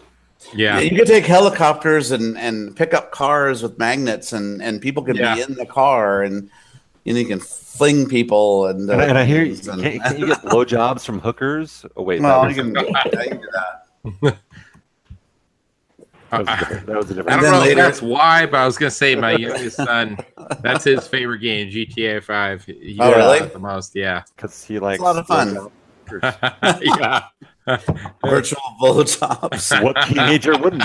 S3: Yeah.
S5: you can take helicopters and and pick up cars with magnets, and and people can
S4: Yeah.
S5: be in the car, and you know you can fling people. And
S4: And I, and I hear you.
S5: and-
S4: Can, can you get blowjobs from hookers? Oh wait,
S5: Well,
S4: that was,
S5: you can- yeah, you can do that.
S4: that was a different. That was a different.
S3: I don't know if
S4: later-
S3: that's why, but I was gonna say my youngest son. That's his favorite game, GTA Five. He
S4: Oh,
S3: loves
S4: really?
S3: it The most, yeah.
S4: Because he likes
S5: a lot of fun.
S3: yeah.
S5: Virtual blowjobs.
S4: What teenager wouldn't?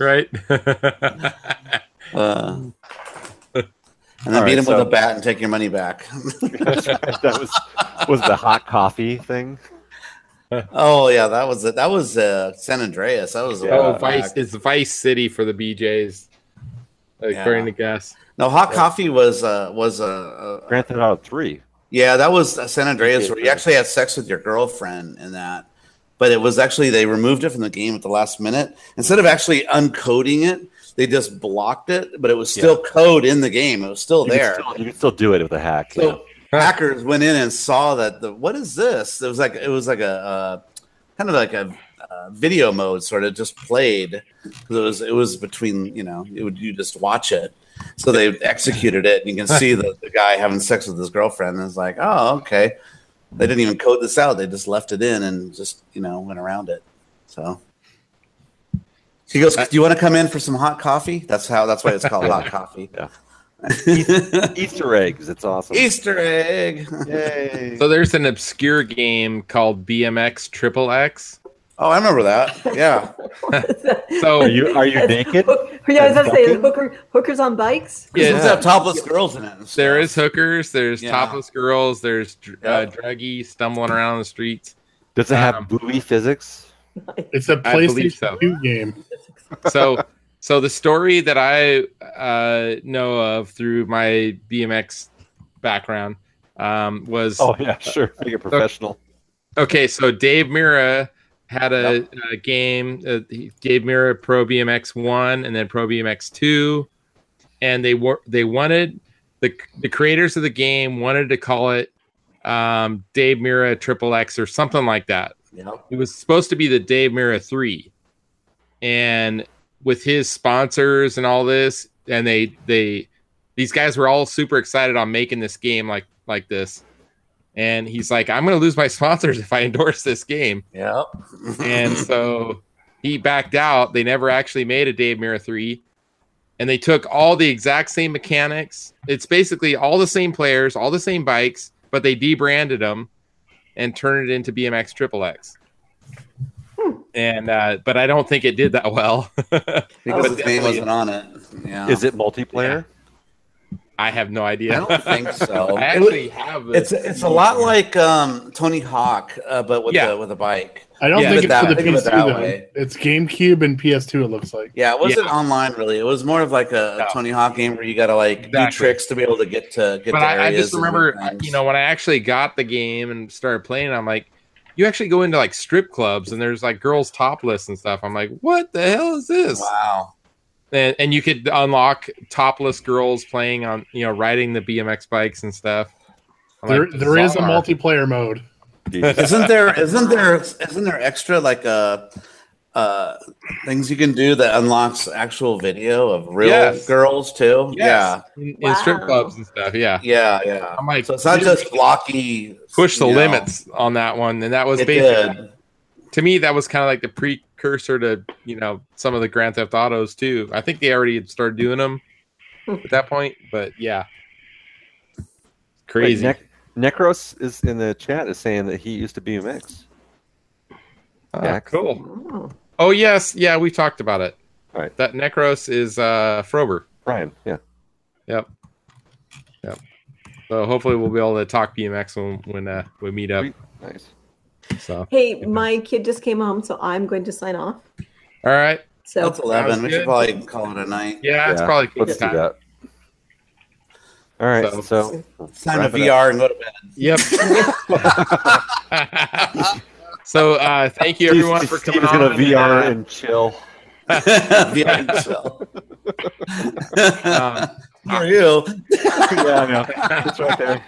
S3: Right. Oh,
S5: Uh, and then
S4: All
S5: beat
S4: right,
S5: him
S4: so-
S5: with a bat and take your money back.
S4: that was was the hot coffee thing.
S5: Oh yeah, that was it. That was uh, San Andreas. That was a
S3: oh,
S5: while
S3: Vice.
S5: back.
S3: It's Vice City for the BJ's, according to Gus.
S5: No, hot coffee was uh, was a uh,
S4: Grand Theft Auto Three.
S5: Yeah, that was uh, San Andreas, where you actually had sex with your girlfriend in that. But it was actually they removed it from the game at the last minute. Instead of actually uncoding it, they just blocked it. But it was still code in the game. It was still
S4: You can
S5: there.
S4: still- you can still do it with a hack. yeah.
S5: So hackers went in and saw that the what is this? It was like it was like a uh, kind of like a uh, video mode sort of just played 'Cause it was it was between you know it would you just watch it. So they executed it, and you can see the, the guy having sex with his girlfriend. And it's like, oh, okay. They didn't even code this out. They just left it in and just you know went around it. So he goes, "Do you want to come in for some hot coffee?" That's how. That's why it's called hot coffee.
S4: Easter eggs. It's awesome.
S5: Easter egg.
S4: Yay.
S3: So there's an obscure game called BMX Triple X.
S5: Oh, I remember that. Yeah.
S3: so
S4: Are you- are you naked?
S6: Yeah, I was gonna say
S3: Duncan?
S6: hooker, hookers on bikes.
S3: Yeah.
S5: topless girls in it.
S3: There is hookers. There's
S6: Yeah.
S3: topless girls. There's dr- uh, druggies stumbling around the streets.
S4: Does it have booby physics?
S1: It's a
S3: I believe
S1: PlayStation
S3: so.
S1: 2 game.
S3: so so the story that I uh, know of through my BMX background um, was
S4: Oh yeah, sure. Make it professional.
S3: Okay, so Dave Mira had a, a game. Uh, he- Dave Mira Pro BMX one and then Pro BMX two, and they were they wanted the the creators of the game wanted to call it um, Dave Mira Triple X or something like that. It was supposed to be the Dave Mira three, and with his sponsors and all this, and they they these guys were all super excited on making this game like like this and he's like, "I'm going to lose my sponsors if I endorse this game."
S5: Yep.
S3: and so he backed out. They never actually made a Dave Mirror three, and they took all the exact same mechanics. It's basically all the same players, all the same bikes, but they debranded them and turned it into BMX Triple X. And uh, but I don't think it did that well
S5: Because
S3: But
S5: his name
S3: definitely-
S5: wasn't on it. Yeah.
S4: Is it multiplayer?
S3: I have no idea.
S5: I don't think so.
S3: I actually have
S5: It's
S3: this.
S5: it's a lot like um, Tony Hawk, uh, but with the with a bike.
S1: I don't
S5: Yeah.
S1: think
S5: Think
S1: it's
S5: of
S1: for the
S5: it that- think of
S1: PS2.
S5: it that
S1: though.
S5: way.
S1: It's GameCube and PS2. It looks like.
S5: Yeah, it wasn't online really. It was more of like a, a Tony Hawk game where you got to like do tricks to be able to get to get
S3: but
S5: to
S3: I, I
S5: areas.
S3: just
S5: and
S3: remember,
S5: things.
S3: you know, when I actually got the game and started playing, I'm like, you actually go into like strip clubs and there's like girls topless and stuff. I'm like, what the hell is this?
S5: Wow.
S3: And, and you could unlock topless girls playing on, you know, riding the BMX bikes and stuff. I'm
S1: There,
S3: like,
S1: there is a
S3: bizarre.
S1: multiplayer mode.
S5: isn't there isn't there isn't there extra like uh, uh, things you can do that unlocks actual video of real
S3: Yes.
S5: girls too?
S3: Yes,
S5: Yeah.
S3: in, in strip clubs and stuff. Yeah,
S5: Yeah, yeah.
S3: I'm like,
S5: So it's not just blocky.
S3: push the
S5: you know.
S3: limits on that one, and that was
S5: It
S3: basically to me that was kind of like the precursor to you know some of the Grand Theft Autos too. I think they already had started doing them at that point, but yeah, Crazy.
S4: Wait, Nec- Necros is in the chat is saying that he used to BMX.
S3: Ah,
S4: Yeah.
S3: cool. Oh yes, yeah, we talked about it.
S4: Right.
S3: That Necros is uh Frober.
S4: Brian, yeah.
S3: Yep. Yep. So hopefully we'll be able to talk BMX when when uh, we meet up.
S4: Nice.
S3: So
S6: Hey, my kid just came home, so I'm going to sign off.
S3: all right.
S6: So
S5: That's eleven. We
S3: Sounds
S5: should probably call it a night.
S3: Yeah, it's probably
S4: let's do that. All right, so,
S5: It's time to
S4: wrap it
S5: VR
S4: up.
S5: and go to bed.
S3: Yep. so uh, thank you everyone for coming
S4: Steve's
S3: on.
S4: gonna VR
S3: uh,
S4: and chill.
S5: Behind the shell.
S3: Um,
S5: Who are you?
S4: yeah, I know. It's right there.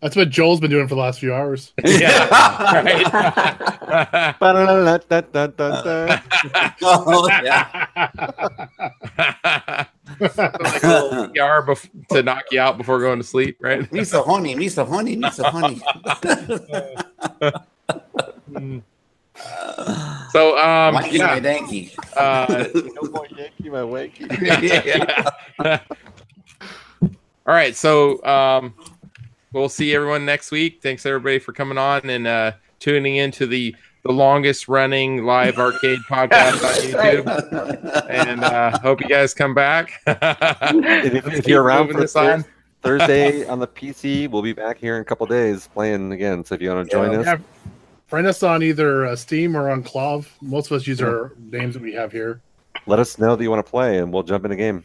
S1: That's what Joel's been doing for the last few hours.
S4: Yeah, Ba-da-da-da-da-da-da.
S3: uh,
S5: Oh, yeah.
S3: like a little PR bef- to knock you out before going to sleep, right?
S5: Me so horny, me so horny, me so horny.
S3: Um, So, um,
S5: Wanky,
S3: yeah.
S5: my danky.
S3: Uh,
S4: no more Yankee, my wanky.
S3: All right, so um, we'll see everyone next week. Thanks everybody for coming on and uh, tuning in to the the longest running live arcade podcast on YouTube. And uh, hope you guys come back.
S4: If, if
S3: Keep
S4: you're around
S3: moving
S4: for
S3: this on.
S4: Thurs- Thursday on the PC, we'll be back here in a couple days playing again. So if you want to join us,
S1: Yeah, Find us on either uh, Steam or on Clove. Most of us use our names that we have here.
S4: let us know that you want to play, and we'll jump in a game.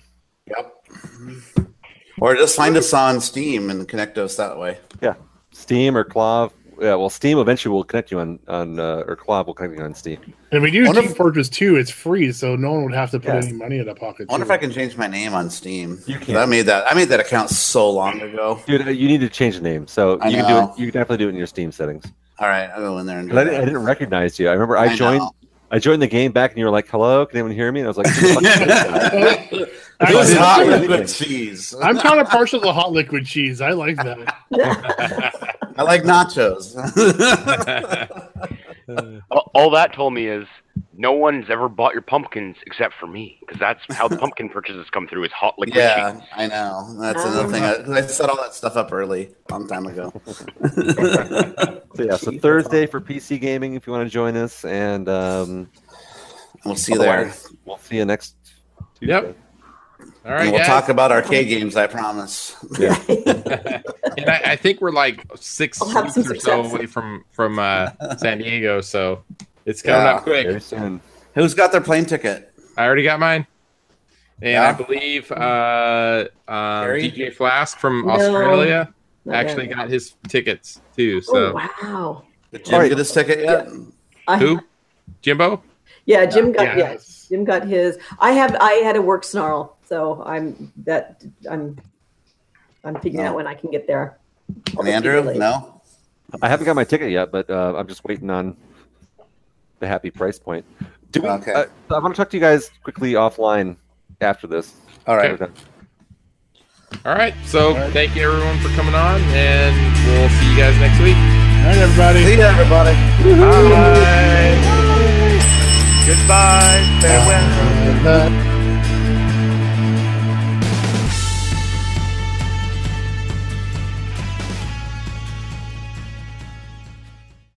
S5: Or just find us on Steam and connect us that way.
S4: Yeah, Steam or Clav. Yeah, well, Steam eventually will connect you on on uh, or Clav will connect you on Steam.
S1: And we do Team Fortress 2. It's free, so no one would have to put any money in their pocket.
S5: I wonder if I can change my name on Steam. You can. I made that. I made that account so long ago.
S4: Dude, uh, you need to change the name. So
S5: I
S4: you can do
S5: know.
S4: it. You can definitely do it in your Steam settings.
S5: All right, I'll go in there and. Do
S4: But I, didn't- I
S5: that.
S4: didn't recognize you. I remember I,
S5: I
S4: joined.
S5: know.
S4: I joined the game back, and you were like, "Hello, can anyone hear me?" And I was like, "Who the fuck is this guy?"
S1: I
S4: So I
S1: was
S4: didn't
S1: hot
S4: do
S1: with
S4: anything.
S1: good I'm kind of partial to hot liquid cheese. I like that.
S5: I like nachos.
S12: all, all that told me is no one's ever bought your pumpkins except for me because that's how the pumpkin purchases come through is hot liquid
S5: yeah,
S12: cheese.
S5: I know. That's another thing. I, 'cause I set all that stuff up early, long time ago.
S4: So yeah, so Thursday for PC gaming if you want to join us, and um,
S5: we'll see you there.
S4: We'll see you next.
S3: Yep. All right,
S5: And we'll
S3: guys.
S5: talk about arcade games. I promise. Yeah.
S3: and I, I think we're like 6
S5: We'll have
S3: weeks
S5: some
S3: or so
S5: success.
S3: away from from uh, San Diego, so it's coming
S5: Yeah,
S3: up quick.
S5: Who's got their plane ticket?
S3: I already got mine, and
S5: Yeah?
S3: I believe uh, um,
S5: Harry?
S3: DJ Flask from
S5: No.
S3: Australia
S5: Not
S3: actually
S5: yet.
S3: got his tickets too. So
S6: Oh, wow.
S5: Did Jim get his ticket yet?
S6: I-
S3: who? Jimbo?
S6: Yeah, Jim got
S3: Yeah.
S6: yeah. Jim got his. I have I had a work snarl, so I'm that I'm I'm
S3: Oh.
S6: figuring out when I can get there.
S5: And Andrew? No.
S4: I haven't got my ticket yet, but uh, I'm just waiting on the happy price point. Do we?
S5: Okay.
S4: Uh, I want to talk to you guys quickly offline after this.
S5: All
S3: right. All right. So thank you everyone for coming on, and we'll see you guys next week.
S1: All right, everybody.
S5: See ya, everybody.
S3: Bye.
S1: Uh,
S5: Goodbye. Farewell.